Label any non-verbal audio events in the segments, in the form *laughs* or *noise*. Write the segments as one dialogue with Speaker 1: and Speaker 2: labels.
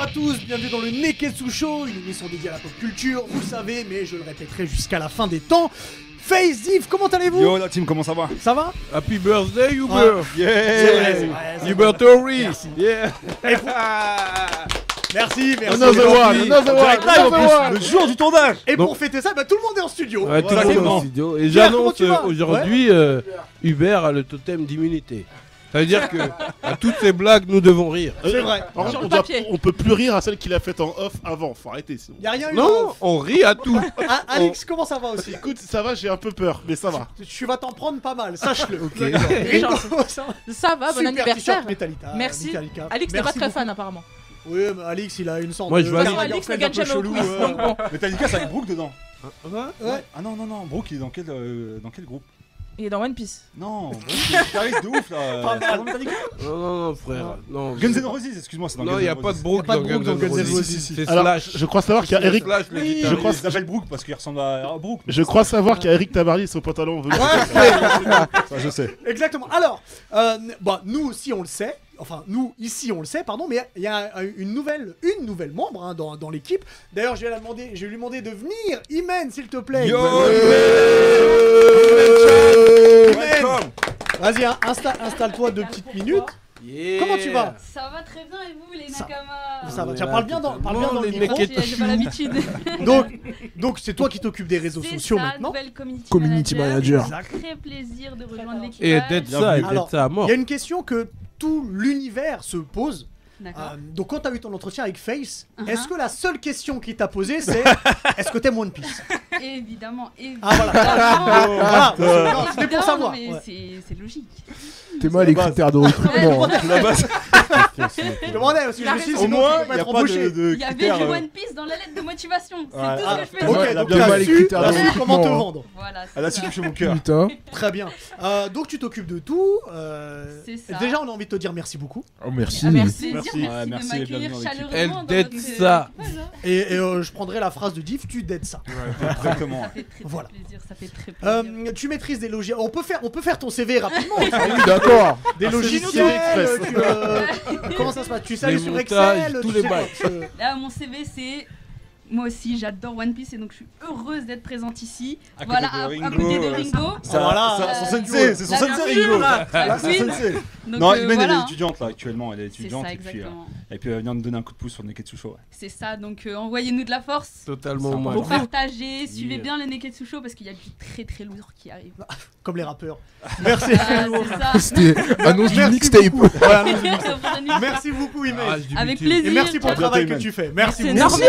Speaker 1: à tous, bienvenue dans le Neketsu Show, une émission dédiée à la pop culture, vous le savez, mais je le répéterai jusqu'à la fin des temps. Face Div, comment allez-vous
Speaker 2: Yo la team, comment ça va Ah,
Speaker 1: Ça
Speaker 3: *laughs*
Speaker 1: va
Speaker 3: Happy birthday, Uber!
Speaker 1: Ouais. C'est vrai, c'est
Speaker 3: Yeah!
Speaker 1: vrai, c'est
Speaker 3: Uber
Speaker 1: vrai.
Speaker 3: Tory!
Speaker 1: Merci.
Speaker 3: Yeah!
Speaker 1: Merci, merci.
Speaker 3: Another
Speaker 1: les
Speaker 3: one,
Speaker 1: gentils.
Speaker 3: another one,
Speaker 1: Direct live, en plus,
Speaker 3: another one.
Speaker 1: le jour du tournage. Et
Speaker 3: Donc-
Speaker 1: pour fêter ça, bah, tout le monde est en studio.
Speaker 3: Ouais, tout
Speaker 1: Voilà,
Speaker 3: le monde est
Speaker 1: exactement.
Speaker 3: en studio. Et
Speaker 1: Pierre, comment
Speaker 3: j'annonce
Speaker 1: tu vas
Speaker 3: euh, aujourd'hui, euh, Hubert a le totem d'immunité. Ça veut dire que à toutes ces blagues, nous devons rire.
Speaker 1: C'est vrai.
Speaker 4: Euh, Par contre,
Speaker 5: Sur le
Speaker 4: on, doit-
Speaker 5: papier.
Speaker 4: on peut plus rire à celle qu'il a faite en off avant. Faut arrêter. c'est bon.
Speaker 1: Y a rien eu
Speaker 3: Non, Oh. on rit
Speaker 1: *laughs*
Speaker 3: à tout.
Speaker 1: de- Ah, Alex, comment ça va aussi
Speaker 4: Écoute, ça va, j'ai un peu peur, mais ça va.
Speaker 1: Tu- Tu vas t'en prendre pas mal, sache-le.
Speaker 3: Ok. *laughs*
Speaker 1: Rico, ça va
Speaker 5: Ça va, bon
Speaker 1: Super
Speaker 5: anniversaire.
Speaker 1: t-shirt Metallica.
Speaker 5: Merci.
Speaker 1: Metallica.
Speaker 5: Alex n'est pas
Speaker 1: Merci
Speaker 5: très
Speaker 1: beaucoup.
Speaker 5: fan apparemment.
Speaker 1: Oui, mais Alex, il a une sorte
Speaker 3: Moi,
Speaker 1: de.
Speaker 3: je vois
Speaker 1: Karl
Speaker 5: Alex. Alex ne
Speaker 1: Lagerfeld
Speaker 5: gagne
Speaker 1: un peu
Speaker 5: jamais au
Speaker 1: chelou,
Speaker 5: quiz,
Speaker 1: euh,
Speaker 5: donc bon.
Speaker 2: Metallica, c'est avec Brooke dedans.
Speaker 1: Ouais.
Speaker 2: Ah non, non, non, Brooke, il est dans quel, euh, dans quel groupe
Speaker 5: Il est dans One Piece.
Speaker 2: Non, Brooke, c'est un guitariste de ouf là.
Speaker 1: Pas
Speaker 6: *laughs* Ah,
Speaker 2: C'est pas Metallica
Speaker 3: Non, non, non, frère. Non,
Speaker 2: Guns N' Roses, excuse-moi, c'est dans
Speaker 3: Non,
Speaker 2: Guns
Speaker 3: il n'y a
Speaker 2: N'
Speaker 3: pas de
Speaker 2: Roses.
Speaker 3: Brooke
Speaker 1: Y a pas de
Speaker 3: dans
Speaker 1: Brooke
Speaker 3: Guns
Speaker 1: dans
Speaker 3: N'
Speaker 1: Guns N'
Speaker 3: Roses.
Speaker 1: Roses.
Speaker 3: C'est
Speaker 4: Alors,
Speaker 3: Slash.
Speaker 4: je crois savoir qu'il y a
Speaker 3: C'est
Speaker 4: Eric.
Speaker 3: Slash, le
Speaker 1: Oui.
Speaker 3: guitariste.
Speaker 4: Je crois-
Speaker 2: Ils l'appellent Brooke parce qu'il ressemble à à
Speaker 4: *laughs*
Speaker 2: Brooke. mais
Speaker 4: Je crois savoir qu'il y a Eric Tabarly son pantalon venu.
Speaker 2: Ça, je sais.
Speaker 1: Exactement. Alors, euh, bah, nous aussi, on le sait. Enfin, nous ici, on le sait, pardon, mais il y a euh, une nouvelle, une nouvelle membre hein, dans, dans l'équipe. D'ailleurs, je vais la demander, je vais lui demander de venir. Imen, s'il te plaît.
Speaker 3: Yo,
Speaker 1: Imen.
Speaker 2: *laughs*
Speaker 1: Vas-y, hein, insta- installe-toi deux petites minutes.
Speaker 3: Yeah.
Speaker 1: Comment tu vas
Speaker 6: Ça va très bien et vous les
Speaker 1: Ça-
Speaker 6: Nakama
Speaker 1: Ça va.
Speaker 3: On
Speaker 1: Tiens,
Speaker 3: est
Speaker 1: parle
Speaker 3: là,
Speaker 1: bien dans,
Speaker 3: putain.
Speaker 1: parle bien
Speaker 3: Oh,
Speaker 1: dans le
Speaker 3: les
Speaker 1: micro.
Speaker 3: mecs
Speaker 6: J'ai j'ai pas l'habitude.
Speaker 1: Donc, donc c'est toi qui t'occupes des réseaux
Speaker 6: C'est
Speaker 1: sociaux
Speaker 6: ça,
Speaker 1: maintenant.
Speaker 6: nouvelle community,
Speaker 7: Community manager.
Speaker 1: Exact.
Speaker 6: Très plaisir de rejoindre l'équipe.
Speaker 3: Et d'être ça, et
Speaker 1: Bienvenue.
Speaker 3: d'être ça à
Speaker 1: Il
Speaker 3: mort.
Speaker 1: y a une question que tout l'univers se pose.
Speaker 6: D'accord.
Speaker 1: Euh, donc quand t'as eu ton entretien avec Face,
Speaker 6: Uh-huh.
Speaker 1: est-ce que la seule question qui t'a posée c'est est-ce que t'aimes One Piece
Speaker 6: Évidemment, évidemment.
Speaker 1: Ah voilà. Voilà, non, Ah, c'était pour
Speaker 6: Évidemment,
Speaker 1: savoir.
Speaker 6: mais
Speaker 1: Ouais. Ah,
Speaker 6: c'est- C'est logique.
Speaker 7: T'es mal les critères
Speaker 4: *laughs*
Speaker 7: de
Speaker 4: Ah,
Speaker 7: recrutement. hein.
Speaker 2: La base,
Speaker 1: Je demandais parce que
Speaker 5: Il a
Speaker 1: je me suis dit,
Speaker 5: raison.
Speaker 2: au
Speaker 1: sinon
Speaker 2: moins,
Speaker 1: tu peux
Speaker 2: il
Speaker 1: pas
Speaker 2: n'y a
Speaker 1: être
Speaker 2: pas
Speaker 1: embauché.
Speaker 2: de, de
Speaker 6: Il y avait
Speaker 2: critères.
Speaker 6: du
Speaker 2: euh,
Speaker 6: One Piece dans la lettre de motivation. C'est
Speaker 2: Ouais.
Speaker 6: tout
Speaker 1: Ah,
Speaker 6: ce que je
Speaker 2: Ouais.
Speaker 6: faisais.
Speaker 1: ok,
Speaker 2: la
Speaker 1: donc
Speaker 2: bien
Speaker 1: t'as
Speaker 2: les
Speaker 1: su,
Speaker 7: critères
Speaker 1: t'as
Speaker 7: de
Speaker 1: su comment te
Speaker 7: recrutement.
Speaker 1: vendre.
Speaker 6: Voilà,
Speaker 2: À la
Speaker 6: c'est ça.
Speaker 2: cible chez mon
Speaker 3: *laughs*
Speaker 2: cœur.
Speaker 7: Putain.
Speaker 1: Très bien. Euh, donc tu t'occupes de tout. euh,
Speaker 6: C'est ça.
Speaker 1: Déjà on a envie de te dire merci beaucoup.
Speaker 7: Oh merci.
Speaker 6: Ah, merci,
Speaker 2: Merci.
Speaker 6: merci,
Speaker 2: Ouais, merci
Speaker 6: merci
Speaker 2: et
Speaker 6: de m'accueillir
Speaker 2: bienvenue dans l'équipe.
Speaker 3: Elle
Speaker 6: chaleureusement. dans euh,
Speaker 3: d'être
Speaker 6: votre-
Speaker 3: ça.
Speaker 6: Voilà.
Speaker 1: Et, et, euh, je prendrai la phrase de Div, tu dettes ça.
Speaker 2: Exactement.
Speaker 6: Ça fait très, très
Speaker 1: Voilà.
Speaker 6: plaisir, ça fait très plaisir.
Speaker 1: Euh, tu maîtrises des logiciels. On peut faire, on peut faire ton CV rapidement. tu vois,
Speaker 7: Oui, d'accord.
Speaker 1: des logiciels. tu, euh, comment ça se passe Tu salis
Speaker 3: Les
Speaker 1: sur
Speaker 3: montages,
Speaker 1: Excel.
Speaker 3: tous
Speaker 1: tu
Speaker 3: les
Speaker 1: sais
Speaker 3: bails.
Speaker 1: quoi, tu-
Speaker 6: Là, mon CV, c'est. Moi aussi, j'adore One Piece et donc je suis heureuse d'être présente ici.
Speaker 2: À côté
Speaker 6: voilà,
Speaker 2: de
Speaker 6: à- à
Speaker 2: Ringo,
Speaker 6: côté de
Speaker 2: euh,
Speaker 6: Ringo.
Speaker 2: Ça,
Speaker 1: Ah, Voilà. Ah,
Speaker 2: ça- son
Speaker 6: Euh,
Speaker 2: sensei, c'est son
Speaker 6: la
Speaker 2: sensei,
Speaker 6: Queen,
Speaker 2: Ringo.
Speaker 6: la
Speaker 2: Là, c'est son
Speaker 6: Queen.
Speaker 2: sensei.
Speaker 6: Donc,
Speaker 2: Non,
Speaker 6: euh,
Speaker 2: Imen, elle
Speaker 6: voilà,
Speaker 2: est
Speaker 6: hein.
Speaker 2: étudiante là actuellement, elle est
Speaker 6: C'est
Speaker 2: étudiante
Speaker 6: ça,
Speaker 2: et puis euh,
Speaker 6: exactement.
Speaker 2: et puis elle vient nous donner un coup de pouce sur le Neketsu Show. ouais.
Speaker 6: C'est ça, donc euh, envoyez-nous de la force.
Speaker 3: Totalement au
Speaker 2: Sympa.
Speaker 3: moins.
Speaker 2: Beaucoup.
Speaker 6: Partagez, suivez
Speaker 3: Yeah.
Speaker 6: bien le Neketsu Show parce qu'il y a du très très lourd
Speaker 2: *laughs*
Speaker 6: qui arrive.
Speaker 1: Comme les rappeurs.
Speaker 6: Merci. c'est ça.
Speaker 7: C'était annonce du mixtape.
Speaker 6: *laughs*
Speaker 1: Merci beaucoup Imen.
Speaker 3: Rage du
Speaker 6: Avec
Speaker 3: YouTube.
Speaker 1: Et
Speaker 6: plaisir.
Speaker 1: merci pour le
Speaker 2: Merci à
Speaker 1: travail que
Speaker 2: toi, Imen.
Speaker 1: tu fais. Merci
Speaker 6: C'est
Speaker 1: beaucoup.
Speaker 6: énorme.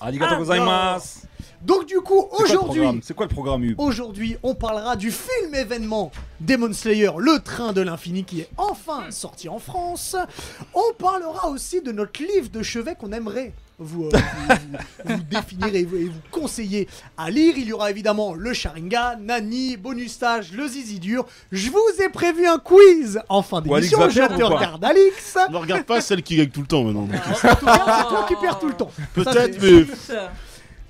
Speaker 6: Ah,
Speaker 2: Arigato gozaimasu.
Speaker 1: Donc du coup,
Speaker 2: C'est quoi le
Speaker 1: aujourd'hui,
Speaker 2: programme C'est quoi le programme Hub
Speaker 1: aujourd'hui, on parlera du film événement Demon Slayer, le train de l'infini qui est enfin sorti en France. On parlera aussi de notre livre de chevet qu'on aimerait vous, euh, vous-
Speaker 2: *laughs*
Speaker 1: vous- vous définir et vous, et vous conseiller à lire. Il y aura évidemment le Sharinga, Nani, Bonus Stage, le Zizi Dur. Je vous ai prévu un quiz en fin
Speaker 2: Alex
Speaker 1: d'émission.
Speaker 2: va
Speaker 1: Je
Speaker 2: faire
Speaker 1: te
Speaker 2: ou pas
Speaker 1: regarde Alix.
Speaker 4: Ne regarde pas celle qui gagne tout le temps maintenant.
Speaker 1: En tout cas,
Speaker 2: Ah.
Speaker 1: c'est toi qui perds tout le temps. Ça,
Speaker 4: Peut-être,
Speaker 1: c'est-
Speaker 4: mais.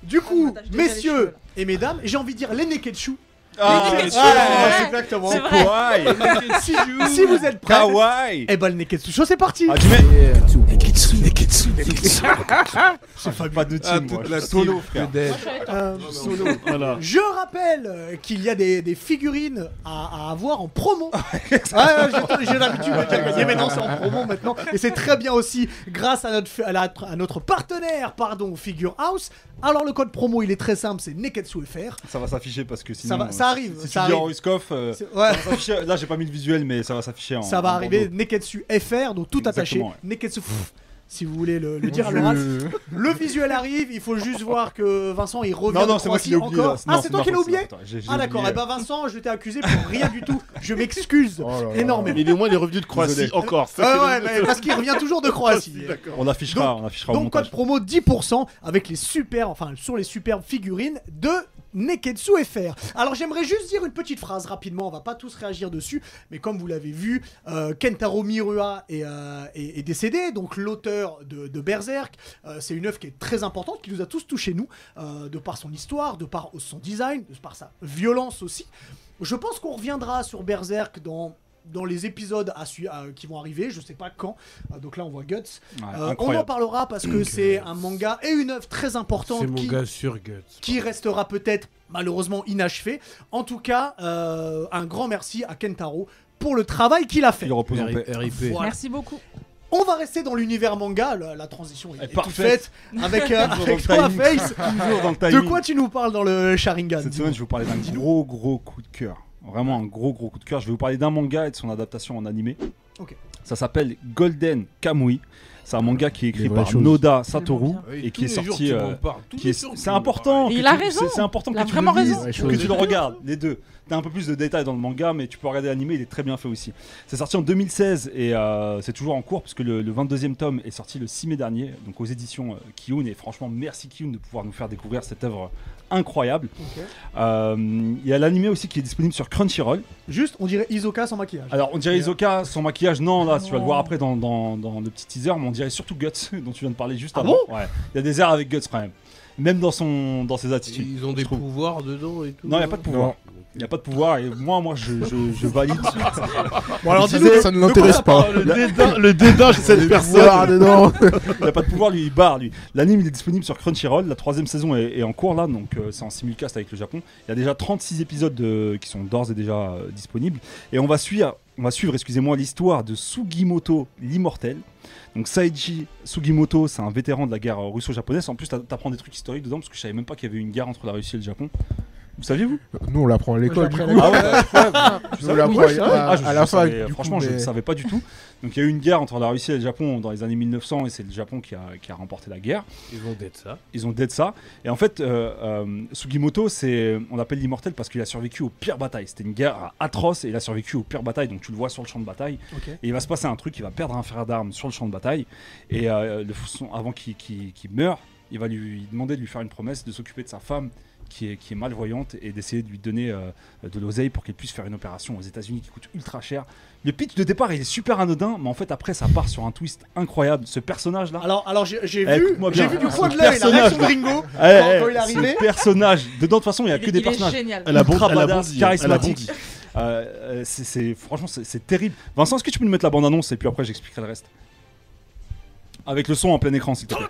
Speaker 1: Du coup,
Speaker 5: Ah, je devrais les
Speaker 1: messieurs
Speaker 5: cheveux,
Speaker 1: et mesdames, j'ai envie de dire les Neketsu.
Speaker 2: Ah,
Speaker 5: Neketsu,
Speaker 2: c'est vrai.
Speaker 5: ouais.
Speaker 1: exactement.
Speaker 5: C'est vrai.
Speaker 2: Kawaii
Speaker 1: Si vous êtes prêts,
Speaker 2: Kawaii
Speaker 1: eh ben le Neketsu Show, c'est parti.
Speaker 2: Ah, tu mets
Speaker 7: Neketsu, Neketsu, Neketsu.
Speaker 2: J'ai pas de
Speaker 3: Ah,
Speaker 2: team, moi.
Speaker 3: toute
Speaker 2: je
Speaker 3: la
Speaker 2: suis solo,
Speaker 3: team,
Speaker 2: frère.
Speaker 3: Fidel.
Speaker 1: Euh,
Speaker 4: Voilà.
Speaker 1: je rappelle euh, qu'il y a des, des figurines à, à avoir en
Speaker 2: *laughs*
Speaker 1: promo. ouais, ouais, j'ai- j'ai l'habitude de dire, mais maintenant c'est en promo maintenant. Et c'est très bien aussi grâce à notre, à la- à notre partenaire, pardon, Figure House. Alors le code promo, il est très simple, c'est Neketsu FR.
Speaker 2: Ça va s'afficher parce que sinon.
Speaker 1: Ça va-
Speaker 2: euh,
Speaker 1: ça arrive, ça
Speaker 2: Si tu dis
Speaker 1: arrive.
Speaker 2: Ruskov, euh,
Speaker 1: C'est- ouais.
Speaker 2: ça va s'afficher. Là, j'ai pas mis le visuel, mais ça va s'afficher en.
Speaker 1: Ça va
Speaker 2: en
Speaker 1: arriver,
Speaker 2: bandeau.
Speaker 1: Neketsu FR, donc tout attaché.
Speaker 2: Exactement, ouais.
Speaker 1: Neketsu pff, si vous voulez le, le dire à l'oral. Le visuel arrive, il faut juste voir que Vincent il revient.
Speaker 2: Non,
Speaker 1: de
Speaker 2: non, c'est moi qui l'ai
Speaker 1: Croatie
Speaker 2: oublié.
Speaker 1: encore.
Speaker 2: là.
Speaker 1: Ah,
Speaker 2: Non,
Speaker 1: c'est toi
Speaker 2: ma
Speaker 1: qui l'as
Speaker 2: faute,
Speaker 1: oublié
Speaker 2: attends, j'ai- j'ai
Speaker 1: Ah, d'accord.
Speaker 2: oublié.
Speaker 1: Eh ben, Vincent, je t'ai accusé pour rien du tout. Je m'excuse
Speaker 7: Oh là là.
Speaker 1: énormément.
Speaker 4: Mais il est au moins, il est revenu de Croatie
Speaker 2: Désolé.
Speaker 4: encore.
Speaker 1: Ah Ouais,
Speaker 4: Ça,
Speaker 1: ouais,
Speaker 4: c'est le- Ah,
Speaker 1: mais parce qu'il revient toujours
Speaker 2: *laughs*
Speaker 1: de Croatie.
Speaker 4: D'accord.
Speaker 2: On affichera, on affichera au
Speaker 1: Donc, code
Speaker 2: montage.
Speaker 1: promo 10% avec les super, enfin, sur les superbes figurines de Neketsu FR. Alors, j'aimerais juste dire une petite phrase rapidement, on va pas tous réagir dessus, mais comme vous l'avez vu, euh, Kentaro Miura est, euh, est- est décédé, donc l'auteur de, de Berserk. Euh, c'est une œuvre qui est très importante, qui nous a tous touchés, nous, euh, de par son histoire, de par son design, de par sa violence aussi. Je pense qu'on reviendra sur Berserk dans dans les épisodes à su- à- qui vont arriver, je sais pas quand. Euh, donc là, on voit Guts.
Speaker 2: Ouais,
Speaker 1: Euh, on en
Speaker 2: Ah, incroyable.
Speaker 1: parlera parce que c'est un manga et une œuvre très importante
Speaker 3: C'est mon
Speaker 1: qui,
Speaker 3: gars sur Guts.
Speaker 1: qui restera peut-être malheureusement inachevé. En tout cas, euh, un grand merci à Kentaro pour le travail qu'il a fait.
Speaker 2: Il repose en paix.
Speaker 3: RIP.
Speaker 1: Voilà.
Speaker 5: Merci beaucoup.
Speaker 1: On va rester dans l'univers manga, la, la transition est,
Speaker 2: Eh,
Speaker 1: est toute faite
Speaker 2: parfaite.
Speaker 1: avec, euh,
Speaker 2: *laughs* Toujours
Speaker 1: avec
Speaker 2: dans le
Speaker 1: toi,
Speaker 2: timing.
Speaker 1: Face.
Speaker 2: Toujours dans le
Speaker 1: De
Speaker 2: *laughs* timing.
Speaker 1: quoi tu nous parles dans le Sharingan
Speaker 2: Cette
Speaker 1: dis-moi
Speaker 2: semaine, je vais vous parler d'un petit gros gros coup de cœur. Vraiment un gros gros coup de cœur. Je vais vous parler d'un manga et de son adaptation en animé.
Speaker 1: Ok.
Speaker 2: Ça s'appelle Golden Kamui. C'est un manga qui est
Speaker 7: Les
Speaker 2: écrit
Speaker 7: vraies
Speaker 2: par
Speaker 7: choses.
Speaker 2: Noda Satoru
Speaker 5: Tellement
Speaker 2: et qui est sorti. euh, qui est- C'est
Speaker 3: important
Speaker 2: important.
Speaker 5: Et
Speaker 2: que
Speaker 5: il a
Speaker 2: tu-
Speaker 5: raison.
Speaker 2: c'est- C'est important
Speaker 5: Il
Speaker 2: que
Speaker 5: a
Speaker 2: tu
Speaker 5: vraiment
Speaker 2: le lises,
Speaker 5: raison.
Speaker 7: Ouais, je
Speaker 2: que
Speaker 7: suis
Speaker 2: tu le regardes, les deux. T'as un peu plus de détails dans le manga, mais tu peux regarder l'animé, il est très bien fait aussi. C'est sorti en 2016 et euh, c'est toujours en cours puisque le, le 22e tome est sorti le 6 mai dernier, donc aux éditions euh, Kiyun. Et franchement, merci Kiyun de pouvoir nous faire découvrir cette œuvre incroyable.
Speaker 1: Ok.
Speaker 2: Euh, Il y a l'animé aussi qui est disponible sur Crunchyroll.
Speaker 1: Juste, on dirait Isoka sans maquillage.
Speaker 2: Alors on dirait Isoka, son maquillage, non, là tu vas le voir après dans, dans- dans le petit teaser, mais on dirait surtout Guts *laughs* dont tu viens de parler juste
Speaker 1: Ah
Speaker 2: avant. Ouais. Il y a des airs avec Guts quand même, même dans, son, dans ses attitudes.
Speaker 3: Ils ont des pouvoirs dedans et tout.
Speaker 2: Non, il n'y a pas de pouvoir. Il n'y a pas de pouvoir et moi, moi, je, je- je valide.
Speaker 1: *laughs* Bon, alors
Speaker 7: Ça
Speaker 1: dis-nous,
Speaker 7: ça ne l'intéresse pas.
Speaker 4: Le dédain, *laughs* le dédain chez cette
Speaker 7: Ah,
Speaker 4: personne.
Speaker 7: dedans.
Speaker 2: Il n'y a pas de pouvoir, lui, il barre, lui. L'anime, il est disponible sur Crunchyroll. La troisième saison est, est en cours, là, donc euh, c'est en simulcast avec le Japon. Il y a déjà 36 épisodes de- qui sont d'ores et déjà euh, disponibles. Et on va suivre, on va suivre excusez-moi, l'histoire de Sugimoto, l'immortel. Donc Saiji Sugimoto, c'est un vétéran de la guerre euh, russo-japonaise. En plus, t'as- t'apprends des trucs historiques dedans, parce que je savais même pas qu'il y avait eu une guerre entre la Russie et le Japon. Vous saviez, vous
Speaker 7: Nous, on l'apprend à l'école. du
Speaker 1: Moi,
Speaker 7: coup.
Speaker 1: je l'apprends
Speaker 2: Tu
Speaker 7: Nous, on
Speaker 2: savais
Speaker 7: l'apprend
Speaker 1: Oui, je savais.
Speaker 7: à
Speaker 2: Ah, je
Speaker 7: à la
Speaker 2: le savais,
Speaker 7: fac. du coup,
Speaker 2: franchement, je ne
Speaker 7: mais-
Speaker 2: savais pas du tout. Donc il y a eu une guerre entre la Russie et le Japon dans les années 1900 et c'est le Japon qui a, qui a remporté la guerre.
Speaker 3: Ils ont d'être ça.
Speaker 2: Ils ont dead ça. Et en fait, euh, euh, Sugimoto, c'est, on l'appelle l'immortel parce qu'il a survécu aux pires batailles. C'était une guerre atroce et il a survécu aux pires batailles. Donc tu le vois sur le champ de bataille.
Speaker 1: Ok.
Speaker 2: Et il va se passer un truc, il va perdre un frère d'armes sur le champ de bataille. Et euh, le, son- avant qu'il, qu'il- qu'il meure, il va lui demander de lui faire une promesse de s'occuper de sa femme qui est, qui est malvoyante et d'essayer de lui donner euh, de l'oseille pour qu'elle puisse faire une opération aux États-Unis qui coûte ultra cher. Le pitch de départ, il est super anodin, mais en fait, après, ça part sur un twist incroyable. Ce personnage-là.
Speaker 1: Alors, alors j'ai j'ai
Speaker 2: Eh,
Speaker 1: vu,
Speaker 2: écoute-moi
Speaker 1: j'ai vu
Speaker 2: bien.
Speaker 1: du coin de
Speaker 2: Ce
Speaker 1: l'œil la réaction de
Speaker 2: personnage,
Speaker 1: Ringo.
Speaker 2: Eh,
Speaker 1: quand-
Speaker 2: eh,
Speaker 1: quand il est
Speaker 2: ce
Speaker 1: arrivé.
Speaker 2: personnage, dedans, de toute façon, il n'y a
Speaker 5: Ah, Il
Speaker 2: que
Speaker 5: est-
Speaker 2: des
Speaker 5: il
Speaker 2: personnages.
Speaker 5: est génial.
Speaker 4: Elle a bon,
Speaker 2: ultra
Speaker 4: elle a
Speaker 2: badass,
Speaker 4: bondi,
Speaker 2: charismatique. Euh, euh, c'est- c'est franchement c'est- c'est terrible. Vincent, est-ce que tu peux nous mettre la bande annonce et puis après j'expliquerai le reste. Avec le son en plein écran, s'il te plaît.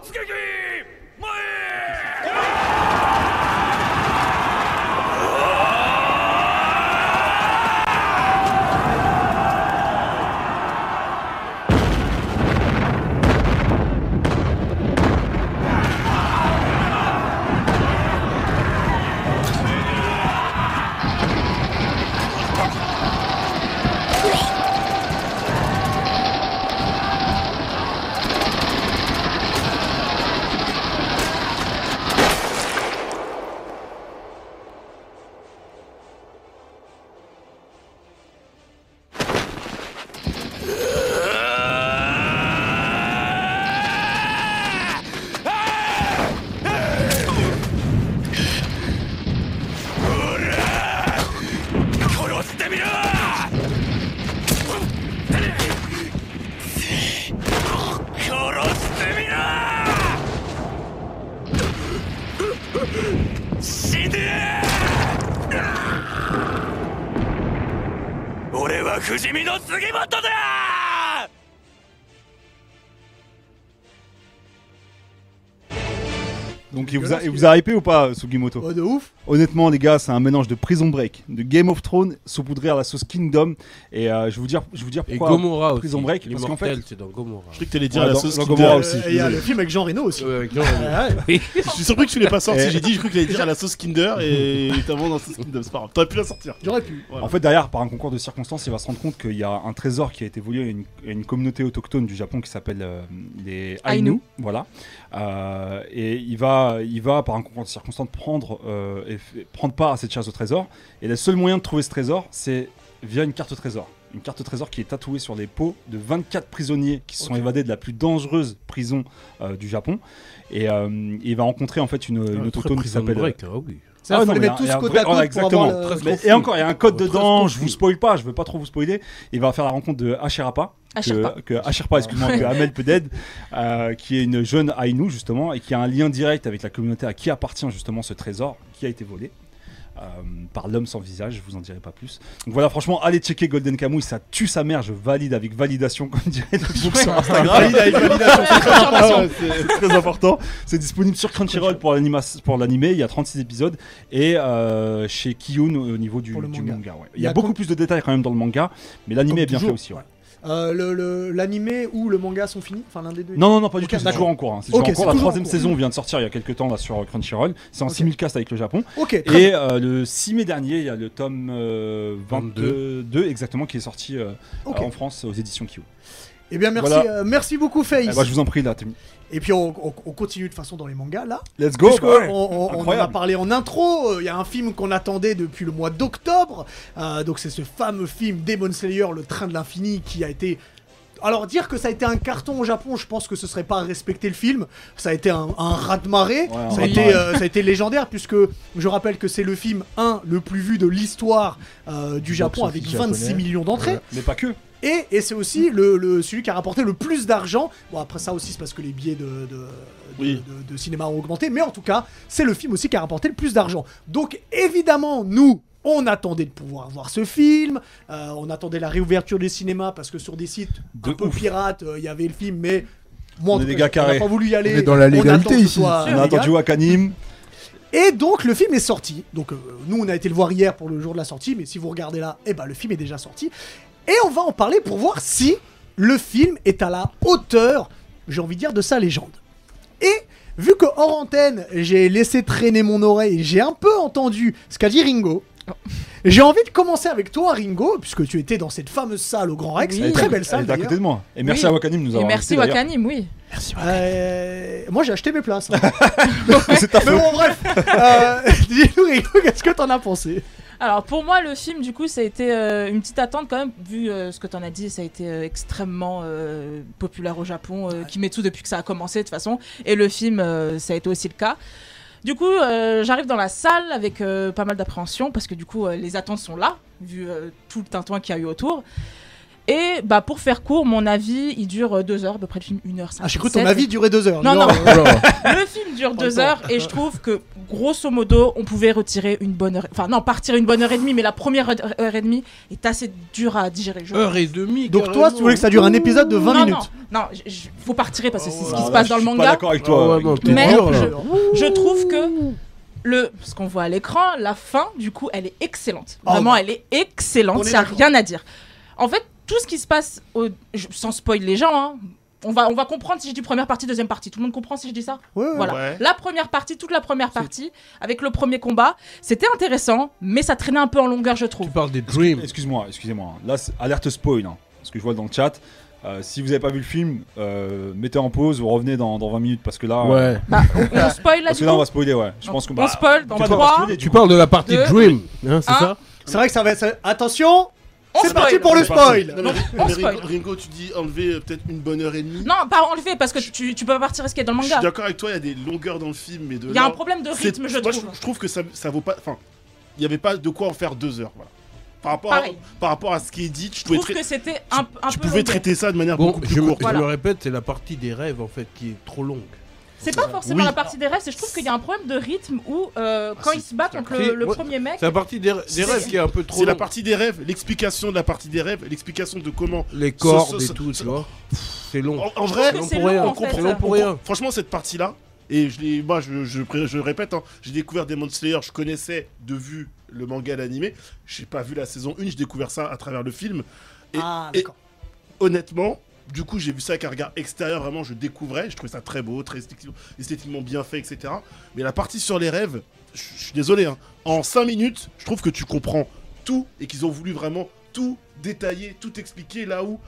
Speaker 2: Donc il vous, a, il vous a hypé ou pas, Sugimoto
Speaker 1: Oh, de ouf.
Speaker 2: Honnêtement, les gars, c'est un mélange de Prison Break, de Game of Thrones, saupoudré à la sauce Kingdom. Et euh, je vais vous dire, je vais vous dire
Speaker 3: Et
Speaker 2: pourquoi.
Speaker 3: Gomorrah aussi.
Speaker 2: Prison Break, parce qu'en fait-
Speaker 3: L'immortel, c'est dans Gomorrah.
Speaker 4: Je crois que t'allais dire à la
Speaker 2: dans-
Speaker 4: sauce
Speaker 2: dans
Speaker 4: Kinder.
Speaker 1: Euh,
Speaker 2: Gomorrah Ah, aussi, je
Speaker 1: et
Speaker 2: suis
Speaker 1: Il y a
Speaker 2: désolé.
Speaker 1: le film avec Jean Reno aussi.
Speaker 3: Ouais, avec Jean Reno.
Speaker 1: Ouais, ouais.
Speaker 4: Je suis surpris que tu l'aies pas sorti.
Speaker 2: Eh.
Speaker 4: J'ai dit, je crois que t'allais dire à la sauce Kinder
Speaker 3: *laughs*
Speaker 4: et t'as vendu dans la sauce Kinder. C'est pas grave. T'aurais pu la sortir.
Speaker 1: J'aurais pu.
Speaker 2: En fait, derrière, par un concours de circonstances, il va se rendre compte qu'il y a un trésor qui a été volé à une, à une communauté autochtone du Japon qui s'appelle euh, les Ainu.
Speaker 5: Ainu.
Speaker 2: Voilà. Euh, et il va, il va, par un concours de circonstances, prendre, euh, et f- prendre part à cette chasse au trésor. Et le seul moyen de trouver ce trésor, c'est via une carte trésor. Une carte trésor qui est tatouée sur les peaux de 24 prisonniers qui se sont évadés de la plus dangereuse prison euh, du Japon. Et euh, il va rencontrer en fait une, une autochtone qui
Speaker 3: Prison
Speaker 2: s'appelle
Speaker 3: Break, ah oui.
Speaker 1: Ça,
Speaker 2: Ah,
Speaker 1: faut
Speaker 2: non,
Speaker 1: les
Speaker 2: mais
Speaker 1: mettre
Speaker 2: il y
Speaker 1: tous
Speaker 2: a un
Speaker 1: côte
Speaker 2: vrai-
Speaker 1: à côte
Speaker 2: ouais,
Speaker 1: pour avoir
Speaker 2: exactement.
Speaker 1: le-
Speaker 3: Presque.
Speaker 2: Mais-
Speaker 3: confus.
Speaker 2: et encore, il y a un code
Speaker 3: Très
Speaker 2: dedans, je
Speaker 3: confus.
Speaker 2: vous spoil pas, je veux pas trop vous spoiler. Il va faire la rencontre de Asherapa.
Speaker 5: Ah, je sais pas.
Speaker 2: Que, que Asherpa, excuse-moi, que Amel Peded, euh, qui est une jeune Ainu justement, et qui a un lien direct avec la communauté à qui appartient justement ce trésor qui a été volé. euh, par l'homme sans visage, je vous en dirai pas plus. Donc voilà, franchement, allez checker Golden Kamuy, ça tue sa mère, je valide avec validation, *laughs* comme dirait notre groupe sur Instagram.
Speaker 4: Valide avec
Speaker 3: Ah
Speaker 4: validation, c'est une information. C'est-
Speaker 2: C'est très important. C'est disponible sur Crunchyroll pour l'anima- pour l'animé. Il y a 36 épisodes. Et euh, chez Kiyun au niveau du,
Speaker 1: Pour le
Speaker 2: du
Speaker 1: manga.
Speaker 2: manga. ouais. Il y a beaucoup plus de détails quand même dans le manga, mais l'animé
Speaker 1: Comme
Speaker 2: est bien
Speaker 1: toujours,
Speaker 2: fait aussi. ouais.
Speaker 1: ouais. Euh, le- le- L'animé ou le manga sont finis Enfin, l'un des deux
Speaker 2: Non, non, non, pas du
Speaker 1: Ok,
Speaker 2: tout. C'est
Speaker 1: d'accord.
Speaker 2: toujours en cours. hein. C'est
Speaker 1: Ok,
Speaker 2: toujours en cours.
Speaker 1: c'est
Speaker 2: La
Speaker 1: toujours en
Speaker 2: troisième
Speaker 1: cours.
Speaker 2: saison vient de sortir il y a quelques temps là sur euh, Crunchyroll. C'est en
Speaker 1: Ok.
Speaker 2: simulcast avec le Japon.
Speaker 1: Ok, très
Speaker 2: Et euh, le 6 mai dernier, il y a le tome euh, 22, exactement qui est sorti euh,
Speaker 1: Ok.
Speaker 2: en France aux éditions Kiyun.
Speaker 1: Eh bien, merci,
Speaker 2: Voilà.
Speaker 1: euh, merci beaucoup, Face.
Speaker 2: Eh ben, je vous en prie là. Timmy.
Speaker 1: Et puis, on, on- on continue de toute façon dans les mangas, là.
Speaker 2: Let's go.
Speaker 1: Puisque
Speaker 2: bah ouais.
Speaker 1: on, on- on en a
Speaker 2: Incroyable.
Speaker 1: parlé en intro. euh, Il y a un film qu'on attendait depuis le mois d'octobre. Euh, donc, c'est ce fameux film Demon Slayer, Le Train de l'Infini, qui a été. Alors, dire que ça a été un carton au Japon, je pense que ce serait pas respecter le film. Ça a été un, un raz-de-marée.
Speaker 2: Ouais, un
Speaker 1: ça, a
Speaker 2: raz-de-marée.
Speaker 1: été, euh, ça a été légendaire, puisque je rappelle que c'est le film, un, le plus vu de l'histoire euh, du Japon, avec
Speaker 7: office
Speaker 1: 26
Speaker 7: japonais.
Speaker 1: millions d'entrées.
Speaker 2: Mais pas que.
Speaker 1: Et, et c'est aussi le, le- celui qui a rapporté le plus d'argent. Bon, après ça aussi, c'est parce que les billets de, de- de-
Speaker 4: Oui.
Speaker 1: de- de cinéma ont augmenté. Mais en tout cas, c'est le film aussi qui a rapporté le plus d'argent. Donc évidemment, nous, on attendait de pouvoir voir ce film. Euh, on attendait la réouverture des cinémas parce que sur des sites
Speaker 2: De
Speaker 1: un peu
Speaker 2: ouf.
Speaker 1: pirates, euh, il y avait le film, mais. Moi,
Speaker 2: On
Speaker 1: en
Speaker 2: est
Speaker 1: tout
Speaker 2: des
Speaker 1: cas,
Speaker 2: gars
Speaker 1: on n'a
Speaker 2: carrés.
Speaker 1: pas voulu y aller.
Speaker 7: est dans la
Speaker 1: attend que ce
Speaker 7: légalité
Speaker 1: soit
Speaker 2: On a
Speaker 1: légal.
Speaker 2: attendu Wakanim.
Speaker 1: Et donc le film est sorti. Donc euh, nous on a été le voir hier pour le jour de la sortie, mais si vous regardez là, eh ben le film est déjà sorti. Et on va en parler pour voir si le film est à la hauteur, j'ai envie de dire, de sa légende. Et vu que hors antenne, j'ai laissé traîner mon oreille, j'ai un peu entendu ce qu'a dit Ringo.
Speaker 2: Oh.
Speaker 1: J'ai envie de commencer avec toi, Ringo, puisque tu étais dans cette fameuse salle au Grand Rex,
Speaker 5: Oui.
Speaker 2: Elle est
Speaker 1: très
Speaker 2: à-
Speaker 1: belle
Speaker 2: elle
Speaker 1: salle
Speaker 2: est à côté
Speaker 1: d'ailleurs.
Speaker 2: de moi. Et merci
Speaker 5: Oui.
Speaker 2: à Wakanim de nous
Speaker 5: Et
Speaker 2: avoir
Speaker 5: merci
Speaker 2: invités, d'ailleurs.
Speaker 5: Wakanim, oui.
Speaker 1: Euh, moi j'ai acheté mes places.
Speaker 2: *laughs*
Speaker 1: hein. Mais bon bref, euh, *laughs* dis-nous Ringo, qu'est-ce que t'en as pensé
Speaker 5: Alors pour moi, le film, du coup, ça a été euh, une petite attente quand même, vu euh, ce que t'en as dit, ça a été euh, extrêmement euh, populaire au Japon, euh, Kimetsu depuis que ça a commencé de toute façon, et le film, euh, ça a été aussi le cas. Du coup, euh, j'arrive dans la salle avec euh, pas mal d'appréhension, parce que du coup, euh, les attentes sont là, vu euh, tout le tintouin qu'il y a eu autour. Et bah pour faire court, mon avis, il dure euh, deux heures, à peu près le film une heure.
Speaker 1: Ah, j'ai cru que ton
Speaker 5: 57.
Speaker 1: avis durait deux heures.
Speaker 5: Non, non.
Speaker 7: Oh là.
Speaker 5: Le film
Speaker 1: Pas
Speaker 5: dure
Speaker 1: le
Speaker 5: deux
Speaker 1: temps.
Speaker 5: heures et je trouve que grosso modo, on pouvait retirer une bonne heure. Enfin, non, partir une bonne heure et demie, mais la première heure heure et demie est assez dure à digérer. je
Speaker 3: Heure et demie.
Speaker 1: Donc toi, tu voulais que ça dure un épisode de 20
Speaker 5: non,
Speaker 1: minutes. Oh,
Speaker 5: Non, non, je- je- faut pas retirer parce que c'est ce
Speaker 2: Non,
Speaker 5: qui se
Speaker 2: là,
Speaker 5: passe dans
Speaker 2: je
Speaker 5: le
Speaker 2: suis Pas
Speaker 5: manga.
Speaker 2: d'accord avec
Speaker 3: Ah
Speaker 2: toi.
Speaker 3: ouais, non,
Speaker 2: Ringo.
Speaker 3: t'es
Speaker 5: Mais-
Speaker 3: dur, là.
Speaker 5: Je trouve que le, ce qu'on voit à l'écran, la fin, du coup, elle est excellente.
Speaker 1: Oh,
Speaker 5: Vraiment,
Speaker 1: bah.
Speaker 5: elle est
Speaker 1: On
Speaker 5: excellente.
Speaker 1: est
Speaker 5: Ça a
Speaker 1: d'accord.
Speaker 5: rien à dire. En fait, tout ce qui se passe, au- je- sans spoil les gens, hein, on va, on va comprendre si je dis première partie, deuxième partie. Tout le monde comprend si je dis ça
Speaker 1: Ouais, ouais.
Speaker 5: Voilà.
Speaker 4: Ouais.
Speaker 5: La première partie, toute la première partie, avec le premier combat, c'était intéressant, mais ça traînait un peu en longueur, je
Speaker 3: Tu
Speaker 5: trouve.
Speaker 3: parles des Dreams.
Speaker 2: Excuse-moi, excusez-moi. Là, c'est- alerte spoil, hein, ce que je vois dans le chat. Euh, si vous n'avez pas vu le film, euh, mettez en pause ou revenez dans, dans 20 minutes parce que là, euh,
Speaker 7: Ouais.
Speaker 5: Bah, on, on spoil là,
Speaker 2: parce
Speaker 5: du
Speaker 2: que là on
Speaker 5: coup
Speaker 2: va spoiler. Ouais. Je pense que
Speaker 5: on
Speaker 2: bah,
Speaker 5: spoil dans
Speaker 2: on va
Speaker 5: 3,
Speaker 2: spoiler, du
Speaker 3: Tu
Speaker 2: coup.
Speaker 3: parles de la partie
Speaker 5: Deux.
Speaker 4: Euh,
Speaker 3: Dream, hein,
Speaker 4: Ah.
Speaker 3: c'est
Speaker 5: Un.
Speaker 3: ça
Speaker 1: C'est vrai que ça va. ça- Attention,
Speaker 5: on
Speaker 1: c'est
Speaker 5: spoil.
Speaker 1: parti pour le
Speaker 2: C'est parti.
Speaker 1: spoil.
Speaker 4: Non, mais,
Speaker 5: on
Speaker 4: mais
Speaker 5: spoil.
Speaker 4: Ringo, Ringo, tu dis enlever euh, peut-être une bonne heure et demie.
Speaker 5: Non, pas enlever, parce que tu, tu peux pas partir à ce qu'il y a dans le
Speaker 4: je suis
Speaker 5: manga.
Speaker 4: d'accord avec toi, il y a des longueurs dans le film, mais de
Speaker 5: Il y a
Speaker 4: là-
Speaker 5: un problème de
Speaker 4: c'est-
Speaker 5: rythme, je
Speaker 4: moi,
Speaker 5: trouve.
Speaker 4: Je, trouve que ça, ça vaut pas. Enfin, il n'y avait pas de quoi en faire deux heures. Voilà. Par, rapport à,
Speaker 5: Pareil.
Speaker 4: par rapport à ce qui est dit, tu
Speaker 5: Je
Speaker 4: pouvais,
Speaker 5: trouve
Speaker 4: tra-
Speaker 5: que c'était un, p- un
Speaker 4: tu
Speaker 5: peu.
Speaker 4: pouvais
Speaker 5: longueur.
Speaker 4: traiter ça de manière
Speaker 3: Bon,
Speaker 4: beaucoup
Speaker 3: je,
Speaker 4: plus
Speaker 3: me-
Speaker 4: courte.
Speaker 3: je
Speaker 5: Voilà.
Speaker 3: le répète, c'est la partie des rêves en fait qui est trop longue.
Speaker 5: C'est pas forcément
Speaker 4: Oui.
Speaker 5: la partie des rêves, c'est je trouve qu'il y a un problème de rythme où euh, quand
Speaker 4: si,
Speaker 5: ils se battent contre
Speaker 3: Si,
Speaker 5: le, le
Speaker 3: moi,
Speaker 5: premier mec.
Speaker 3: C'est la partie des, des
Speaker 4: C'est-
Speaker 3: rêves qui est un peu trop
Speaker 4: C'est la
Speaker 3: longue.
Speaker 4: partie des rêves, l'explication de la partie des rêves, l'explication de comment.
Speaker 3: Les cordes
Speaker 4: ce-
Speaker 3: et
Speaker 4: ce-
Speaker 3: tout,
Speaker 4: ce-
Speaker 3: tu vois. C'est long.
Speaker 4: En, en
Speaker 5: Je
Speaker 4: vrai,
Speaker 5: trouve
Speaker 3: non,
Speaker 5: que c'est
Speaker 3: pour
Speaker 5: long
Speaker 3: rien,
Speaker 5: en
Speaker 3: on
Speaker 5: fait.
Speaker 3: comprend, on
Speaker 5: ça.
Speaker 3: pour rien.
Speaker 4: franchement, cette partie-là, et je l'ai- moi, je, je, pré- je répète, hein, j'ai découvert Demon Slayer, je connaissais de vue le manga, l'animé. J'ai pas vu la saison 1, j'ai découvert ça à travers le film. Et-
Speaker 1: Ah,
Speaker 4: et-
Speaker 1: d'accord.
Speaker 4: honnêtement, du coup, j'ai vu ça avec un regard extérieur, vraiment, je découvrais, je trouvais ça très beau, très esthétiquement- esthétiquement bien fait, etc. Mais la partie sur les rêves, je je suis désolé, hein, en 5 minutes, je trouve que tu comprends tout et qu'ils ont voulu vraiment tout détailler, tout expliquer là où.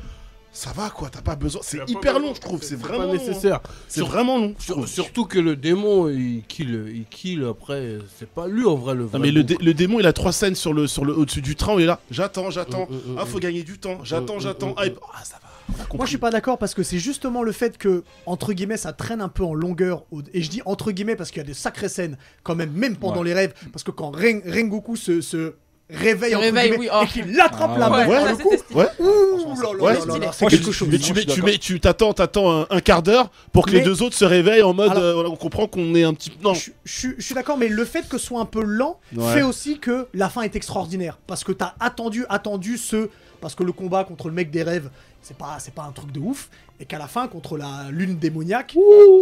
Speaker 4: Ça va quoi, t'as pas besoin. C'est hyper long, je trouve. C'est vraiment
Speaker 3: pas
Speaker 4: long, hein.
Speaker 3: nécessaire.
Speaker 4: C'est vraiment long. je
Speaker 3: Sur-
Speaker 4: trouve.
Speaker 3: surtout que le démon il kill, il kill après. C'est pas lui en vrai le vrai.
Speaker 4: Non mais le,
Speaker 3: bon.
Speaker 4: dé- le démon il a trois scènes sur le sur le au-dessus du train où il est là j'attends j'attends
Speaker 3: Euh, euh, euh,
Speaker 4: ah faut gagner du temps
Speaker 3: Euh, euh,
Speaker 4: j'attends j'attends
Speaker 3: euh,
Speaker 4: ah,
Speaker 3: euh.
Speaker 4: et- ah, ça va on a compris.
Speaker 1: Moi, je suis pas d'accord parce que c'est justement le fait que, entre guillemets, ça traîne un peu en longueur. au- Et je dis entre guillemets parce qu'il y a des sacrées scènes, quand même, même pendant
Speaker 2: Ouais.
Speaker 1: les rêves. Parce que quand Ren- Rengoku se, se réveille, entre
Speaker 5: Réveille,
Speaker 1: guillemets,
Speaker 5: oui, oh.
Speaker 1: et qu'il l'attrape la
Speaker 4: ouais,
Speaker 1: main.
Speaker 4: ouais,
Speaker 5: ça,
Speaker 4: le
Speaker 5: c'est
Speaker 4: coup,
Speaker 5: testé.
Speaker 4: ouais.
Speaker 1: Ouh là là
Speaker 4: Ouais.
Speaker 1: là là là, c'est
Speaker 4: Moi, je-
Speaker 1: quelque chose.
Speaker 4: Mais tu,
Speaker 2: Non, je
Speaker 4: mets-
Speaker 2: suis
Speaker 4: tu,
Speaker 2: d'accord.
Speaker 4: mets- tu t'attends, t'attends un, un quart d'heure pour que
Speaker 1: Mais-
Speaker 4: les deux autres se réveillent en mode,
Speaker 1: Alors-
Speaker 4: euh, voilà, on comprend qu'on est un petit. Non,
Speaker 1: Je, je- je suis d'accord, mais le fait que ce soit un peu lent
Speaker 4: Ouais.
Speaker 1: fait aussi que la fin est extraordinaire. Parce que t'as attendu, attendu ce. Parce que le combat contre le mec des rêves, c'est pas, c'est pas un truc de ouf. Et qu'à la fin, contre la lune démoniaque,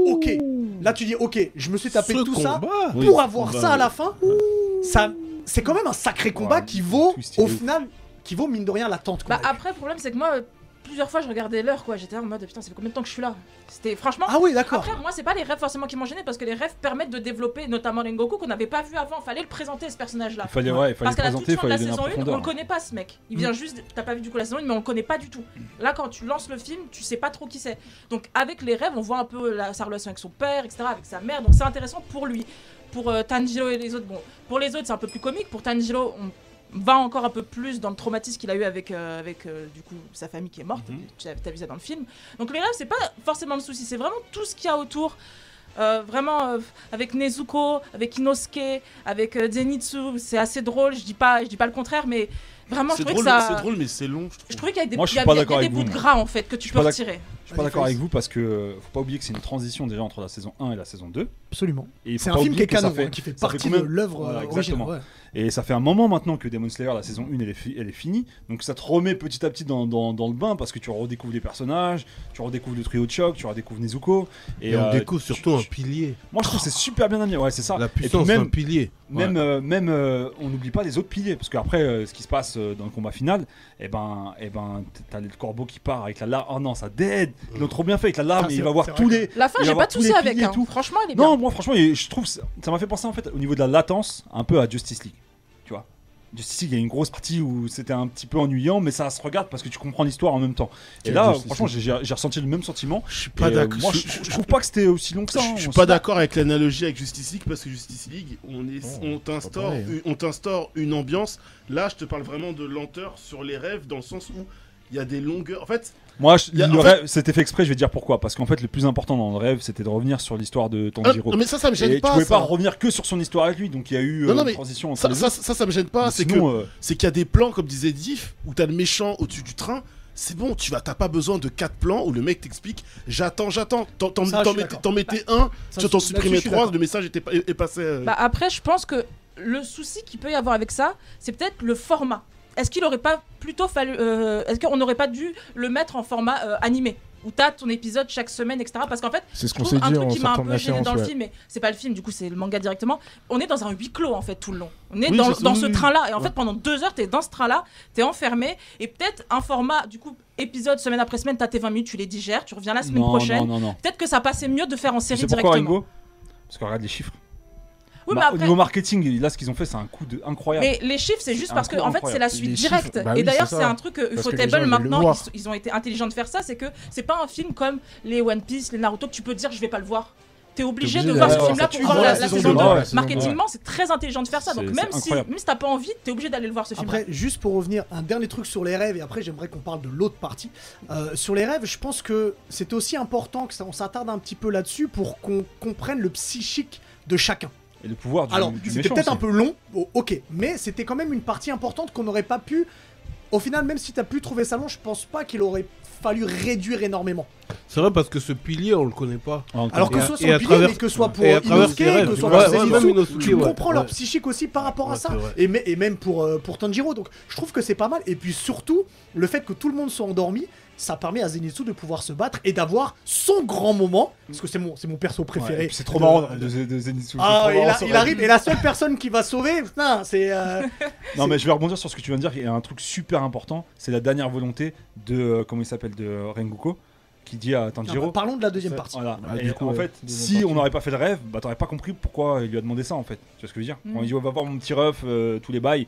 Speaker 1: ok. Là, tu dis, ok, je me suis tapé
Speaker 3: Ce
Speaker 1: tout ça
Speaker 3: combat.
Speaker 4: Oui,
Speaker 1: pour
Speaker 4: ce
Speaker 1: avoir
Speaker 4: combat,
Speaker 1: ça à
Speaker 4: oui.
Speaker 1: la fin. Ça, c'est quand même un sacré combat
Speaker 2: Ouais,
Speaker 1: qui vaut,
Speaker 2: twist, il est
Speaker 1: au
Speaker 2: ouf.
Speaker 1: final, qui vaut mine de rien l'attente. qu'on
Speaker 5: Bah
Speaker 1: a eue.
Speaker 5: après, le problème, c'est que moi, euh, plusieurs fois, je regardais l'heure, quoi. J'étais là en mode, putain, ça fait combien de temps que je suis là C'était franchement.
Speaker 1: ah oui, d'accord.
Speaker 5: Après, moi, c'est pas les rêves forcément qui m'ont gêné parce que les rêves permettent de développer notamment Rengoku qu'on n'avait pas vu avant. Fallait le présenter ce personnage-là.
Speaker 2: Il fallait, ouais, il fallait
Speaker 5: Parce
Speaker 2: le
Speaker 5: qu'à la toute
Speaker 2: présenter, il
Speaker 5: fin de
Speaker 2: fallait
Speaker 5: la
Speaker 2: donner en
Speaker 5: saison 1, on
Speaker 2: profondeur. Mm.
Speaker 5: le connaît pas ce mec. Il vient juste, t'as pas vu du coup la saison 1, mais on le connaît pas du tout. Là, quand tu lances le film, tu sais pas trop qui c'est. Donc, avec les rêves, on voit un peu la- sa relation avec son père, etc., avec sa mère. Donc, c'est intéressant pour lui. Pour euh, Tanjiro et les autres, bon, pour les autres, c'est un peu plus comique. Pour Tanjiro, on va encore un peu plus dans le traumatisme qu'il a eu avec, euh, avec euh, du coup, sa famille qui est morte. Tu as, t'as vu ça dans le film. Donc, les rêves, c'est pas forcément le souci, c'est vraiment tout ce qu'il y a autour. Euh, vraiment euh, avec Nezuko, avec Inosuke, avec euh, Zenitsu, c'est assez drôle, je dis pas je dis pas le contraire mais vraiment
Speaker 4: c'est
Speaker 5: je trouvais
Speaker 4: drôle,
Speaker 5: que ça
Speaker 4: c'est drôle, mais c'est long, je trouve.
Speaker 5: je trouvais qu'il y a des,
Speaker 2: Moi, je suis
Speaker 5: il y a-
Speaker 2: pas
Speaker 5: il y a
Speaker 2: d'accord
Speaker 5: des
Speaker 2: avec
Speaker 5: bouts
Speaker 2: vous,
Speaker 5: de
Speaker 2: moi.
Speaker 5: gras en fait que tu
Speaker 2: suis
Speaker 5: peux
Speaker 2: pas
Speaker 5: retirer.
Speaker 2: Je suis pas d'accord avec vous parce que euh, faut pas oublier que c'est une transition déjà entre la saison 1 et la saison 2.
Speaker 1: Absolument.
Speaker 2: Et il faut
Speaker 1: C'est
Speaker 2: pas
Speaker 1: un film qui
Speaker 2: oublier
Speaker 1: est
Speaker 2: que ça
Speaker 1: canon,
Speaker 2: fait-
Speaker 1: hein, qui fait
Speaker 2: ça fait
Speaker 1: partie
Speaker 2: combien-
Speaker 1: de l'œuvre
Speaker 2: Voilà,
Speaker 1: euh,
Speaker 2: exactement.
Speaker 1: originale. ouais.
Speaker 2: Et ça fait un moment maintenant que Demon Slayer, la saison 1, elle est, fi- elle est finie. Donc ça te remet petit à petit dans, dans- dans le bain parce que tu redécouvres les personnages, tu redécouvres le trio de choc, tu redécouvres Nezuko.
Speaker 3: Et on
Speaker 2: euh,
Speaker 3: découvre
Speaker 2: tu-
Speaker 3: surtout un
Speaker 2: tu-
Speaker 3: pilier.
Speaker 2: Moi je trouve que c'est super bien amené, ouais, c'est ça.
Speaker 3: La
Speaker 2: Et puis
Speaker 3: puissance d'un
Speaker 2: même,
Speaker 3: pilier.
Speaker 2: même, euh, même euh, on n'oublie pas les autres piliers parce qu'après euh, ce qui se passe euh, dans le combat final, eh ben, eh ben t'as le corbeau qui part avec la lame. Oh non, ça dead
Speaker 3: Euh.
Speaker 2: Ils l'ont trop bien fait avec la lame,
Speaker 1: Ah,
Speaker 2: il
Speaker 1: c'est-
Speaker 2: va voir
Speaker 1: c'est
Speaker 2: tous
Speaker 1: vrai.
Speaker 2: les.
Speaker 5: La
Speaker 2: Il
Speaker 5: fin,
Speaker 2: va y
Speaker 5: j'ai
Speaker 2: avoir
Speaker 5: pas
Speaker 2: tous
Speaker 5: tout
Speaker 2: les
Speaker 5: ça avec
Speaker 2: piliers et
Speaker 5: hein.
Speaker 2: tout.
Speaker 5: Franchement, elle est
Speaker 2: Non,
Speaker 5: bien.
Speaker 2: moi franchement, je trouve ça ça m'a fait penser en fait au niveau de la latence un peu à Justice League, tu vois. Justice League, il y a une grosse partie où c'était un petit peu ennuyant, mais ça se regarde parce que tu comprends l'histoire en même temps. Et
Speaker 3: Quel
Speaker 2: là,
Speaker 3: Justice
Speaker 2: franchement,
Speaker 3: League
Speaker 2: j'ai j'ai ressenti le même sentiment.
Speaker 4: Je suis pas
Speaker 2: Et, euh,
Speaker 4: d'accord.
Speaker 2: moi,
Speaker 4: je-
Speaker 2: je,
Speaker 4: je-
Speaker 2: je trouve pas que c'était aussi long que ça.
Speaker 4: Je-
Speaker 2: hein,
Speaker 4: Je
Speaker 2: on
Speaker 4: suis
Speaker 2: se
Speaker 4: pas
Speaker 2: bat.
Speaker 4: d'accord avec l'analogie avec Justice League parce que Justice League, on est,
Speaker 3: Non,
Speaker 4: on t'instaure,
Speaker 3: pareil, hein.
Speaker 4: une- on t'instaure une ambiance. Là, je te parle vraiment de lenteur sur les rêves dans le sens où il y a des longueurs. En fait,
Speaker 2: Moi, je-
Speaker 4: Il y a-
Speaker 2: le
Speaker 4: en fait-
Speaker 2: rêve, c'était fait exprès. Je vais te dire pourquoi. Parce qu'en fait, le plus important dans le rêve, c'était de revenir sur l'histoire de
Speaker 4: ah,
Speaker 2: Tanjiro.
Speaker 4: non, mais ça, ça me
Speaker 2: Et
Speaker 4: gêne
Speaker 2: tu
Speaker 4: pas.
Speaker 2: pouvais
Speaker 4: Ça,
Speaker 2: pas revenir que sur son histoire avec lui, donc il y a eu euh,
Speaker 4: Non, non, mais
Speaker 2: une transition entre
Speaker 4: ça,
Speaker 2: les
Speaker 4: ça,
Speaker 2: deux.
Speaker 4: ça, ça me gêne
Speaker 2: Mais
Speaker 4: pas. C'est que
Speaker 2: sinon, euh,
Speaker 4: c'est qu'il y a des plans, comme disait Diff, où t'as le méchant au-dessus du train. C'est bon, tu vas, t'as pas besoin de quatre plans où le mec t'explique j'attends, j'attends. T'en t'en-
Speaker 1: Ça, je
Speaker 4: t'en
Speaker 1: suis
Speaker 4: mettais,
Speaker 1: d'accord.
Speaker 4: t'en mettais un,
Speaker 1: Ça,
Speaker 4: tu t'en
Speaker 1: là-dessus, je
Speaker 4: supprimais
Speaker 1: suis
Speaker 4: trois,
Speaker 1: d'accord.
Speaker 4: le message était pas- est, est passé. euh,
Speaker 5: Bah après, je pense que le souci qu'il peut y avoir avec ça, c'est peut-être le format. Est-ce qu'il aurait pas plutôt fallu euh, est-ce qu'on n'aurait pas dû le mettre en format euh, animé où t'as ton épisode chaque semaine, etc. Parce qu'en fait,
Speaker 7: C'est ce
Speaker 5: je
Speaker 7: qu'on
Speaker 5: trouve
Speaker 7: s'est
Speaker 5: un
Speaker 7: dit
Speaker 5: truc
Speaker 7: en
Speaker 5: qui m'a un
Speaker 7: sortant de
Speaker 5: peu
Speaker 7: la
Speaker 5: gêné
Speaker 7: séance.
Speaker 5: dans le
Speaker 7: ouais.
Speaker 5: film, mais c'est pas le film, du coup c'est le manga directement. On est dans un huis clos en fait tout le long. On est
Speaker 4: Oui,
Speaker 5: dans,
Speaker 4: c'est ça,
Speaker 5: dans
Speaker 4: oui,
Speaker 5: ce
Speaker 4: oui.
Speaker 5: train-là et en
Speaker 4: Ouais.
Speaker 5: fait pendant deux heures t'es dans ce train-là, t'es enfermé et peut-être un format du coup épisode semaine après semaine t'as tes 20 minutes, tu les digères, tu reviens la semaine
Speaker 2: non,
Speaker 5: prochaine.
Speaker 2: non, non, non.
Speaker 5: Peut-être que ça passait mieux de faire en
Speaker 2: Tu
Speaker 5: série
Speaker 2: sais pourquoi
Speaker 5: directement.
Speaker 2: Ringo Parce qu'on regarde les chiffres.
Speaker 5: oui,
Speaker 2: Bah,
Speaker 5: mais
Speaker 2: Au
Speaker 5: après,
Speaker 2: niveau marketing, là, ce qu'ils ont fait, c'est un coup de incroyable.
Speaker 5: Mais les chiffres, c'est juste
Speaker 2: C'est
Speaker 5: parce que en
Speaker 2: incroyable.
Speaker 5: fait, c'est la suite
Speaker 7: Les
Speaker 5: directe.
Speaker 7: chiffres, bah
Speaker 5: et
Speaker 7: oui,
Speaker 5: d'ailleurs,
Speaker 7: c'est
Speaker 5: c'est
Speaker 7: ça.
Speaker 5: un truc euh, que
Speaker 7: Parce que les gens, ils
Speaker 5: Ufotable
Speaker 7: veulent le
Speaker 5: maintenant, ils,
Speaker 7: voir.
Speaker 5: sont- ils ont été intelligents de faire ça. C'est que c'est pas un film comme les One Piece, les Naruto que tu peux dire je vais pas le voir. T'es obligé,
Speaker 7: obligé
Speaker 5: de voir
Speaker 7: d'aller
Speaker 5: ce
Speaker 7: voir.
Speaker 5: film-là
Speaker 4: Ça
Speaker 5: pour
Speaker 4: tue.
Speaker 5: voir
Speaker 4: Ouais,
Speaker 5: la,
Speaker 4: la
Speaker 5: la
Speaker 4: saison
Speaker 5: saison
Speaker 4: deux.
Speaker 5: 2.
Speaker 7: Ouais, la saison deux.
Speaker 5: Marketingement, c'est très intelligent de faire ça. Donc
Speaker 2: C'est-
Speaker 5: même
Speaker 2: c'est
Speaker 5: si,
Speaker 2: incroyable.
Speaker 5: même si t'as pas envie, t'es obligé d'aller le voir ce film.
Speaker 1: Après, juste pour revenir, un dernier truc sur les rêves, et après j'aimerais qu'on parle de l'autre partie. Euh, sur les rêves, je pense que c'est aussi important que ça, on s'attarde un petit peu là-dessus pour qu'on comprenne le psychique de chacun.
Speaker 2: Et le pouvoir du,
Speaker 3: Ah,
Speaker 1: Alors,
Speaker 2: du
Speaker 1: c'était
Speaker 2: méchant
Speaker 1: peut-être un
Speaker 2: aussi.
Speaker 1: peu long, bon, ok, mais c'était quand même une partie importante qu'on n'aurait pas pu. Au final, même si t'as pu trouver ça long, je pense pas qu'il aurait fallu réduire énormément.
Speaker 3: C'est vrai parce que ce pilier, on le connaît pas.
Speaker 2: Alors,
Speaker 1: Alors que
Speaker 3: Et
Speaker 1: ce
Speaker 3: à-
Speaker 1: soit
Speaker 3: et
Speaker 1: sur
Speaker 3: à
Speaker 1: Pilier,
Speaker 3: travers-
Speaker 1: mais que ce soit pour
Speaker 3: et à travers
Speaker 1: Inosuke,
Speaker 3: ses rêves,
Speaker 1: que ce soit
Speaker 3: tu
Speaker 1: pour
Speaker 3: vois. Ouais,
Speaker 1: Zenitsu,
Speaker 3: ouais, même Inosuke,
Speaker 1: tu
Speaker 3: ouais.
Speaker 1: comprends leur
Speaker 3: Ouais.
Speaker 1: psychique aussi par rapport à
Speaker 3: Ouais,
Speaker 1: ça.
Speaker 3: c'est vrai.
Speaker 1: Et, mais- et même pour, euh, pour Tanjiro. Donc je trouve que c'est pas mal. Et puis surtout, le fait que tout le monde soit endormi, ça permet à Zenitsu de pouvoir se battre et d'avoir son grand moment. Parce que c'est mon, c'est mon perso préféré.
Speaker 2: Ouais, et puis c'est trop
Speaker 1: de-
Speaker 2: marrant de,
Speaker 1: de-
Speaker 2: de, de Zenitsu.
Speaker 1: Ah,
Speaker 2: C'est trop
Speaker 1: il,
Speaker 2: marrant,
Speaker 1: a-
Speaker 2: ça,
Speaker 1: il
Speaker 2: ouais.
Speaker 1: arrive et la seule personne qui va sauver, putain, c'est. euh,
Speaker 2: Non, mais je vais rebondir sur ce que tu viens de dire. Il y a un truc super important. C'est la dernière volonté de. euh, comment il s'appelle De Rengoku. Qui dit à
Speaker 1: non,
Speaker 2: Tanjiro.
Speaker 1: parlons Ah, de la deuxième partie.
Speaker 2: Voilà.
Speaker 7: Ah,
Speaker 2: Et
Speaker 7: du coup,
Speaker 2: en
Speaker 7: ouais.
Speaker 2: fait,
Speaker 7: Deuxième
Speaker 2: si
Speaker 7: partie.
Speaker 2: on n'aurait pas fait le rêve, bah t'aurais pas compris pourquoi il lui a demandé ça en fait. Tu vois ce que je veux dire
Speaker 5: Mm.
Speaker 2: Quand il dit oh, va voir mon petit ref, euh, tous les bails,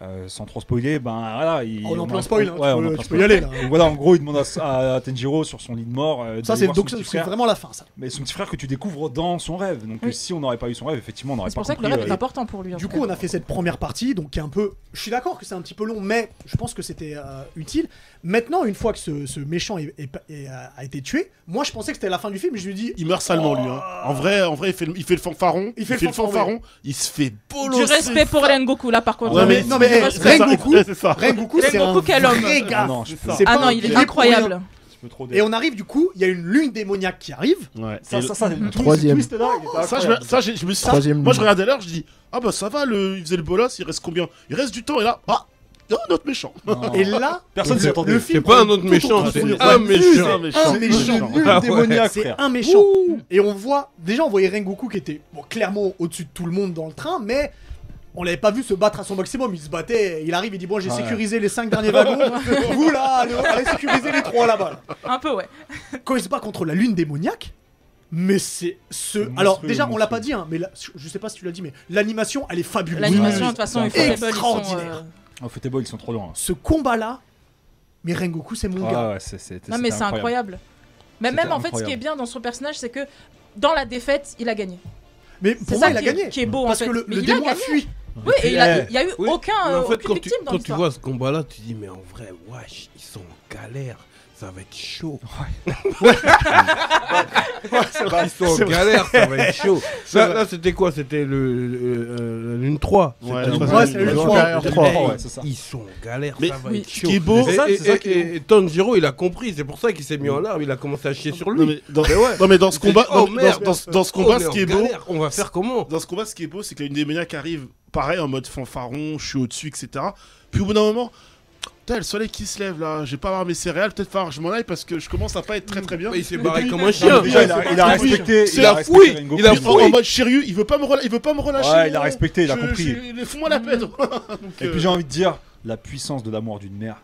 Speaker 2: euh, sans trop spoiler, ben voilà. Il,
Speaker 1: On est en plein
Speaker 2: aurait-
Speaker 1: spoil, hein,
Speaker 2: ouais,
Speaker 1: tu
Speaker 2: on est en
Speaker 1: peux-
Speaker 2: plein
Speaker 1: tu
Speaker 2: spoil.
Speaker 1: peux y aller là.
Speaker 2: Donc voilà, en gros, il demande à, à Tenjiro sur son lit de mort.
Speaker 1: Ça,
Speaker 2: euh, d'aller
Speaker 1: c'est
Speaker 2: voir son
Speaker 1: donc
Speaker 2: petit
Speaker 1: c'est
Speaker 2: frère.
Speaker 1: vraiment la fin, ça.
Speaker 2: Mais son petit frère que tu découvres dans son rêve. Donc
Speaker 5: Oui.
Speaker 2: euh, si on n'aurait pas eu son rêve, effectivement, on n'aurait
Speaker 5: C'est
Speaker 2: pas
Speaker 5: pour ça que
Speaker 2: compris.
Speaker 5: le rêve est
Speaker 2: euh,
Speaker 5: important pour lui. en
Speaker 1: Du
Speaker 5: tout
Speaker 1: coup,
Speaker 5: cas.
Speaker 1: on a fait cette première partie, donc qui est un peu. Je suis d'accord que c'est un petit peu long, mais je pense que c'était euh, utile. Maintenant, une fois que ce, ce méchant est- est- est, euh, a été tué, moi je pensais que c'était la fin du film. Je lui dis,
Speaker 4: Il meurt salement lui. Hein. En vrai, en vrai, il fait, le- il fait le fanfaron.
Speaker 1: Il fait le fanfaron,
Speaker 4: Il se fait bolosser.
Speaker 5: Du respect pour Rengoku là par contre.
Speaker 4: Ouais,
Speaker 1: non, mais,
Speaker 4: mais-
Speaker 1: non, mais, eh,
Speaker 5: Respect.
Speaker 4: C'est ça,
Speaker 1: Rengoku,
Speaker 4: c'est ça.
Speaker 1: Rengoku, *laughs* c'est un
Speaker 5: Rengoku, quel homme.
Speaker 1: vrai gars.
Speaker 2: non, je peux,
Speaker 4: ça.
Speaker 1: C'est
Speaker 5: Ah
Speaker 1: pas
Speaker 5: non,
Speaker 1: un
Speaker 5: il est
Speaker 1: pied
Speaker 5: incroyable.
Speaker 2: je peux trop
Speaker 1: pour rien. Et
Speaker 2: dé-
Speaker 1: on arrive du coup, il y a une lune démoniaque qui arrive.
Speaker 4: Ouais. Et
Speaker 2: Ça,
Speaker 4: le-
Speaker 2: ça, ça, le twist-
Speaker 7: Troisième.
Speaker 2: twist là, il était
Speaker 4: Ça, je,
Speaker 2: incroyable.
Speaker 4: me- ça, j'ai- je me suis. ça-
Speaker 7: Troisième
Speaker 4: moi, je
Speaker 7: ligne.
Speaker 4: regardais l'heure, je dis Ah bah ça va, le, il faisait le bolos, il reste combien Il reste du temps, et là, ah, oh, notre méchant.
Speaker 2: Non.
Speaker 1: Et là,
Speaker 2: personne s'y attendait.
Speaker 1: le
Speaker 3: C'est
Speaker 1: film
Speaker 3: pas
Speaker 1: prend
Speaker 3: un autre
Speaker 1: tout
Speaker 3: méchant,
Speaker 1: autre
Speaker 3: Ah, c'est
Speaker 1: tournure.
Speaker 3: un
Speaker 1: Ouais,
Speaker 4: c'est
Speaker 3: méchant.
Speaker 4: un méchant.
Speaker 1: un méchant,
Speaker 2: Nul
Speaker 3: Ah ouais.
Speaker 2: démoniaque,
Speaker 1: c'est
Speaker 2: frère.
Speaker 1: un méchant. Et on voit, déjà on voyait Rengoku qui était bon, clairement au-dessus de tout le monde dans le train, mais on l'avait pas vu se battre à son maximum. Il se battait, il arrive, il dit Bon, j'ai
Speaker 2: Ouais.
Speaker 1: sécurisé les 5 derniers
Speaker 2: *laughs*
Speaker 1: wagons, vous là, allez, allez sécuriser les 3 là-bas.
Speaker 5: Un peu, ouais.
Speaker 1: Quand il se bat contre la lune démoniaque, mais c'est ce.
Speaker 2: Monstrueux,
Speaker 1: Alors déjà, on l'a
Speaker 2: monstrueux.
Speaker 1: pas dit, hein, mais là, je sais pas si tu l'as dit, mais l'animation elle est fabuleuse.
Speaker 5: L'animation, de
Speaker 2: oui,
Speaker 5: toute façon,
Speaker 2: c'est
Speaker 5: il faut les ils sont.
Speaker 1: extraordinaire.
Speaker 5: euh,
Speaker 2: Oh, Futebol, ils sont trop loin.
Speaker 1: Ce combat-là, mais Rengoku c'est mon gars.
Speaker 2: Ah ouais, c'est- c'était-
Speaker 5: Non, mais
Speaker 2: c'était
Speaker 5: c'est incroyable. Mais
Speaker 2: C'était
Speaker 5: même en fait, ce qui est
Speaker 2: incroyable.
Speaker 5: bien dans son personnage, c'est que dans la défaite, il a gagné.
Speaker 1: Mais
Speaker 5: C'est
Speaker 1: pour moi,
Speaker 5: ça
Speaker 1: il a
Speaker 5: qui est-
Speaker 1: gagné.
Speaker 5: qui est beau en
Speaker 1: Parce
Speaker 5: fait.
Speaker 1: que le,
Speaker 5: Mais
Speaker 1: le
Speaker 5: il a
Speaker 1: démon a,
Speaker 5: gagné.
Speaker 1: fui.
Speaker 5: Oui, et il a- il y a eu
Speaker 3: Oui,
Speaker 5: aucun
Speaker 3: mais
Speaker 5: euh,
Speaker 3: en fait,
Speaker 5: aucune
Speaker 3: quand tu,
Speaker 5: victime dans
Speaker 3: quand tu
Speaker 5: l'histoire.
Speaker 3: vois ce combat-là, tu dis, mais en vrai, wesh, ils sont en galère. Ça va être chaud. *laughs* ils sont en galère, ça va être *laughs* chaud. Là, là, c'était quoi C'était le, le- euh, la lune 3.
Speaker 4: Ouais,
Speaker 3: C'était
Speaker 4: la
Speaker 3: le-
Speaker 4: lune
Speaker 1: Ouais, c'est la lune 3.
Speaker 2: La lune 3, ouais,
Speaker 3: Ils-
Speaker 2: c'est ça.
Speaker 3: Ils sont en galère,
Speaker 4: Mais
Speaker 3: ça va
Speaker 5: oui.
Speaker 3: être
Speaker 5: Ce
Speaker 3: chaud.
Speaker 4: qui est beau-
Speaker 3: et,
Speaker 2: C'est ça-
Speaker 3: et-
Speaker 2: c'est ça qui est
Speaker 3: et- et Tanjiro, il a compris, c'est pour ça qu'il s'est mis en larmes, il a commencé à chier sur
Speaker 4: Non,
Speaker 3: lui.
Speaker 4: mais dans,
Speaker 3: Mais ouais.
Speaker 4: non, mais dans ce
Speaker 3: Il s'est
Speaker 4: combat,
Speaker 3: dit, oh,
Speaker 4: dans-
Speaker 3: merde.
Speaker 4: dans, dans ce combat,
Speaker 3: Oh, mais
Speaker 4: ce qui
Speaker 3: en
Speaker 4: est beau,
Speaker 3: galère, on va faire comment
Speaker 4: dans ce combat, ce qui est beau, c'est que la lune démoniaque arrive, pareil, en mode fanfaron, je suis au-dessus, etc. Puis au bout d'un moment, putain, le soleil qui se lève là, j'ai pas avoir mes céréales, peut-être falloir que je m'en aille parce que je commence à pas être très très bien.
Speaker 3: Mais Il s'est barré comme un
Speaker 2: Non,
Speaker 3: chien.
Speaker 2: mais déjà, il a, il a respecté.
Speaker 4: C'est
Speaker 2: il a
Speaker 4: la
Speaker 2: respecté
Speaker 3: fouille.
Speaker 2: Rengoku.
Speaker 3: Il a
Speaker 4: Puis, en, en mode Shiryu, il veut pas me, rela- il veut pas me relâcher.
Speaker 2: Ouais, il a
Speaker 4: non,
Speaker 2: respecté, il a
Speaker 4: je-
Speaker 2: compris.
Speaker 4: je- Fous-moi la paix. *laughs* donc. Donc,
Speaker 2: Et
Speaker 4: euh,
Speaker 2: puis j'ai envie de dire, la puissance de l'amour d'une mère,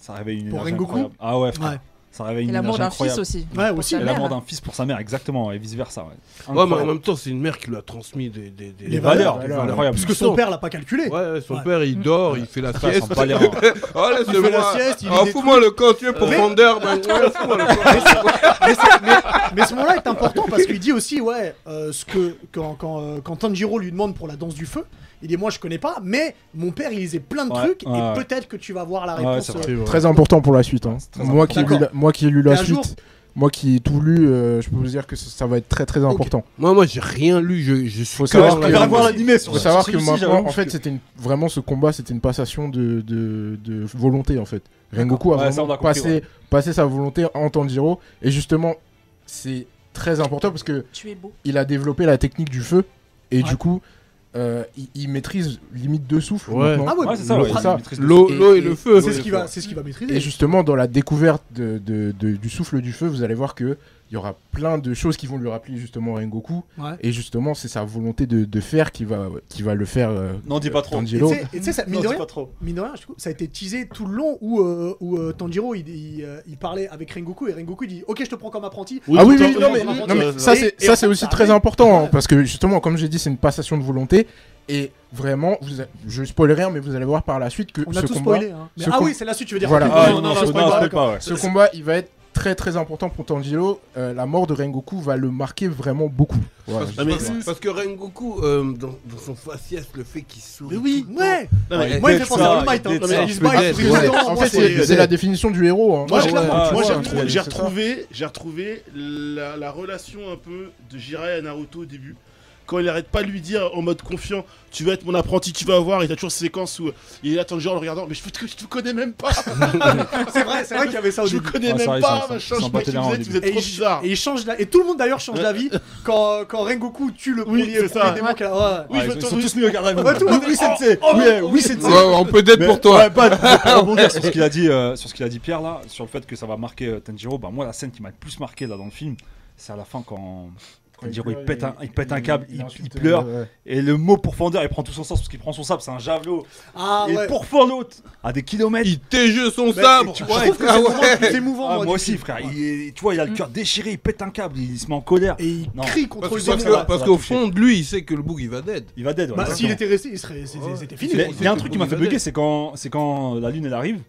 Speaker 2: ça réveille une
Speaker 1: Pour
Speaker 2: énergie
Speaker 1: Rengoku
Speaker 2: incroyable. Ah ouais, frère.
Speaker 1: Ouais.
Speaker 2: ça réveille
Speaker 5: Et
Speaker 2: une
Speaker 5: l'amour
Speaker 2: énergie
Speaker 5: d'un fils
Speaker 2: incroyable.
Speaker 5: aussi.
Speaker 1: Ouais,
Speaker 5: Pour
Speaker 1: aussi.
Speaker 5: sa
Speaker 2: Et
Speaker 5: mère.
Speaker 2: l'amour d'un fils pour sa mère, exactement, et vice versa. Ouais,
Speaker 3: Ouais, mais en
Speaker 2: Incroyable.
Speaker 3: même temps, c'est une mère qui lui a transmis des, des- des-
Speaker 1: Les
Speaker 2: Les valeurs,
Speaker 1: valeurs,
Speaker 2: les valeurs. incroyable.
Speaker 1: Parce que son père l'a pas calculé.
Speaker 3: Ouais, ouais, son
Speaker 1: Ouais.
Speaker 3: père il dort, il fait la
Speaker 2: Frère,
Speaker 3: sieste.
Speaker 2: sans
Speaker 3: *laughs*
Speaker 2: pas les rangs.
Speaker 3: Oh,
Speaker 1: Il fait la
Speaker 3: laissez-moi.
Speaker 1: sieste, il
Speaker 3: Ah,
Speaker 1: lit des
Speaker 3: fous-moi le camp, tu es pour
Speaker 1: Mais-
Speaker 3: vendeur, ben, ouais, fous-moi le camp.
Speaker 1: mais, c'est- mais- mais ce moment-là est important parce qu'il dit aussi, ouais, euh, ce que quand, quand, euh, quand Tanjiro lui demande pour la danse du feu, il dit moi je connais pas, mais mon père il lisait plein de
Speaker 2: Ouais,
Speaker 1: trucs
Speaker 2: ouais,
Speaker 1: et
Speaker 2: ouais.
Speaker 1: peut-être que tu vas voir la
Speaker 2: Ouais,
Speaker 1: réponse.
Speaker 2: c'est vrai.
Speaker 1: euh,
Speaker 7: Très important pour la suite. hein.
Speaker 2: très
Speaker 7: Moi, qui ai
Speaker 1: important.
Speaker 7: lu la- moi qui ai lu la
Speaker 1: Et un jour-
Speaker 7: suite, moi qui ai tout lu, euh, je peux vous dire que ça, ça va être très très important.
Speaker 3: Moi, moi, j'ai rien lu, je, je suis
Speaker 7: Faut
Speaker 3: que
Speaker 7: savoir
Speaker 3: dans la
Speaker 7: que-
Speaker 2: Il va
Speaker 3: langue.
Speaker 2: voir l'animé sur
Speaker 7: Faut savoir
Speaker 2: sur
Speaker 7: que
Speaker 2: celui-ci,
Speaker 7: maintenant,
Speaker 2: j'avoue,
Speaker 7: en fait,
Speaker 2: parce que-
Speaker 7: c'était une- vraiment ce combat, c'était une passation de, de, de volonté en fait. Rengoku a
Speaker 2: Ouais, ça,
Speaker 7: vraiment
Speaker 2: on a compris,
Speaker 7: passé, passé sa volonté en Tanjiro et justement, c'est très important parce que
Speaker 5: Tu es beau.
Speaker 7: il a développé la technique du feu et
Speaker 1: Ouais.
Speaker 7: du coup, euh, il, il maîtrise limite deux souffles.
Speaker 3: Ouais.
Speaker 7: maintenant.
Speaker 1: Ah ouais,
Speaker 2: Ouais, c'est ça,
Speaker 7: le-
Speaker 2: ouais,
Speaker 7: ça,
Speaker 2: il maîtrise le-
Speaker 3: L'eau
Speaker 7: Et-
Speaker 3: l'eau et, le
Speaker 7: et-
Speaker 3: feu.
Speaker 1: c'est ce qui va, c'est ce qui va
Speaker 7: Et
Speaker 1: maîtriser.
Speaker 7: justement, dans la découverte de- de- de- du souffle du feu, vous allez voir que il y aura plein de choses qui vont lui rappeler justement Rengoku.
Speaker 1: Ouais.
Speaker 7: Et justement, c'est sa volonté de, de faire qui va, qui va le faire euh,
Speaker 2: Non, dis pas trop.
Speaker 1: Et
Speaker 7: Tanjiro.
Speaker 1: tu sais- et tu sais, ça- mine
Speaker 2: Non,
Speaker 1: de
Speaker 2: dis
Speaker 1: rien,
Speaker 2: pas trop.
Speaker 1: Mine de rien, je trouve, ça a été teasé tout le long où, euh, où euh, Tanjiro il, il, euh, il parlait avec Rengoku et Rengoku il dit Ok, je te prends comme apprenti.
Speaker 7: Ah oui,
Speaker 4: tout
Speaker 7: oui,
Speaker 4: en-
Speaker 7: non, mais,
Speaker 4: tout en-
Speaker 7: non, mais
Speaker 4: euh,
Speaker 7: ça,
Speaker 1: Et-
Speaker 7: c'est
Speaker 1: et
Speaker 7: ça,
Speaker 1: en
Speaker 7: c'est
Speaker 1: fait,
Speaker 7: aussi
Speaker 1: ça
Speaker 7: très
Speaker 1: arrive.
Speaker 7: important, hein,
Speaker 1: Ouais.
Speaker 7: parce que justement, comme j'ai dit, c'est une passation de volonté, et vraiment, vous a- je spoil rien, mais vous allez voir par la suite que
Speaker 1: On
Speaker 7: ce
Speaker 1: a tout
Speaker 7: combat,
Speaker 1: spoilé. Hein. Mais-
Speaker 7: ce
Speaker 1: ah
Speaker 7: com-
Speaker 1: oui, c'est la suite, tu veux dire
Speaker 7: Voilà.
Speaker 1: ok,
Speaker 2: Ah,
Speaker 1: non, non,
Speaker 2: non,
Speaker 1: je
Speaker 2: non,
Speaker 1: spoil pas,
Speaker 2: non,
Speaker 1: d'accord.
Speaker 2: pas, ouais.
Speaker 7: ce combat, il va être très très important pour Tanjiro, Euh, la mort de Rengoku va le marquer vraiment beaucoup. Voilà.
Speaker 3: Parce,
Speaker 4: Ah, mais-
Speaker 3: parce- parce que Rengoku, euh, dans, dans son faciès, le fait qu'il sourit.
Speaker 1: Mais oui,
Speaker 3: tout le temps,
Speaker 1: ouais
Speaker 4: Non, mais-
Speaker 2: Ouais,
Speaker 1: Moi il
Speaker 2: il
Speaker 1: fait
Speaker 2: peut
Speaker 1: penser
Speaker 2: être
Speaker 1: à
Speaker 2: ça,
Speaker 1: All Might. hein.
Speaker 2: il peut être
Speaker 1: Il
Speaker 2: ça.
Speaker 1: se bat avec
Speaker 3: Ouais,
Speaker 1: Freezer,
Speaker 3: ouais.
Speaker 1: moi,
Speaker 7: En fait,
Speaker 1: c'est-
Speaker 7: c'est c'est la définition du héros. hein.
Speaker 4: Moi,
Speaker 1: Ouais,
Speaker 4: j'ai-
Speaker 1: ouais,
Speaker 4: moi,
Speaker 2: ouais,
Speaker 4: j'ai
Speaker 2: ouais,
Speaker 4: retrouvé,
Speaker 2: ouais,
Speaker 4: j'ai
Speaker 7: c'est ça.
Speaker 4: retrouvé, j'ai retrouvé la, la relation un peu de Jiraiya à Naruto au début. Quand il arrête pas de lui dire en mode confiant, tu vas être mon apprenti, tu vas voir, et t'as toujours cette séquence où il est là Tanjiro en le regardant, mais je, te- je te connais même pas,
Speaker 2: Ah,
Speaker 1: C'est vrai, c'est vrai qu'il y avait ça au
Speaker 4: je te
Speaker 1: début.
Speaker 4: connais
Speaker 2: Ouais, c'est
Speaker 4: même
Speaker 2: vrai,
Speaker 4: pas,
Speaker 2: Ah, ça-
Speaker 4: machin,
Speaker 2: ça-
Speaker 4: je
Speaker 2: ça
Speaker 4: pensais que
Speaker 2: embêtait les
Speaker 4: vous êtes,
Speaker 2: gens
Speaker 4: vous êtes
Speaker 1: Et
Speaker 4: trop
Speaker 1: il-
Speaker 4: bizarre.
Speaker 1: Et il change d'a- et tout le monde d'ailleurs change d'avis quand, quand Rengoku tue le
Speaker 4: Oui,
Speaker 1: premier,
Speaker 4: c'est ça.
Speaker 1: premier démon qu'elle a- ouais.
Speaker 4: Oui,
Speaker 2: Ouais,
Speaker 4: je veux
Speaker 2: Ils sont
Speaker 4: ton-
Speaker 2: tous mis au garde à vous.
Speaker 1: Ouais, tout le
Speaker 2: *laughs*
Speaker 1: monde-
Speaker 2: Oui,
Speaker 1: oh,
Speaker 2: sensei.
Speaker 1: oh,
Speaker 2: Oui,
Speaker 1: oh,
Speaker 2: oui,
Speaker 1: oh,
Speaker 2: sensei.
Speaker 3: Ouais, on peut être
Speaker 2: Mais-
Speaker 3: pour toi.
Speaker 2: ouais, pas *laughs* de- pour rebondir sur ce qu'il a dit, euh, sur ce qu'il a dit Pierre là, sur le fait que ça va marquer euh, Tanjiro. Bah moi, la scène qui m'a le plus marqué là dans le film, c'est à la fin quand. quand Tanjiro il pète un, il pète un câble, il, il
Speaker 7: insulte,
Speaker 2: pleure,
Speaker 7: euh, ouais.
Speaker 2: et le mot pourfendeur il prend tout son sens parce qu'il prend son sabre, c'est un javelot.
Speaker 1: Ah
Speaker 2: et
Speaker 1: ouais. Bah,
Speaker 2: pourfend l'autre à des kilomètres.
Speaker 3: Il téje son
Speaker 1: Mais-
Speaker 3: sabre.
Speaker 1: Je
Speaker 3: Ouais,
Speaker 1: trouve que c'est
Speaker 3: ah
Speaker 1: le moment le
Speaker 3: ouais.
Speaker 1: plus émouvant.
Speaker 2: Ah,
Speaker 1: moi,
Speaker 2: moi,
Speaker 1: du
Speaker 2: aussi,
Speaker 1: film.
Speaker 2: frère,
Speaker 1: Ouais.
Speaker 2: il, est- tu vois, il a le cœur déchiré, il pète un câble, il, se met en colère.
Speaker 1: Et il
Speaker 2: Non.
Speaker 1: crie
Speaker 3: Parce
Speaker 1: contre
Speaker 3: que-
Speaker 1: le
Speaker 3: Parce
Speaker 1: démon.
Speaker 3: que-
Speaker 1: là.
Speaker 3: parce qu'au fond de lui, il sait que le bug il va dead.
Speaker 2: Il va dead. ouais,
Speaker 1: Bah,
Speaker 2: exactement.
Speaker 1: s'il était resté, il serait, c'était
Speaker 3: Ouais.
Speaker 1: c'était
Speaker 2: Il
Speaker 1: fini.
Speaker 2: y a-
Speaker 1: quoi.
Speaker 2: il y a un truc qui m'a fait
Speaker 3: Vous avez-
Speaker 2: bugger, c'est quand, c'est quand la lune elle arrive,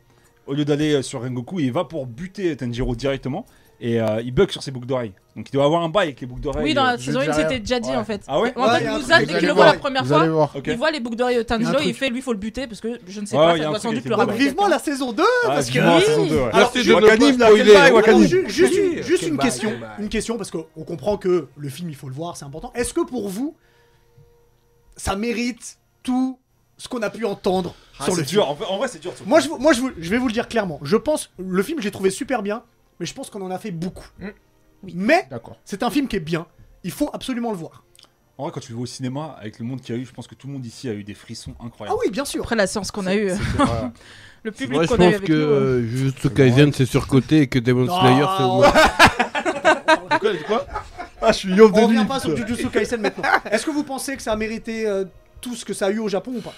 Speaker 2: au lieu d'aller euh, sur Rengoku, il va pour buter Tanjiro directement et euh, il bug sur ses boucles d'oreilles. Donc il doit avoir un bail avec les boucles d'oreilles.
Speaker 5: Oui, dans la
Speaker 2: euh,
Speaker 7: je
Speaker 5: saison 1,
Speaker 7: dirais-
Speaker 5: c'était déjà dit
Speaker 2: Ouais.
Speaker 5: en fait.
Speaker 2: Ah ouais
Speaker 5: En
Speaker 1: Ouais,
Speaker 5: fait,
Speaker 1: il y a un
Speaker 5: Muzan,
Speaker 1: truc, vous
Speaker 5: dès qu'il le
Speaker 1: allez
Speaker 5: voit la
Speaker 1: voir,
Speaker 5: première
Speaker 7: Vous allez
Speaker 5: fois,
Speaker 7: voir.
Speaker 2: ok.
Speaker 5: il voit les boucles d'oreilles de
Speaker 1: Il y a un
Speaker 5: Tanjiro et il
Speaker 1: truc.
Speaker 5: fait lui, il faut le buter parce que je ne sais
Speaker 2: Ouais, il
Speaker 5: pas,
Speaker 2: y
Speaker 5: ça
Speaker 2: a un
Speaker 5: doit
Speaker 2: truc
Speaker 5: sans
Speaker 2: qui
Speaker 5: doute
Speaker 2: était
Speaker 5: le
Speaker 2: pas
Speaker 1: Donc
Speaker 5: rappeler.
Speaker 1: vivement la saison 2
Speaker 2: Ah,
Speaker 1: parce que
Speaker 2: vivement la saison 2, ouais.
Speaker 1: Alors,
Speaker 3: Merci
Speaker 1: je-
Speaker 3: de ne pas
Speaker 2: Wakanim, là,
Speaker 3: spoiler.
Speaker 2: quel bail,
Speaker 3: Ouais.
Speaker 1: Alors,
Speaker 2: Wakanim.
Speaker 1: ju- juste,
Speaker 3: Quel
Speaker 1: une, juste une
Speaker 3: bail,
Speaker 1: question,
Speaker 3: quel bail.
Speaker 1: une question parce qu'on comprend que le film il faut le voir, c'est important. Est-ce que pour vous ça mérite tout ce qu'on a pu entendre
Speaker 2: Ah,
Speaker 1: sur
Speaker 2: c'est
Speaker 1: le film.
Speaker 2: dur. En, vrai- en vrai, c'est dur. ce
Speaker 1: Moi,
Speaker 2: coup.
Speaker 1: je, vous- moi je, vous- je vais vous le dire clairement. Je pense, le film, j'ai trouvé super bien, mais je pense qu'on en a fait beaucoup.
Speaker 7: Mm.
Speaker 1: Oui. Mais
Speaker 7: D'accord.
Speaker 1: c'est un film qui est bien. Il faut absolument le voir.
Speaker 2: En vrai, quand tu le vois au cinéma, avec le monde qu'il y a eu, je pense que tout le monde ici a eu des frissons
Speaker 1: Ah
Speaker 2: incroyables.
Speaker 1: oui, bien sûr.
Speaker 5: Après la séance qu'on a eue, *laughs*
Speaker 7: C'était- voilà.
Speaker 5: le public
Speaker 3: Moi, je
Speaker 5: qu'on a eu
Speaker 3: pense
Speaker 5: avec
Speaker 3: que
Speaker 5: nous. euh,
Speaker 3: euh, Jujutsu Kaisen, c'est surcoté et que Demon
Speaker 1: Ah,
Speaker 3: Slayer, c'est
Speaker 1: on-
Speaker 3: au moins.
Speaker 1: *laughs*
Speaker 2: Ah, je suis yom
Speaker 1: On revient pas sur Jujutsu Kaisen maintenant. Est-ce que vous pensez que ça a mérité euh, tout ce que ça a eu au Japon ou pas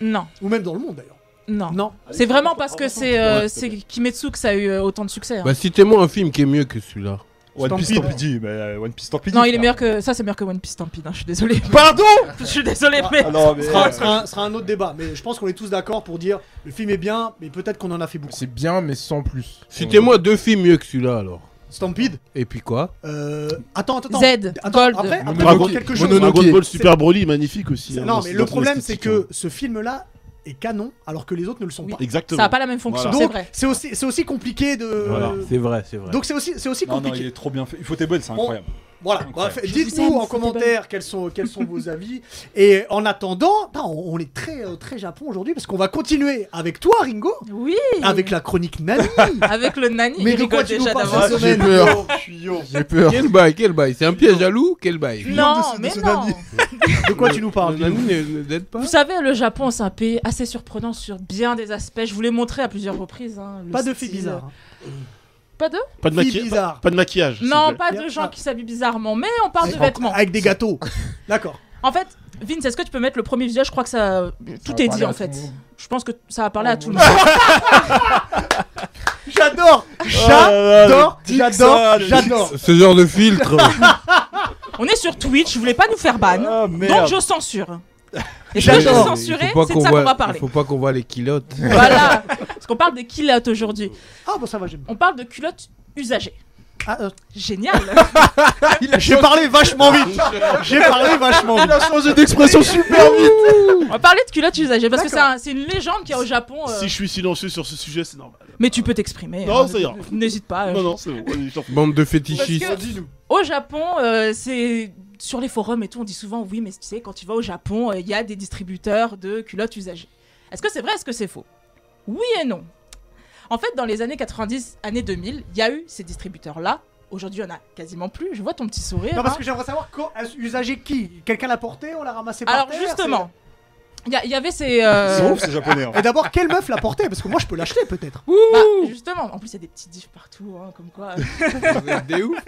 Speaker 5: Non,
Speaker 1: Ou même dans le monde d'ailleurs
Speaker 5: non.
Speaker 1: Non.
Speaker 5: C'est vraiment parce que c'est euh,
Speaker 2: Ouais,
Speaker 5: c'est Kimetsu que ça a eu euh, autant de succès. hein.
Speaker 3: Bah, citez-moi un film qui est mieux que celui-là.
Speaker 2: One Piece,
Speaker 1: Stampede.
Speaker 2: tant pis dit. mais, euh, One Piece, tant pis
Speaker 5: non,
Speaker 2: dit,
Speaker 5: il est
Speaker 2: frère.
Speaker 5: meilleur que ça, c'est meilleur que One Piece. Tant pis, hein, je suis désolé. *laughs*
Speaker 2: Pardon
Speaker 5: je suis désolé, mais
Speaker 2: Ah non, mais-
Speaker 1: Ce sera, ce sera un, ce sera un autre débat, mais je pense qu'on est tous d'accord pour dire le film est bien, mais peut-être qu'on en a fait beaucoup.
Speaker 7: C'est bien, mais sans plus.
Speaker 3: Citez-moi deux films mieux que celui-là alors.
Speaker 1: Stampede
Speaker 3: Et puis quoi
Speaker 1: euh, Attends, attends, attends.
Speaker 5: Z,
Speaker 1: Attends,
Speaker 5: Gold.
Speaker 1: Après, après,
Speaker 7: Mononoke.
Speaker 1: on voit quelque chose.
Speaker 7: Mononoke.
Speaker 4: Dragon Ball Super Broly, magnifique aussi. hein,
Speaker 1: Non,
Speaker 4: c'est
Speaker 1: mais le
Speaker 4: dans son
Speaker 1: problème, c'est
Speaker 4: esthétique,
Speaker 1: que ce film-là est canon, alors que les autres ne le sont
Speaker 5: Oui.
Speaker 1: pas.
Speaker 4: hein. Exactement.
Speaker 5: ça a pas la même fonction,
Speaker 4: Voilà.
Speaker 5: c'est
Speaker 1: Donc,
Speaker 5: vrai.
Speaker 1: c'est aussi, c'est aussi compliqué de.
Speaker 3: Voilà, c'est vrai, c'est vrai.
Speaker 1: Donc, Euh, c'est aussi, c'est aussi
Speaker 2: Non, non, il
Speaker 1: compliqué.
Speaker 2: est trop bien fait. Il faut tes bonnes, c'est
Speaker 1: On-
Speaker 2: incroyable.
Speaker 1: Voilà.
Speaker 2: Incroyable.
Speaker 1: Bref,
Speaker 5: Je vous aime,
Speaker 1: Dites-nous en
Speaker 5: c'était
Speaker 1: commentaire quels sont, quels sont vos avis. Et en attendant, putain, on on est très, euh, très Japon aujourd'hui, parce qu'on va continuer avec toi, Ringo,
Speaker 5: Oui.
Speaker 1: avec la chronique Nani.
Speaker 5: avec le nani.
Speaker 1: Mais
Speaker 5: il
Speaker 1: de quoi
Speaker 5: rigole
Speaker 1: tu nous
Speaker 5: déjà
Speaker 1: parles
Speaker 5: d'avance.
Speaker 1: cette
Speaker 7: j'ai
Speaker 1: semaine
Speaker 7: peur.
Speaker 1: Ringo
Speaker 7: J'ai peur.
Speaker 3: Quel bail, quel bail C'est un piège à loup Quel bail
Speaker 5: Non, mais non.
Speaker 1: De quoi tu nous parles
Speaker 3: Mon ami ne- ne t'aide pas
Speaker 5: Vous savez, le Japon, c'est un pays assez surprenant sur bien des aspects. Je vous l'ai montré à plusieurs reprises. hein, le
Speaker 1: Pas de
Speaker 5: style.
Speaker 1: filles bizarres. hein.
Speaker 5: Pas de
Speaker 4: Pas de,
Speaker 1: Filles
Speaker 4: maquillage
Speaker 1: bizarres.
Speaker 4: pas de maquillage. s'il vous
Speaker 5: Non,
Speaker 4: plaît. Ah,
Speaker 5: pas
Speaker 1: Y a-
Speaker 5: de gens
Speaker 1: ah.
Speaker 5: qui s'habillent bizarrement, mais on parle de
Speaker 1: Avec-
Speaker 5: vêtements.
Speaker 1: Avec des gâteaux. D'accord.
Speaker 5: En fait, Vince, est-ce que tu peux mettre le premier visuel Je crois que ça. Tout
Speaker 7: va
Speaker 5: est
Speaker 7: parler
Speaker 5: dit
Speaker 7: à
Speaker 5: en
Speaker 7: tout
Speaker 5: fait.
Speaker 7: le monde.
Speaker 5: Je pense que ça a parlé
Speaker 7: Oh,
Speaker 5: à tout le
Speaker 7: mon
Speaker 5: monde.
Speaker 1: J'adore J'adore J'adore J'adore
Speaker 3: Ce genre de filtre
Speaker 5: On est sur Twitch, je voulais pas nous faire ban.
Speaker 2: Ah,
Speaker 5: Donc
Speaker 2: merde.
Speaker 5: je censure. Et
Speaker 1: J'adore.
Speaker 5: quand je
Speaker 1: Mais il faut
Speaker 5: censuré,
Speaker 3: Il faut pas
Speaker 5: c'est de ça qu'on
Speaker 3: voit-
Speaker 5: va parler.
Speaker 3: Il faut pas qu'on voit les culottes.
Speaker 5: Voilà. Parce qu'on parle des culottes aujourd'hui.
Speaker 1: Ah bon, ça va, j'aime.
Speaker 5: On parle de culottes usagées.
Speaker 1: Ah, euh,
Speaker 5: Génial.
Speaker 1: J'ai parlé vachement vite J'ai parlé vachement vite
Speaker 5: On va parler de culottes usagées parce que c'est
Speaker 1: D'accord.
Speaker 5: un- c'est une légende qu'il y a au Japon. euh,
Speaker 4: Si je suis silencieux sur ce sujet, c'est normal.
Speaker 5: Mais tu peux t'exprimer.
Speaker 4: Non,
Speaker 5: hein.
Speaker 4: ça ira.
Speaker 5: N'hésite pas. euh,
Speaker 4: Non, non, c'est bon. Allez, je t'en prie.
Speaker 3: Bande de
Speaker 5: Parce
Speaker 3: fétichistes.
Speaker 5: Au Japon, euh, c'est sur les forums et tout, on dit souvent oui, mais tu sais, quand tu vas au Japon, euh, il y a des distributeurs de culottes usagées. Est-ce que c'est vrai Est-ce que c'est faux Oui et non. En fait, dans les années 90, années 2000, il y a eu ces distributeurs-là. Aujourd'hui, il y en a quasiment plus. Je vois ton petit sourire.
Speaker 1: Non, parce
Speaker 5: hein.
Speaker 1: que j'aimerais savoir quand usager qui Quelqu'un l'a porté On l'a ramassé par
Speaker 5: hein. Alors
Speaker 1: terre
Speaker 5: justement, il y, a- il y avait ces... euh,
Speaker 2: C'est ouf, c'est japonais. hein.
Speaker 1: c'est- Et d'abord, quelle meuf l'a porté Parce que moi, je peux l'acheter peut-être.
Speaker 5: bah, justement, en plus, il y a des petits diffs partout, hein, comme quoi...
Speaker 3: Vous êtes des ouf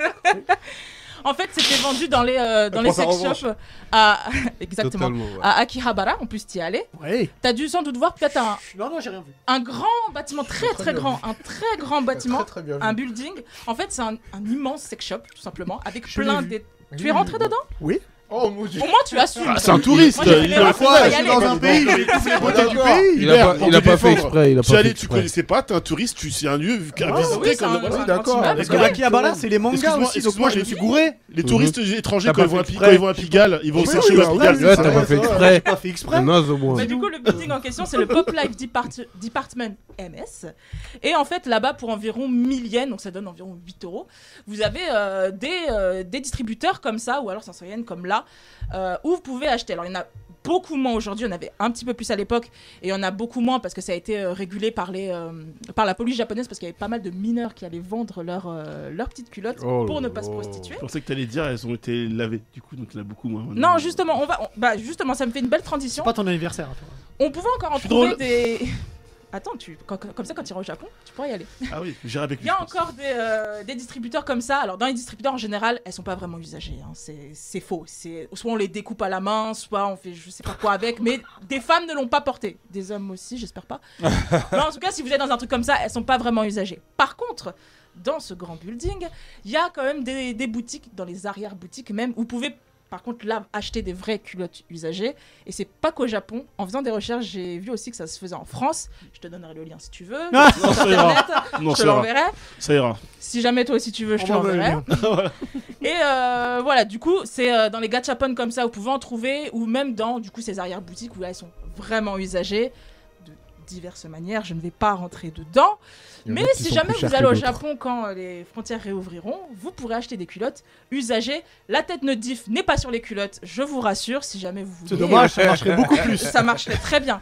Speaker 5: en fait, c'était vendu dans les, euh, dans
Speaker 2: Elle
Speaker 5: les
Speaker 2: prend sa
Speaker 5: sex
Speaker 2: revanche.
Speaker 5: shops euh, à... *laughs* Exactement.
Speaker 3: Totalement, ouais.
Speaker 5: À Akihabara, on peut y aller.
Speaker 1: Ouais.
Speaker 5: T'as dû sans doute voir peut-être un,
Speaker 1: Non, non, j'ai rien vu.
Speaker 5: un grand bâtiment, très
Speaker 7: très
Speaker 5: très
Speaker 7: bien
Speaker 5: grand, un très grand
Speaker 7: Très
Speaker 5: bâtiment,
Speaker 7: très bien.
Speaker 5: un building. En fait, c'est un, un immense sex shop, tout simplement, avec
Speaker 1: Je
Speaker 5: plein
Speaker 1: l'ai
Speaker 5: de. Tu es rentré dedans
Speaker 7: Oh mon dieu.
Speaker 5: Au moins, tu assumes.
Speaker 4: Ah, c'est un touriste.
Speaker 5: Moi, j'ai fait
Speaker 4: il
Speaker 5: l'erreur.
Speaker 4: a-
Speaker 5: fois, je suis
Speaker 1: suis
Speaker 5: dans
Speaker 1: dans un pays,
Speaker 2: *laughs*
Speaker 1: j'ai les beautés du pays
Speaker 3: Il a pas,
Speaker 4: pour
Speaker 3: il a
Speaker 4: te
Speaker 3: pas fait
Speaker 4: défendre.
Speaker 3: exprès. Il a
Speaker 4: Tu
Speaker 3: pas
Speaker 4: es
Speaker 3: fait
Speaker 4: allé, tu
Speaker 3: exprès.
Speaker 4: connaissais pas, t'es un touriste, tu c'est un lieu à
Speaker 1: Ah,
Speaker 4: visiter.
Speaker 5: Oui, c'est
Speaker 4: comme-
Speaker 5: un-
Speaker 4: voilà.
Speaker 5: c'est un
Speaker 7: d'accord.
Speaker 5: continent,
Speaker 1: Parce
Speaker 5: parce
Speaker 1: que
Speaker 5: que
Speaker 1: là,
Speaker 5: là,
Speaker 1: Kiabala, c'est les mangas
Speaker 4: Excuse-moi,
Speaker 1: aussi, donc
Speaker 4: excuse-moi,
Speaker 1: moi,
Speaker 4: je
Speaker 1: je
Speaker 4: me
Speaker 1: me
Speaker 4: suis
Speaker 1: suis
Speaker 4: gouré. Les touristes étrangers,
Speaker 3: T'as
Speaker 4: quand
Speaker 3: pas
Speaker 4: ils vont
Speaker 3: fait
Speaker 4: à Pi-
Speaker 3: exprès.
Speaker 4: quand ils vont à Pigalle, ils vont
Speaker 1: Oui,
Speaker 4: sur
Speaker 1: oui, oui,
Speaker 4: Pigalle.
Speaker 1: oui, oui,
Speaker 3: Ouais, t'as
Speaker 4: c'est
Speaker 1: vrai,
Speaker 3: pas
Speaker 4: vrai.
Speaker 1: c'est
Speaker 3: fait
Speaker 1: vrai. J'ai
Speaker 3: exprès.
Speaker 1: pas fait exprès.
Speaker 3: Non, au moins.
Speaker 5: Mais du coup, le building en question, c'est le Pop Life Depart- Department MS. Et en fait, là-bas, pour environ 1000 yens, donc ça donne environ 8 euros, vous avez euh, des, euh, des distributeurs comme ça, ou alors 500 yens comme là, euh, où vous pouvez acheter. Alors, il y en a beaucoup moins aujourd'hui, on avait un petit peu plus à l'époque, et il y en a beaucoup moins parce que ça a été euh, régulé par, les, euh, par la police japonaise, parce qu'il y avait pas mal de mineurs qui allaient vendre leurs euh, leurs petites culottes
Speaker 3: Oh
Speaker 5: pour
Speaker 3: là
Speaker 5: ne pas se
Speaker 3: là.
Speaker 5: prostituer.
Speaker 4: Je pensais que t'allais dire, elles ont été lavées, du coup, donc il y en a beaucoup moins. maintenant.
Speaker 5: Non, justement, on va, on- bah, justement, ça me fait une belle transition.
Speaker 1: C'est pas ton anniversaire. hein, toi.
Speaker 5: On pouvait encore en
Speaker 4: Je suis
Speaker 5: trouver
Speaker 4: drôle.
Speaker 5: des. Attends, tu... quand- quand- comme ça, quand tu iras au Japon, tu pourras y aller.
Speaker 4: Ah oui, j'irai avec
Speaker 5: Il
Speaker 4: lui.
Speaker 5: y a
Speaker 4: je pense.
Speaker 5: encore des, euh, des distributeurs comme ça. Alors, dans les distributeurs, en général, elles sont pas vraiment usagées. hein. C'est c'est faux. C'est- Soit on les découpe à la main, soit on fait je sais pas quoi avec. Mais des femmes ne l'ont pas porté. Des hommes aussi, j'espère pas. mais en tout cas, si vous êtes dans un truc comme ça, elles sont pas vraiment usagées. Par contre, dans ce grand building, il y a quand même des, des boutiques, dans les arrière-boutiques même, où vous pouvez. Par contre, là, acheter des vraies culottes usagées. Et c'est pas qu'au Japon. En faisant des recherches, j'ai vu aussi que ça se faisait en France. Je te donnerai le lien si tu veux.
Speaker 1: Ah,
Speaker 5: Sur
Speaker 4: ça ira.
Speaker 5: Internet,
Speaker 4: Non,
Speaker 5: je te
Speaker 4: ça ira.
Speaker 5: l'enverrai.
Speaker 4: Ça ira.
Speaker 5: Si jamais toi aussi tu veux, je te
Speaker 1: Envoie-moi le
Speaker 5: l'enverrai.
Speaker 1: lien.
Speaker 5: *laughs*
Speaker 7: *laughs*
Speaker 5: Et euh, voilà, du coup, c'est euh, dans les gachapon comme ça, vous pouvez en trouver, ou même dans du coup ces arrière-boutiques où là, elles sont vraiment usagées. De diverses manières. Je ne vais pas rentrer dedans.
Speaker 7: Il y en a
Speaker 5: Mais
Speaker 7: qui
Speaker 5: si
Speaker 7: sont
Speaker 5: jamais
Speaker 7: plus
Speaker 5: vous
Speaker 7: chers que
Speaker 5: allez au
Speaker 7: d'autres.
Speaker 5: Japon quand euh, les frontières réouvriront, vous pourrez acheter des culottes usagées. La tête de diff n'est pas sur les culottes, je vous rassure, si jamais vous voulez.
Speaker 1: C'est dommage, ça marcherait beaucoup plus.
Speaker 5: Ça marcherait très bien.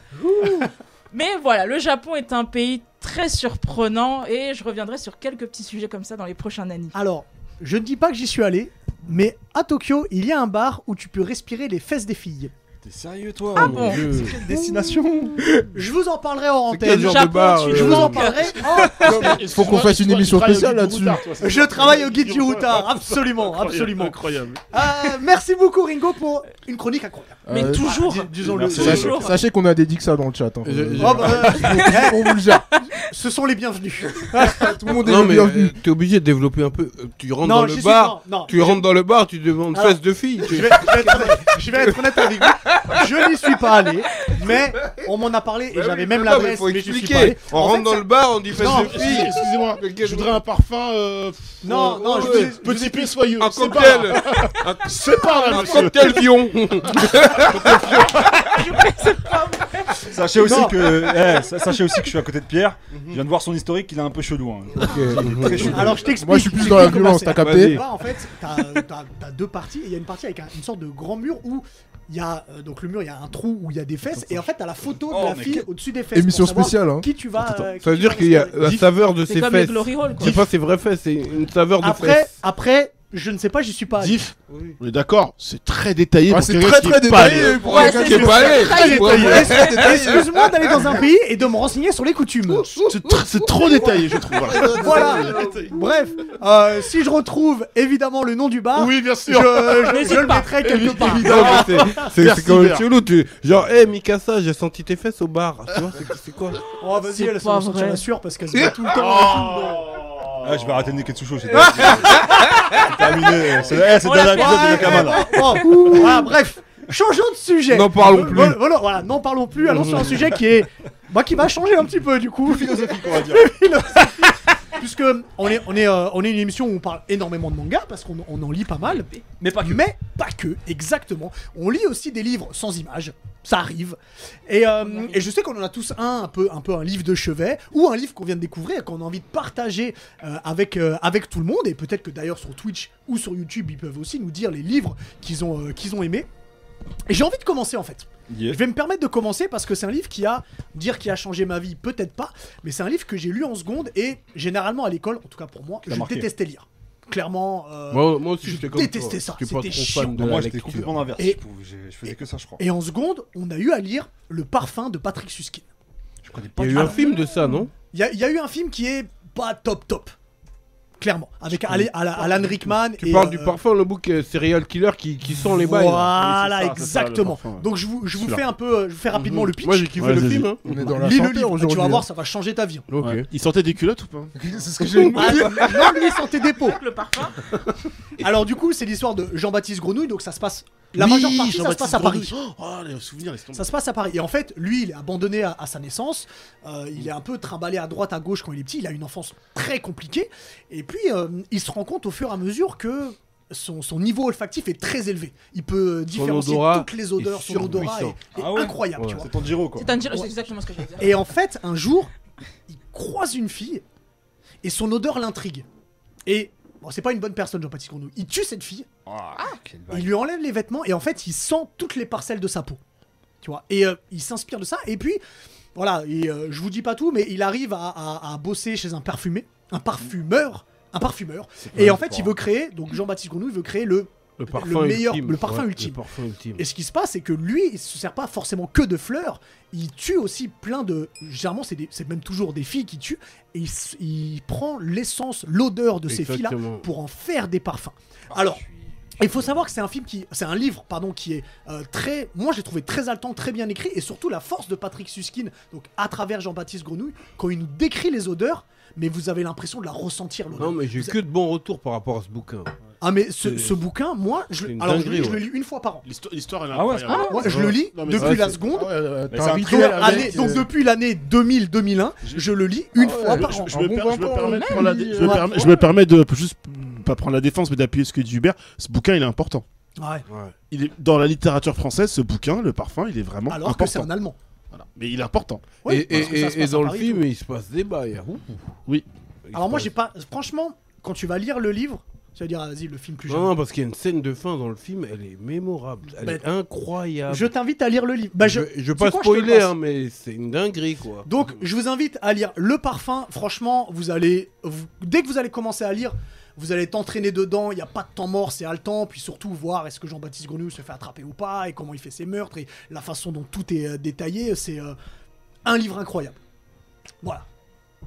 Speaker 5: Mais voilà, le Japon est un pays très surprenant et je reviendrai sur quelques petits sujets comme ça dans les prochains années.
Speaker 1: Alors, je ne dis pas que j'y suis allé, mais à Tokyo, il y a un bar où tu peux respirer les fesses des filles.
Speaker 2: T'es sérieux, toi
Speaker 1: Oh
Speaker 5: Ah bon
Speaker 2: Quelle destination
Speaker 1: Je vous en parlerai en
Speaker 3: C'est quel
Speaker 1: antenne.
Speaker 3: genre de
Speaker 5: Japon,
Speaker 3: bar
Speaker 5: tu-
Speaker 3: euh,
Speaker 1: Je vous en
Speaker 5: Euh,
Speaker 1: parlerai.
Speaker 7: Faut qu'on fasse une émission spéciale là-dessus.
Speaker 1: Je travaille au guide du routard, absolument, absolument.
Speaker 4: Incroyable.
Speaker 1: Euh, merci beaucoup Ringo pour une chronique incroyable.
Speaker 5: Mais
Speaker 7: Euh,
Speaker 3: Ah,
Speaker 5: toujours,
Speaker 1: Dis- Disons-le.
Speaker 2: Merci.
Speaker 7: sachez-
Speaker 5: toujours.
Speaker 7: Sachez qu'on a des dicks ça dans le chat. hein.
Speaker 3: Je- je-
Speaker 1: Oh, bah, euh, *laughs*
Speaker 7: On vous le jette.
Speaker 1: ce sont les bienvenus.
Speaker 7: Tout le monde est
Speaker 3: Non,
Speaker 7: le
Speaker 3: mais
Speaker 7: bienvenu.
Speaker 3: euh, t'es obligé de développer un peu. euh, Tu rentres dans
Speaker 1: j'y
Speaker 3: le
Speaker 1: suis-
Speaker 3: bar,
Speaker 1: non, non.
Speaker 3: tu rentres dans le bar, tu demandes
Speaker 1: Alors-
Speaker 3: fesses de filles. tu-
Speaker 1: Je vais, je vais être, je vais être honnête avec vous, je n'y suis pas allé, mais on m'en a parlé et
Speaker 3: Ouais,
Speaker 1: j'avais
Speaker 3: Bah oui,
Speaker 1: même
Speaker 3: non, Ah, mais
Speaker 1: l'adresse.
Speaker 3: Faut
Speaker 1: mais j'y suis
Speaker 3: expliquer.
Speaker 1: pas allé.
Speaker 3: On
Speaker 1: En fait,
Speaker 3: rentre dans
Speaker 1: ça-
Speaker 3: le bar, on dit fesses
Speaker 1: Non,
Speaker 3: de
Speaker 4: Excusez-
Speaker 3: filles.
Speaker 4: Excusez-moi,
Speaker 3: Lequel-
Speaker 4: je voudrais un parfum. euh,
Speaker 1: Non,
Speaker 4: euh,
Speaker 1: non, je
Speaker 4: ouais,
Speaker 1: vous ai-
Speaker 4: Petit P soyeux.
Speaker 3: Un
Speaker 4: C'est
Speaker 3: *laughs*
Speaker 4: par là.
Speaker 3: cocktail,
Speaker 4: C'est par là,
Speaker 3: un
Speaker 4: monsieur.
Speaker 3: cocktail Vion.
Speaker 2: Sachez aussi
Speaker 1: Non.
Speaker 2: que, eh, sa- sachez aussi que je suis à côté de Pierre. Je viens de voir son historique, il est un peu chelou. hein.
Speaker 7: Oh.
Speaker 1: Alors je t'explique.
Speaker 7: Moi je suis plus dans
Speaker 1: je
Speaker 7: la
Speaker 1: t'explique
Speaker 7: violence,
Speaker 1: comment
Speaker 7: t'as
Speaker 1: c'est.
Speaker 7: capté
Speaker 3: Vas-y.
Speaker 1: Là, en fait, t'as- t'as t'as deux parties. et Il y a une partie avec un- une sorte de grand mur où il y a euh, donc le mur, il y a un trou où il y a des fesses, et en fait, t'as la photo de
Speaker 2: Oh,
Speaker 1: la
Speaker 2: mais
Speaker 1: fille
Speaker 2: quel-
Speaker 1: au-dessus des fesses.
Speaker 7: Émission
Speaker 1: pour savoir
Speaker 7: spéciale. hein.
Speaker 1: Qui tu vas euh, qui
Speaker 3: Ça veut
Speaker 1: tu
Speaker 3: dire
Speaker 1: vas
Speaker 3: qu'il y a
Speaker 1: explorer.
Speaker 3: la saveur de
Speaker 5: c'est
Speaker 3: ses
Speaker 5: comme le
Speaker 3: fesses.
Speaker 5: glory hall quoi.
Speaker 3: C'est pas ses vraies fesses, c'est une saveur de
Speaker 1: Après,
Speaker 3: fesses.
Speaker 1: après, je ne sais pas, j'y suis pas. allé.
Speaker 4: Diff, on est d'accord, c'est très détaillé.
Speaker 7: Ah,
Speaker 4: pour
Speaker 7: c'est
Speaker 4: quelqu'un
Speaker 7: très
Speaker 4: qui
Speaker 7: très
Speaker 4: est pas allé.
Speaker 7: détaillé pour
Speaker 5: Ouais,
Speaker 7: quelqu'un
Speaker 5: c'est
Speaker 7: qui est
Speaker 5: juste
Speaker 7: pas allé.
Speaker 5: très
Speaker 7: Pour-
Speaker 4: détaillé.
Speaker 1: Excuse-moi d'aller dans un pays et de me renseigner sur les coutumes.
Speaker 4: C'est tr- C'est trop détaillé, je trouve. voilà.
Speaker 1: Voilà. Bref, euh, si je retrouve évidemment le nom du bar,
Speaker 4: Oui, bien
Speaker 1: je,
Speaker 4: sûr.
Speaker 1: je-
Speaker 5: N'hésite
Speaker 1: je le
Speaker 5: pas.
Speaker 1: mettrai quelque part.
Speaker 3: Non, mais c'est- c'est
Speaker 4: Merci,
Speaker 3: c'est quand même
Speaker 4: Bert.
Speaker 3: chelou. Tu... Genre, hé Mikasa, j'ai senti tes fesses au bar. Tu vois, c'est- c'est quoi
Speaker 1: Oh, vas-y,
Speaker 5: C'est
Speaker 1: elle
Speaker 5: pas
Speaker 1: s'en sortir
Speaker 5: vrai.
Speaker 1: la sueur parce qu'elle se bat tout
Speaker 7: *laughs*
Speaker 1: le temps.
Speaker 2: Ah, je vais arrêter Neketsu Show. C'est c'est terminé. C'est eh, c'est
Speaker 5: On
Speaker 2: dans la
Speaker 5: l'a
Speaker 2: vidéo
Speaker 5: fait.
Speaker 2: de Nakama là.
Speaker 1: Oh,
Speaker 2: *laughs*
Speaker 1: ouh, voilà, bref, changeons de sujet.
Speaker 3: N'en parlons
Speaker 1: Vol-
Speaker 3: plus.
Speaker 1: vol- Voilà, voilà, n'en parlons plus. Allons sur un sujet qui est, bah, qui va changer un petit peu du coup.
Speaker 2: Philosophique, on va dire.
Speaker 1: Puisque on est, on est, euh, on est une émission où on parle énormément de manga parce qu'on on en lit pas mal.
Speaker 2: Mais pas que.
Speaker 1: Mais pas que, exactement. On lit aussi des livres sans images, ça arrive. Et, euh,
Speaker 5: On y arrive.
Speaker 1: et je sais qu'on en a tous un, un peu, un peu un livre de chevet, ou un livre qu'on vient de découvrir et qu'on a envie de partager euh, avec, euh, avec tout le monde. Et peut-être que d'ailleurs sur Twitch ou sur YouTube, ils peuvent aussi nous dire les livres qu'ils ont, euh, qu'ils ont aimés. Et j'ai envie de commencer en fait.
Speaker 2: Yeah.
Speaker 1: Je vais me permettre de commencer parce que c'est un livre qui a, dire qui a changé ma vie, peut-être pas, mais c'est un livre que j'ai lu en seconde et généralement à l'école, en tout cas pour moi,
Speaker 2: Qui t'a
Speaker 1: je
Speaker 2: marqué.
Speaker 1: détestais lire. Clairement, euh,
Speaker 3: Moi, moi aussi,
Speaker 1: je
Speaker 3: j'étais comme
Speaker 1: détestais
Speaker 3: toi.
Speaker 1: ça,
Speaker 3: J'étais pas
Speaker 1: c'était
Speaker 3: trop
Speaker 1: chiant.
Speaker 3: fan de
Speaker 2: Moi,
Speaker 3: la
Speaker 2: j'étais
Speaker 3: lecture.
Speaker 2: complètement l'inverse.
Speaker 1: Et-
Speaker 2: Je pouvais- Je je faisais que ça, je crois.
Speaker 1: Et en seconde, on a eu à lire Le parfum de Patrick Suskin.
Speaker 2: Je connais pas
Speaker 3: Il y a eu un film de ça, non
Speaker 1: Il y, a- il y a eu un film qui est pas top top. Clairement. Avec Ale- Ala- Alan Rickman.
Speaker 3: Tu
Speaker 1: et,
Speaker 3: parles du
Speaker 1: euh,
Speaker 3: parfum, le bouc euh, serial killer qui, qui sent les bails. là.
Speaker 1: Voilà,
Speaker 4: Oui, c'est ça, c'est ça, le
Speaker 1: exactement.
Speaker 4: parfum, ouais.
Speaker 1: Donc je vous, je vous
Speaker 4: Celui-là.
Speaker 1: fais un peu, euh, je vous fais rapidement le pitch.
Speaker 3: Mhm. Moi, j'ai kiffé
Speaker 4: Ouais,
Speaker 3: le
Speaker 4: vas-y.
Speaker 3: film. Hein.
Speaker 7: On est dans la
Speaker 1: Lis le
Speaker 7: santé
Speaker 1: livre, tu
Speaker 7: aujourd'hui.
Speaker 1: vas voir,
Speaker 7: hein.
Speaker 1: ça va changer ta vie.
Speaker 3: Ok.
Speaker 4: Il sortait des culottes ou pas
Speaker 7: C'est ce que j'ai
Speaker 1: Ah, non, lui, il sentait des peaux.
Speaker 5: Le parfum.
Speaker 1: Alors du coup, c'est l'histoire de Jean-Baptiste Grenouille, donc ça se passe... La majeure partie, ça se passe à Paris.
Speaker 4: Oh, les souvenirs, laisse tomber.
Speaker 1: Ça se passe à Paris. Et en fait, lui, il est abandonné à, à sa naissance. Euh, il est un peu trimballé à droite, à gauche quand il est petit. Il a une enfance très compliquée. Et puis, euh, il se rend compte au fur et à mesure que son, son niveau olfactif est très élevé. Il peut différencier
Speaker 3: odorat
Speaker 1: toutes les odeurs.
Speaker 3: est
Speaker 1: Son odorat est,
Speaker 3: surpuissant.
Speaker 1: est
Speaker 2: Ah ouais
Speaker 1: incroyable, tu vois.
Speaker 2: C'est ton Giro, quoi.
Speaker 5: C'est un giro-
Speaker 1: Ouais.
Speaker 5: c'est exactement ce que je dire.
Speaker 1: Et en fait, un jour, il croise une fille et son odeur l'intrigue. Et bon, c'est pas une bonne personne, Jean-Baptiste Grenouille. Il tue cette fille
Speaker 2: Ah, quel
Speaker 1: il
Speaker 2: bail.
Speaker 1: lui enlève les vêtements et en fait, il sent toutes les parcelles de sa peau. Tu vois Et euh, il s'inspire de ça. Et puis, voilà, et, euh, je vous dis pas tout, mais il arrive à, à- à bosser chez un parfumé, un parfumeur, un parfumeur. Et en fait, il veut créer, donc Jean-Baptiste Grenouille veut créer le.
Speaker 3: Le
Speaker 1: Le
Speaker 3: parfum
Speaker 1: meilleur-
Speaker 3: ultime.
Speaker 1: le parfum
Speaker 3: Ouais,
Speaker 1: ultime.
Speaker 3: Le parfum ultime.
Speaker 1: Et ce qui se passe, c'est que lui, il se sert pas forcément que de fleurs. Il tue aussi plein de. Généralement, c'est des- c'est même toujours des filles qui tuent. Et il, s- il prend l'essence, l'odeur de ces filles-là
Speaker 3: Exactement.
Speaker 1: pour en faire des parfums. Alors, il faut savoir que c'est un film qui, c'est un livre, pardon, qui est euh, très, moi j'ai trouvé très haletant, très bien écrit, et surtout la force de Patrick Suskin, donc à travers Jean-Baptiste Grenouille, quand il nous décrit les odeurs, mais vous avez l'impression de la ressentir. l'odeur.
Speaker 3: Non, mais j'ai eu que de bons retours par rapport à ce bouquin.
Speaker 1: Ah mais ce,
Speaker 3: c'est-
Speaker 1: ce bouquin, moi, je,
Speaker 3: c'est une
Speaker 1: alors je,
Speaker 3: dinguerie,
Speaker 1: je le
Speaker 3: ouais.
Speaker 1: lis une fois par an.
Speaker 4: L'histoire- L'histoire, elle est
Speaker 2: Ah ouais,
Speaker 4: incroyable.
Speaker 1: Moi, je le lis
Speaker 4: Non, mais
Speaker 1: depuis
Speaker 4: c'est-
Speaker 1: la seconde.
Speaker 2: Mais c'est un
Speaker 1: Donc,
Speaker 2: rituel
Speaker 1: année- donc depuis l'année 2000-2001, je le lis une
Speaker 7: Ah ouais,
Speaker 1: fois
Speaker 4: Je-
Speaker 1: par
Speaker 4: je-
Speaker 1: an.
Speaker 4: je me
Speaker 7: En bon
Speaker 4: per- je me
Speaker 7: bambin,
Speaker 4: permets de
Speaker 7: même,
Speaker 4: prendre la dé-
Speaker 7: il-
Speaker 4: je me
Speaker 1: ouais.
Speaker 4: permets- je me permets de juste mm, pas prendre la défense, mais d'appuyer ce que dit Hubert. Ce bouquin, il est important.
Speaker 1: Ouais.
Speaker 4: Il est dans la littérature française. Ce bouquin, le parfum, il est vraiment
Speaker 1: Alors que c'est
Speaker 4: important.
Speaker 1: en allemand.
Speaker 4: Voilà. Mais il est important.
Speaker 1: Oui,
Speaker 3: et
Speaker 1: parce que
Speaker 3: et-
Speaker 1: ça se
Speaker 3: et
Speaker 1: passe à
Speaker 3: dans le
Speaker 1: Paris,
Speaker 3: film, il se passe des bails. hein. Ouh.
Speaker 4: Oui.
Speaker 3: Il se
Speaker 1: Alors moi
Speaker 3: passe-
Speaker 1: j'ai pas franchement quand tu vas lire le livre, tu vas dire ah, vas-y le film plus
Speaker 3: Non,
Speaker 1: jamais.
Speaker 3: non, parce qu'il y a une scène de fin dans le film, elle est mémorable. Elle
Speaker 1: Bah,
Speaker 3: est incroyable.
Speaker 1: Je t'invite à lire le livre. Bah, je...
Speaker 3: Ben, je vais pas
Speaker 1: quoi, je te le
Speaker 3: spoiler,
Speaker 1: passe.
Speaker 3: hein, mais c'est une dinguerie, quoi.
Speaker 1: Donc je vous invite à lire Le Parfum. Franchement, vous allez vous- dès que vous allez commencer à lire, vous allez t'entraîner dedans. Il n'y a pas de temps mort, c'est haletant. Puis surtout voir est-ce que Jean-Baptiste Grenouille se fait attraper ou pas et comment il fait ses meurtres et la façon dont tout est euh, détaillé. C'est euh, un livre incroyable. Voilà.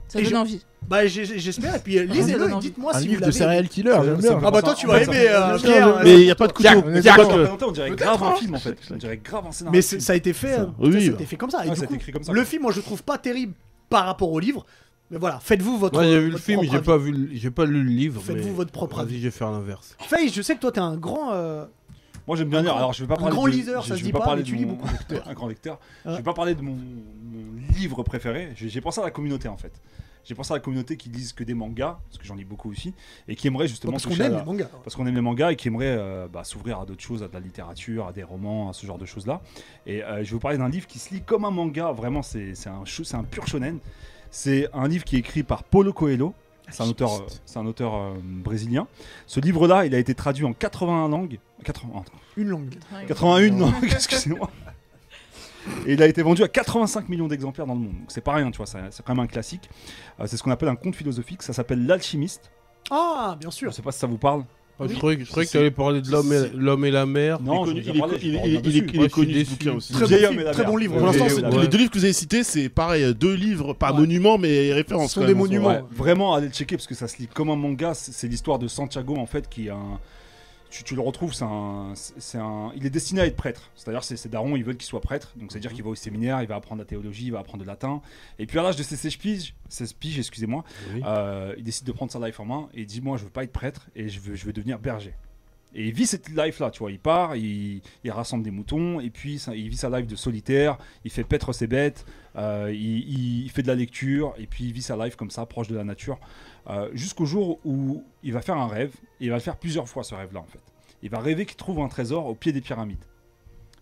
Speaker 5: Ça
Speaker 1: Et
Speaker 5: donne
Speaker 1: je-
Speaker 5: envie.
Speaker 1: Bah j'ai- j'ai- j'espère. Et puis euh,
Speaker 5: donne
Speaker 1: lisez-le et
Speaker 5: envie.
Speaker 1: dites-moi
Speaker 7: Un
Speaker 1: si vous
Speaker 7: livre de
Speaker 1: l'avez.
Speaker 7: serial killer,
Speaker 2: Ça-
Speaker 7: j'aime
Speaker 2: ça-
Speaker 7: bien.
Speaker 1: Ah bah toi
Speaker 2: Ça-
Speaker 1: tu vas
Speaker 2: ça-
Speaker 1: aimer euh,
Speaker 7: ça-
Speaker 1: Pierre.
Speaker 4: Mais il n'y a pas de couteau.
Speaker 7: Tiens,
Speaker 4: Il y a
Speaker 7: tiens,
Speaker 4: quoi
Speaker 1: Euh,
Speaker 7: quoi.
Speaker 2: on dirait grave un film en fait. On dirait grave un scénario.
Speaker 1: Mais c'est- ça a été fait,
Speaker 4: Ça.
Speaker 1: euh,
Speaker 4: Oui,
Speaker 1: ça,
Speaker 4: oui,
Speaker 1: c'était
Speaker 4: bah.
Speaker 1: fait comme ça. Et
Speaker 2: Ouais,
Speaker 1: du
Speaker 2: ça a
Speaker 1: coup,
Speaker 2: été écrit comme ça,
Speaker 1: le
Speaker 2: quoi.
Speaker 1: film, moi, je le trouve pas terrible par rapport au livre. Mais voilà, faites-vous votre.
Speaker 3: Moi, j'ai vu le
Speaker 1: votre
Speaker 3: film,
Speaker 1: propre
Speaker 3: j'ai
Speaker 1: avis.
Speaker 3: pas, vu le- j'ai pas lu le livre.
Speaker 1: Faites-vous
Speaker 3: mais-
Speaker 1: votre propre avis.
Speaker 3: Vas-y, je vais faire l'inverse.
Speaker 1: Faye, je sais que toi, t'es un grand. euh,
Speaker 2: Moi j'aime bien lire. Alors je vais pas
Speaker 1: un
Speaker 2: parler.
Speaker 1: grand
Speaker 2: de-
Speaker 1: liseur,
Speaker 2: je-
Speaker 1: ça
Speaker 2: je
Speaker 1: se
Speaker 2: vais
Speaker 1: dit pas,
Speaker 2: parler
Speaker 1: mais
Speaker 2: de
Speaker 1: tu lis
Speaker 2: mon-
Speaker 1: beaucoup. Ah.
Speaker 2: Un grand lecteur.
Speaker 1: Ouais.
Speaker 2: Je vais pas parler de mon, mon livre préféré. J'ai j'ai pensé à la communauté en fait. J'ai pensé à la communauté qui lisent que des mangas, parce que j'en lis beaucoup aussi, et qui aimerait justement
Speaker 1: parce qu'on
Speaker 2: toucher à
Speaker 1: aime
Speaker 2: la-
Speaker 1: les mangas.
Speaker 2: parce qu'on aime les mangas et qui aimerait euh, bah, s'ouvrir à d'autres choses, à de la littérature, à des romans, à ce genre de choses-là. Et euh, je vais vous parler d'un livre qui se lit comme un manga, vraiment, c'est c'est un, cho- c'est un pur shonen. C'est un livre qui est écrit par Paulo Coelho. C'est un auteur, euh, c'est un auteur euh, brésilien. Ce livre-là, il a été traduit en 81 langues. 80,
Speaker 1: Une langue.
Speaker 2: 81 langues, *laughs* excusez-moi. Et il a été vendu à 85 millions d'exemplaires dans le monde. Donc c'est pas rien, tu vois, c'est c'est quand même un classique. Euh, c'est ce qu'on appelle un conte philosophique. Ça s'appelle L'Alchimiste.
Speaker 1: Ah, bien
Speaker 2: Je
Speaker 1: sûr.
Speaker 2: sais pas si ça vous parle.
Speaker 3: Ah, je
Speaker 1: Oui.
Speaker 3: croyais, que- je croyais que
Speaker 4: Si,
Speaker 3: tu allais parler de l'homme et,
Speaker 4: si.
Speaker 3: l'homme et la mer.
Speaker 4: Ah, Il est
Speaker 2: Non,
Speaker 4: connu-
Speaker 2: je vous ai
Speaker 4: il est-
Speaker 2: parlé, je
Speaker 4: il est-
Speaker 2: parle
Speaker 4: il
Speaker 2: pas
Speaker 4: est- il est-
Speaker 2: dessus.
Speaker 4: il est
Speaker 3: Moi, je
Speaker 4: connu
Speaker 3: suis
Speaker 4: ce
Speaker 3: déçu.
Speaker 4: bouquin aussi.
Speaker 1: Très bon
Speaker 2: Vieil
Speaker 1: film,
Speaker 2: homme et la
Speaker 1: très
Speaker 2: mer.
Speaker 1: bon livre.
Speaker 4: Pour l'instant,
Speaker 3: Ouais.
Speaker 4: c'est-
Speaker 3: Ouais.
Speaker 4: les deux livres que vous avez cités, c'est pareil, deux livres, pas
Speaker 1: Ouais.
Speaker 4: monuments, mais références.
Speaker 1: Ce sont
Speaker 4: quand
Speaker 1: des
Speaker 4: même, en
Speaker 1: monuments.
Speaker 4: soi.
Speaker 2: Ouais, vraiment, allez le checker parce que ça se lit comme un manga. C'est c'est l'histoire de Santiago en fait qui est un. Tu, tu le retrouves, c'est un, c'est un. Il est destiné à être prêtre. C'est-à-dire, c'est ses darons, ils veulent qu'il soit prêtre. Donc, c'est-à-dire qu'il va au séminaire, il va apprendre la théologie, il va apprendre le latin. Et puis, à l'âge de ses 16 piges, 16 piges, excusez-moi,
Speaker 3: Oui.
Speaker 2: euh, il décide de prendre sa life en main et il dit Moi, je veux pas être prêtre et je veux, je veux devenir berger. Et il vit cette life-là, tu vois. Il part, il, il rassemble des moutons, et puis ça- il vit sa life de solitaire, il fait paître ses bêtes, euh, il, il fait de la lecture, et puis il vit sa life comme ça, proche de la nature, euh, jusqu'au jour où il va faire un rêve, et il va le faire plusieurs fois ce rêve-là, en fait. Il va rêver qu'il trouve un trésor au pied des pyramides.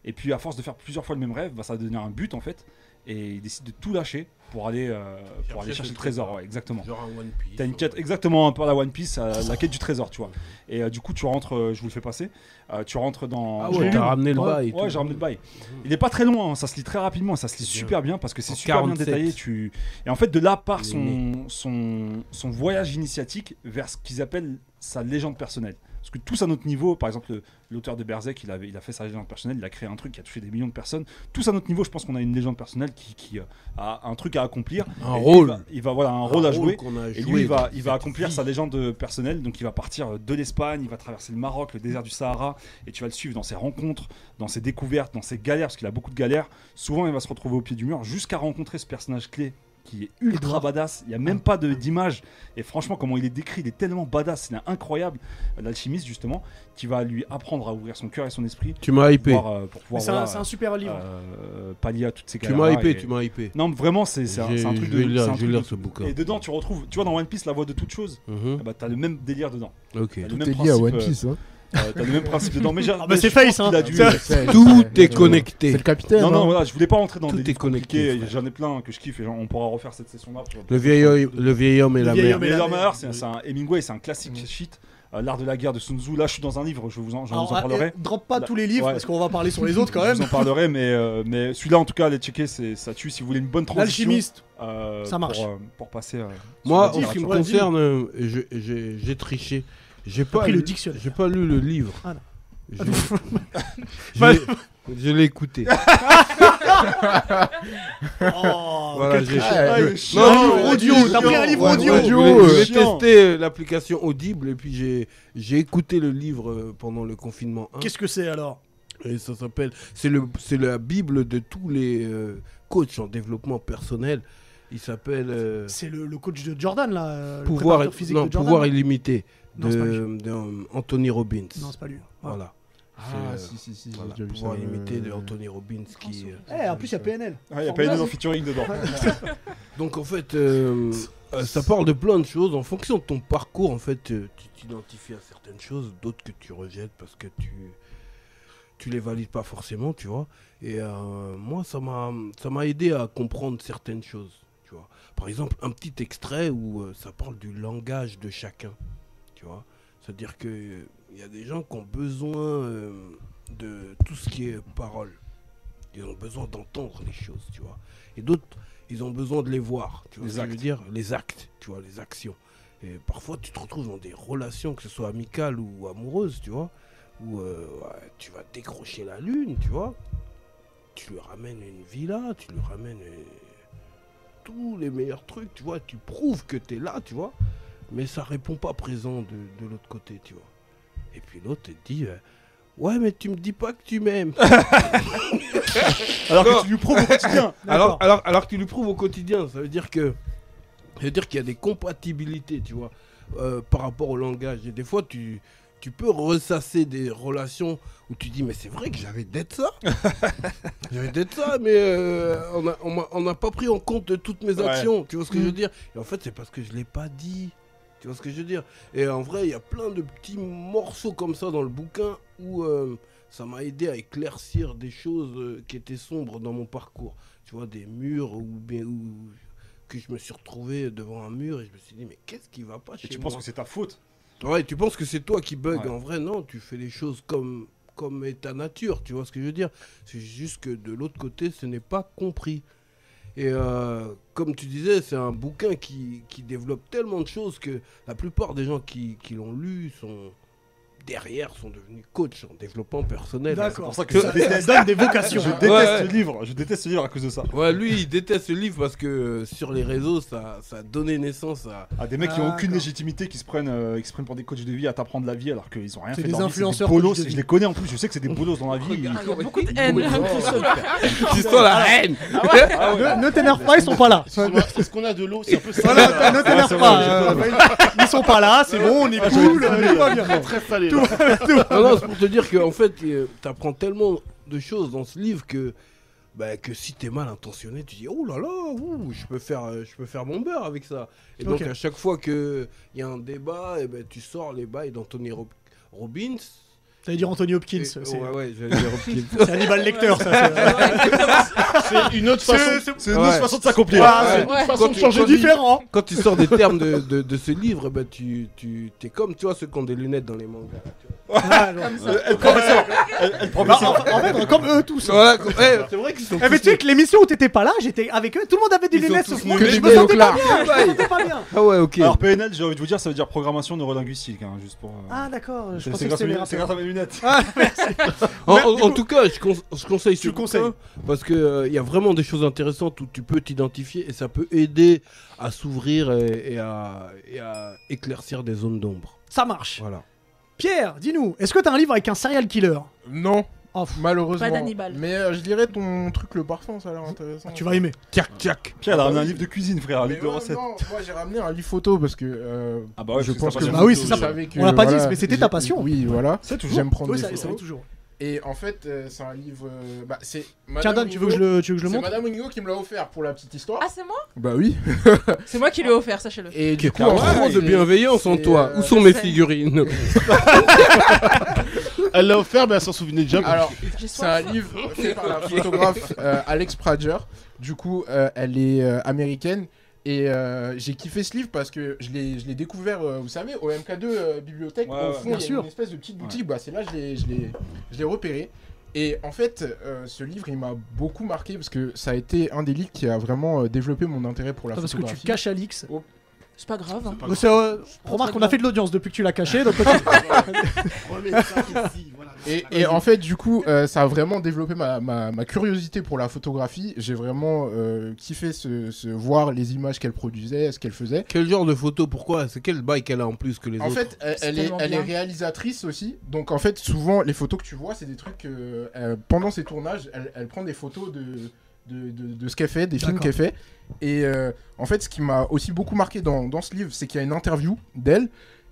Speaker 2: Et puis, à force de faire plusieurs fois le même rêve, bah, ça va devenir un but, en fait, et il décide de tout lâcher pour aller, euh, pour aller
Speaker 3: Chercher
Speaker 2: chercher
Speaker 3: ce
Speaker 2: le trésor,
Speaker 3: trésor.
Speaker 2: ouais, exactement.
Speaker 3: Genre un One Piece.
Speaker 2: T'as une quête exactement un peu à la One Piece, à la quête du trésor, tu vois. Et euh, du coup, tu rentres, euh, je vous le fais passer, euh, tu rentres dans.
Speaker 3: Ah
Speaker 2: Je l'ai
Speaker 3: ouais,
Speaker 2: lu.
Speaker 3: t'as ramené le
Speaker 2: Ouais,
Speaker 3: bail. et
Speaker 2: ouais,
Speaker 3: tout.
Speaker 2: j'ai ramené le bail. Il est pas très loin, hein, ça se lit très rapidement, ça se lit
Speaker 3: C'est
Speaker 2: super bien parce que c'est
Speaker 3: En
Speaker 2: super
Speaker 3: 47.
Speaker 2: bien détaillé. Tu... Et en fait, de là part
Speaker 3: Il est
Speaker 2: son, son, son voyage initiatique vers ce qu'ils appellent sa légende personnelle. Parce que tous à notre niveau, par exemple, le- l'auteur de Berserk, il, avait, il a fait sa légende personnelle, il a créé un truc qui a touché des millions de personnes. Tous à notre niveau, je pense qu'on a une légende personnelle qui, qui, euh, a un truc à accomplir.
Speaker 3: Un
Speaker 2: Et lui,
Speaker 3: rôle.
Speaker 2: Il va, il va- voilà, un rôle à jouer.
Speaker 3: qu'on a
Speaker 2: Et
Speaker 3: joué
Speaker 2: lui, il va,
Speaker 3: dans
Speaker 2: il va
Speaker 3: cette
Speaker 2: accomplir
Speaker 3: vie.
Speaker 2: sa légende personnelle. Donc, il va partir euh, de l'Espagne, il va traverser le Maroc, le désert du Sahara, et tu vas le suivre dans ses rencontres, dans ses découvertes, dans ses galères, parce qu'il a beaucoup de galères. Souvent, il va se retrouver au pied du mur jusqu'à rencontrer ce personnage clé qui est ultra badass. Il n'y a même pas de- d'image. Et franchement, comment il est décrit, il est tellement badass, c'est incroyable. L'alchimiste, justement, qui va lui apprendre à ouvrir son cœur et son esprit
Speaker 3: Tu m'as
Speaker 2: pour
Speaker 3: hypé.
Speaker 2: pouvoir, euh, pour
Speaker 1: Mais
Speaker 2: pouvoir
Speaker 1: C'est un,
Speaker 2: voilà,
Speaker 1: c'est un super livre.
Speaker 2: euh, pallier à toutes ces
Speaker 3: Tu
Speaker 2: galères.
Speaker 3: m'as hypé, tu m'as hypé.
Speaker 2: Non, mais vraiment, c'est c'est un,
Speaker 3: J'ai-
Speaker 2: c'est un truc
Speaker 3: je
Speaker 2: de.
Speaker 3: vais lire-
Speaker 2: c'est un
Speaker 3: je vais
Speaker 2: truc
Speaker 3: lire
Speaker 2: de-
Speaker 3: ce bouquin.
Speaker 2: Et dedans, tu retrouves, tu vois, dans One Piece, la voix de toute chose.
Speaker 3: Mhm.
Speaker 2: Ah bah, t'as le même délire dedans.
Speaker 3: Ok.
Speaker 2: T'as le
Speaker 7: Tout
Speaker 2: même
Speaker 7: est lié à
Speaker 2: principe,
Speaker 7: One
Speaker 2: euh,
Speaker 7: Piece. hein.
Speaker 2: euh, t'as le même principe
Speaker 1: *laughs*
Speaker 2: dedans. Mais, j'ai-
Speaker 1: bah,
Speaker 2: mais
Speaker 1: c'est
Speaker 2: je pense
Speaker 1: Face, hein.
Speaker 2: qu'il a dû- euh,
Speaker 1: Ça-
Speaker 7: C'est-
Speaker 3: Tout
Speaker 7: c'est-
Speaker 3: est connecté.
Speaker 7: C'est le capitaine.
Speaker 2: Non, non,
Speaker 7: hein.
Speaker 2: voilà, je voulais pas rentrer dans
Speaker 3: Tout
Speaker 2: des
Speaker 3: est
Speaker 2: livres
Speaker 3: connecté,
Speaker 2: compliqués.
Speaker 3: frère.
Speaker 2: J'en ai plein que je kiffe et j'en- on pourra refaire cette session-là. pour-
Speaker 3: Le vieil, oeil- le vieil homme et
Speaker 1: Le
Speaker 3: la
Speaker 1: vieil
Speaker 3: mer.
Speaker 1: homme
Speaker 2: Mais
Speaker 1: et la
Speaker 2: l'homme
Speaker 1: mer.
Speaker 2: à heure, c'est c'est un Hemingway, c'est un classique shit. Euh, L'art de la guerre de Sun Tzu. Là, je suis dans un livre, je vous en, j'en vous en
Speaker 1: Alors,
Speaker 2: parlerai.
Speaker 1: eh, drop pas
Speaker 2: Là.
Speaker 1: tous les livres
Speaker 2: Bah, Ouais.
Speaker 1: parce qu'on va parler sur
Speaker 2: *laughs*
Speaker 1: les autres quand
Speaker 2: Je
Speaker 1: même.
Speaker 2: vous en parlerai, mais, euh, mais celui-là, en tout cas, allez checker, c'est- ça tue. Si vous voulez une bonne transition,
Speaker 1: L'alchimiste.
Speaker 2: euh,
Speaker 1: Ça marche.
Speaker 2: Pour, euh, pour passer. euh,
Speaker 3: Moi,
Speaker 2: sur
Speaker 3: en
Speaker 2: la
Speaker 3: ce qui me
Speaker 1: Ouais, dis-le.
Speaker 3: concerne, euh, je- j'ai j'ai triché. J'ai pas
Speaker 1: pris le
Speaker 3: lu-
Speaker 1: dictionnaire.
Speaker 3: J'ai pas lu le livre.
Speaker 1: Ah non.
Speaker 3: Je-
Speaker 1: *laughs*
Speaker 3: je l'ai- Je l'ai écouté.
Speaker 1: Ah, Oh,
Speaker 3: Voilà,
Speaker 1: quel
Speaker 3: j'ai-
Speaker 1: tricheur.
Speaker 7: Ah,
Speaker 1: Ouais,
Speaker 7: le
Speaker 1: ouais.
Speaker 7: chien,
Speaker 1: Un livre
Speaker 3: ouais,
Speaker 1: audio,
Speaker 7: le
Speaker 1: t'as pris un
Speaker 7: chien,
Speaker 1: livre
Speaker 7: ouais,
Speaker 1: audio. Oh,
Speaker 3: je
Speaker 7: ouais, audio,
Speaker 3: voulais- je
Speaker 7: euh,
Speaker 3: voulais
Speaker 2: chiant.
Speaker 3: tester euh, l'application Audible et puis j'ai j'ai écouté le livre euh, pendant le confinement 1
Speaker 1: Qu'est-ce que c'est alors
Speaker 3: et ça s'appelle c'est le c'est la bible de tous les euh, coachs en développement personnel. Il s'appelle euh,
Speaker 1: C'est le, le coach de Jordan là. euh, le
Speaker 3: pouvoir
Speaker 1: préparateur physique
Speaker 3: non,
Speaker 1: de Jordan.
Speaker 3: pouvoir illimité
Speaker 1: Non, c'est pas lui.
Speaker 3: de, de- Anthony Robbins.
Speaker 1: Non, c'est pas lui. Ouais.
Speaker 3: Voilà.
Speaker 7: Ah,
Speaker 3: C'est,
Speaker 7: si, si, si. j'ai
Speaker 3: Voilà,
Speaker 7: déjà vu
Speaker 3: pouvoir
Speaker 7: ça, euh,
Speaker 3: illimité de Anthony Robbins
Speaker 5: Grand
Speaker 3: qui euh,
Speaker 5: sourire.
Speaker 1: Eh, en plus, il y a PNL.
Speaker 2: Ah, Il n'y a pas eu de featuring
Speaker 1: *laughs*
Speaker 2: dedans.
Speaker 3: Donc en fait, euh, euh, ça parle de plein de choses. En fonction de ton parcours, en fait, euh, tu t'identifies à certaines choses, d'autres que tu rejettes parce que tu tu les valides pas forcément, tu vois. Et euh, moi, ça m'a, ça m'a aidé à comprendre certaines choses, tu vois. Par exemple, un petit extrait où euh, ça parle du langage de chacun, tu vois. C'est-à-dire que euh, il y a des gens qui ont besoin euh, de tout ce qui est parole. Ils ont besoin d'entendre les choses, tu vois. Et d'autres, ils ont besoin de les voir, tu vois.
Speaker 2: Les
Speaker 3: ce que je veux
Speaker 2: actes.
Speaker 3: dire les actes, tu vois, les actions. Et parfois, tu te retrouves dans des relations, que ce soit amicales ou amoureuses, tu vois, où euh, ouais, tu vas décrocher la lune, tu vois. Tu lui ramènes une villa, tu lui ramènes euh, tous les meilleurs trucs, tu vois. Tu prouves que tu es là, tu vois. Mais ça répond pas présent de, de l'autre côté, tu vois. Et puis l'autre te dit euh, Ouais, mais tu me dis pas que tu m'aimes.
Speaker 2: Alors
Speaker 3: Non.
Speaker 2: que tu lui prouves au quotidien.
Speaker 3: alors,
Speaker 7: euh,
Speaker 3: alors, alors que tu lui prouves au quotidien, ça veut dire que. Ça veut dire qu'il y a des compatibilités, tu vois, euh, par rapport au langage. Et des fois, tu, tu peux ressasser des relations où tu dis, mais c'est vrai que j'avais d'être ça. j'avais d'être ça, mais euh, on a- on m'a- on n'a pas pris en compte toutes mes
Speaker 2: Ouais.
Speaker 3: actions. Tu vois ce que je veux dire Et en fait, c'est parce que je ne l'ai pas dit. Tu vois ce que je veux dire Et en vrai, il y a plein de petits morceaux comme ça dans le bouquin où euh, ça m'a aidé à éclaircir des choses euh, qui étaient sombres dans mon parcours. Tu vois, des murs ou bien ou que je me suis retrouvé devant un mur et je me suis dit mais qu'est-ce qui va pas chez
Speaker 2: Et tu
Speaker 3: moi
Speaker 2: penses que c'est ta faute
Speaker 3: Ouais, tu penses que c'est toi qui bug.
Speaker 2: Ouais.
Speaker 3: En vrai, non, tu fais les choses comme, comme est ta nature. Tu vois ce que je veux dire C'est juste que de l'autre côté, ce n'est pas compris. Et euh, comme tu disais, c'est un bouquin qui, qui développe tellement de choses que la plupart des gens qui, qui l'ont lu sont derrière, sont devenus coachs en développement personnel.
Speaker 2: C'est
Speaker 1: D'accord.
Speaker 2: pour ça que
Speaker 3: Que-
Speaker 2: je déteste,
Speaker 1: Donne des vocations.
Speaker 2: je
Speaker 1: hein.
Speaker 2: déteste
Speaker 3: Ouais.
Speaker 2: ce livre. Je déteste ce livre à cause de ça.
Speaker 3: Ouais, lui, il déteste ce livre parce que euh, sur les réseaux, ça, ça a donné naissance à,
Speaker 2: À des mecs qui ont aucune
Speaker 1: Ah, D'accord.
Speaker 2: légitimité, qui se prennent, euh, qui se prennent pour des coachs de vie à t'apprendre la vie alors qu'ils ont rien
Speaker 1: C'est
Speaker 2: fait.
Speaker 1: des
Speaker 2: de leur vie.
Speaker 1: influenceurs
Speaker 2: C'est
Speaker 1: coachs
Speaker 2: des bolos.
Speaker 1: de vie.
Speaker 2: Je les connais en plus. Je sais que c'est des bolos dans la vie. Ils-
Speaker 5: Ah, il y a beaucoup de haine.
Speaker 3: Tu sens la haine
Speaker 1: Ne, ne t'énerve pas, Euh, ils sont pas là.
Speaker 4: Excuse-moi, Est-ce qu'on a de l'eau C'est un peu salé. là.
Speaker 1: Voilà, ne t'énerve
Speaker 2: c'est
Speaker 1: pas.
Speaker 2: vrai,
Speaker 1: euh, ils sont pas là, c'est bon,
Speaker 4: Ah,
Speaker 1: on est cool, tout va bien.
Speaker 4: Très salé. là.
Speaker 3: Non, non, c'est pour te dire qu'en fait, euh, t'apprends tellement de choses dans ce livre que, bah, que si t'es mal intentionné, tu dis oh là là, ouh, je peux faire, euh, je peux faire mon beurre avec ça. Et
Speaker 1: Ok.
Speaker 3: donc à chaque fois que il y a un débat, et ben tu sors les bails d'Anthony Rob- Robbins.
Speaker 1: T'allais dire Anthony Hopkins.
Speaker 3: Et-
Speaker 1: C'est
Speaker 3: ouais, ouais, j'allais
Speaker 1: *laughs*
Speaker 3: dire Robbins.
Speaker 1: c'est Hannibal Lecter, ça. c'est- euh,
Speaker 4: C'est une autre façon. C'est une
Speaker 3: Ouais.
Speaker 4: autre façon de s'accomplir.
Speaker 1: Voilà,
Speaker 4: C'est
Speaker 3: c'est
Speaker 4: une
Speaker 5: ouais.
Speaker 4: façon
Speaker 3: Quand
Speaker 4: de
Speaker 3: tu-
Speaker 4: changer
Speaker 3: quand
Speaker 1: C'est
Speaker 4: de vie.
Speaker 1: différent.
Speaker 3: Quand tu sors des termes de, de, de ce livre, bah, tu, tu es comme tu vois, ceux qui ont des lunettes dans les mangas.
Speaker 1: Ah, genre.
Speaker 2: Elle professeur. Elle elle
Speaker 1: Bah,
Speaker 2: professeur.
Speaker 1: en, en fait, comme eux tous. hein.
Speaker 3: Voilà, comme- eh, c'est vrai qu'ils sont
Speaker 1: Eh mais tu sais que l'émission où t'étais pas là, j'étais avec eux, tout le monde avait des
Speaker 3: Ils sont
Speaker 1: lunettes,
Speaker 3: tous
Speaker 1: sauf
Speaker 3: nus.
Speaker 1: moi,
Speaker 3: Que
Speaker 1: je
Speaker 3: des
Speaker 1: me sentais pas
Speaker 3: néoclards.
Speaker 1: bien, je me sentais pas bien.
Speaker 3: Ah ouais, ok.
Speaker 2: Alors PNL, j'ai envie de vous dire, ça veut dire programmation neurolinguistique, hein, juste pour. euh,
Speaker 1: Ah d'accord, je
Speaker 2: c'est-
Speaker 1: pensais
Speaker 2: c'est
Speaker 1: que
Speaker 2: grâce, aux
Speaker 1: c'était les
Speaker 2: lunettes- c'est grâce à mes *laughs* lunettes.
Speaker 3: En,
Speaker 1: Ouais,
Speaker 3: en-
Speaker 1: du
Speaker 3: en
Speaker 1: coup-
Speaker 3: tout cas, je, conse- je conseille ce
Speaker 1: Tu
Speaker 3: bouquin
Speaker 1: conseilles.
Speaker 3: parce que euh, il y a vraiment des choses intéressantes où tu peux t'identifier et ça peut aider à s'ouvrir et, et à, et à éclaircir des zones d'ombre.
Speaker 1: Ça marche.
Speaker 3: Voilà.
Speaker 1: Pierre, dis-nous, est-ce que t'as un livre avec un serial killer
Speaker 7: Non,
Speaker 1: Oh, pff,
Speaker 7: malheureusement.
Speaker 5: Pas d'Hannibal.
Speaker 7: Mais euh, je dirais ton truc, le parfum, ça a l'air intéressant.
Speaker 1: Ah, Tu vas aimer.
Speaker 3: Tchac tchac.
Speaker 2: Pierre, elle a ramené
Speaker 1: Ah,
Speaker 2: un livre de cuisine, frère, un
Speaker 7: Mais
Speaker 2: livre de
Speaker 1: oh,
Speaker 7: ouais,
Speaker 2: recettes.
Speaker 7: non, moi j'ai ramené un livre photo parce que. euh,
Speaker 2: Ah bah ouais,
Speaker 7: je
Speaker 2: parce que
Speaker 7: pense
Speaker 2: ça
Speaker 7: que.
Speaker 2: passe
Speaker 1: Ah oui,
Speaker 7: vous
Speaker 1: c'est ça.
Speaker 7: savez que,
Speaker 1: On l'a pas dit,
Speaker 7: voilà,
Speaker 1: mais c'était ta
Speaker 7: j'ai-
Speaker 1: passion.
Speaker 7: Oui, voilà.
Speaker 2: C'est toujours.
Speaker 7: J'aime prendre
Speaker 1: Oui,
Speaker 7: des
Speaker 1: ça, ça va
Speaker 7: photos.
Speaker 1: toujours.
Speaker 7: Et en fait, euh, c'est un livre. euh, bah, c'est.
Speaker 1: Tiens,
Speaker 7: Madame
Speaker 1: Dan, tu veux que je
Speaker 7: Hugo-
Speaker 1: le, tu veux que je le
Speaker 7: C'est
Speaker 1: montre
Speaker 7: Madame Wingo qui me l'a offert pour la petite histoire.
Speaker 5: Ah, c'est moi
Speaker 7: Bah oui.
Speaker 5: C'est moi qui lui ai offert, sachez-le.
Speaker 7: Ah, Et du coup,
Speaker 3: Trop
Speaker 7: en fait,
Speaker 3: de
Speaker 7: c'est-
Speaker 3: bienveillance en
Speaker 7: c'est,
Speaker 3: toi.
Speaker 7: euh,
Speaker 3: Où sont mes
Speaker 5: c'est-
Speaker 3: figurines
Speaker 4: Elle l'a offert, mais elle s'en souvenait déjà.
Speaker 7: Alors,
Speaker 5: J'ai
Speaker 7: c'est un
Speaker 5: soif.
Speaker 2: *laughs*
Speaker 7: livre fait par la photographe euh, Alex Prager. Du coup, euh, elle est euh, américaine. Et euh, j'ai kiffé ce livre parce que je l'ai je l'ai découvert, euh, vous savez, au MK2 euh, bibliothèque.
Speaker 2: Ouais,
Speaker 7: au
Speaker 2: ouais,
Speaker 7: fond,
Speaker 1: bien
Speaker 7: il y a
Speaker 1: sûr.
Speaker 7: une espèce de petite boutique. Bah, c'est là que je l'ai- je l'ai je l'ai repéré. Et en fait, euh, ce livre, il m'a beaucoup marqué parce que ça a été un des livres qui a vraiment euh, développé mon intérêt pour la
Speaker 1: Attends, Parce que
Speaker 7: photographie.
Speaker 1: tu caches Alix.
Speaker 5: C'est pas grave. hein.
Speaker 1: Oh, C'est, euh, remarque, on
Speaker 5: très
Speaker 1: a
Speaker 5: grave.
Speaker 1: fait de l'audience depuis que tu l'as caché. donc- *laughs*
Speaker 4: Remets ça ici, voilà.
Speaker 7: Et, et en fait, du coup, euh, ça a vraiment développé ma, ma- ma curiosité pour la photographie. J'ai vraiment euh, kiffé ce, ce- voir les images qu'elle produisait, ce qu'elle faisait.
Speaker 3: Quel genre de photo Pourquoi C'est quel bail qu'elle a en plus que les
Speaker 7: En
Speaker 3: autres
Speaker 7: fait, elle,
Speaker 5: C'est
Speaker 7: elle est,
Speaker 5: tellement
Speaker 7: elle est
Speaker 5: bien.
Speaker 7: réalisatrice aussi. Donc, en fait, souvent, les photos que tu vois, c'est des trucs. euh, euh, pendant ses tournages, elle, elle prend des photos de, de, de- de ce qu'elle fait, des films
Speaker 1: D'accord.
Speaker 7: qu'elle fait. Et euh, en fait, ce qui m'a aussi beaucoup marqué dans, dans ce livre, c'est qu'il y a une interview d'elle.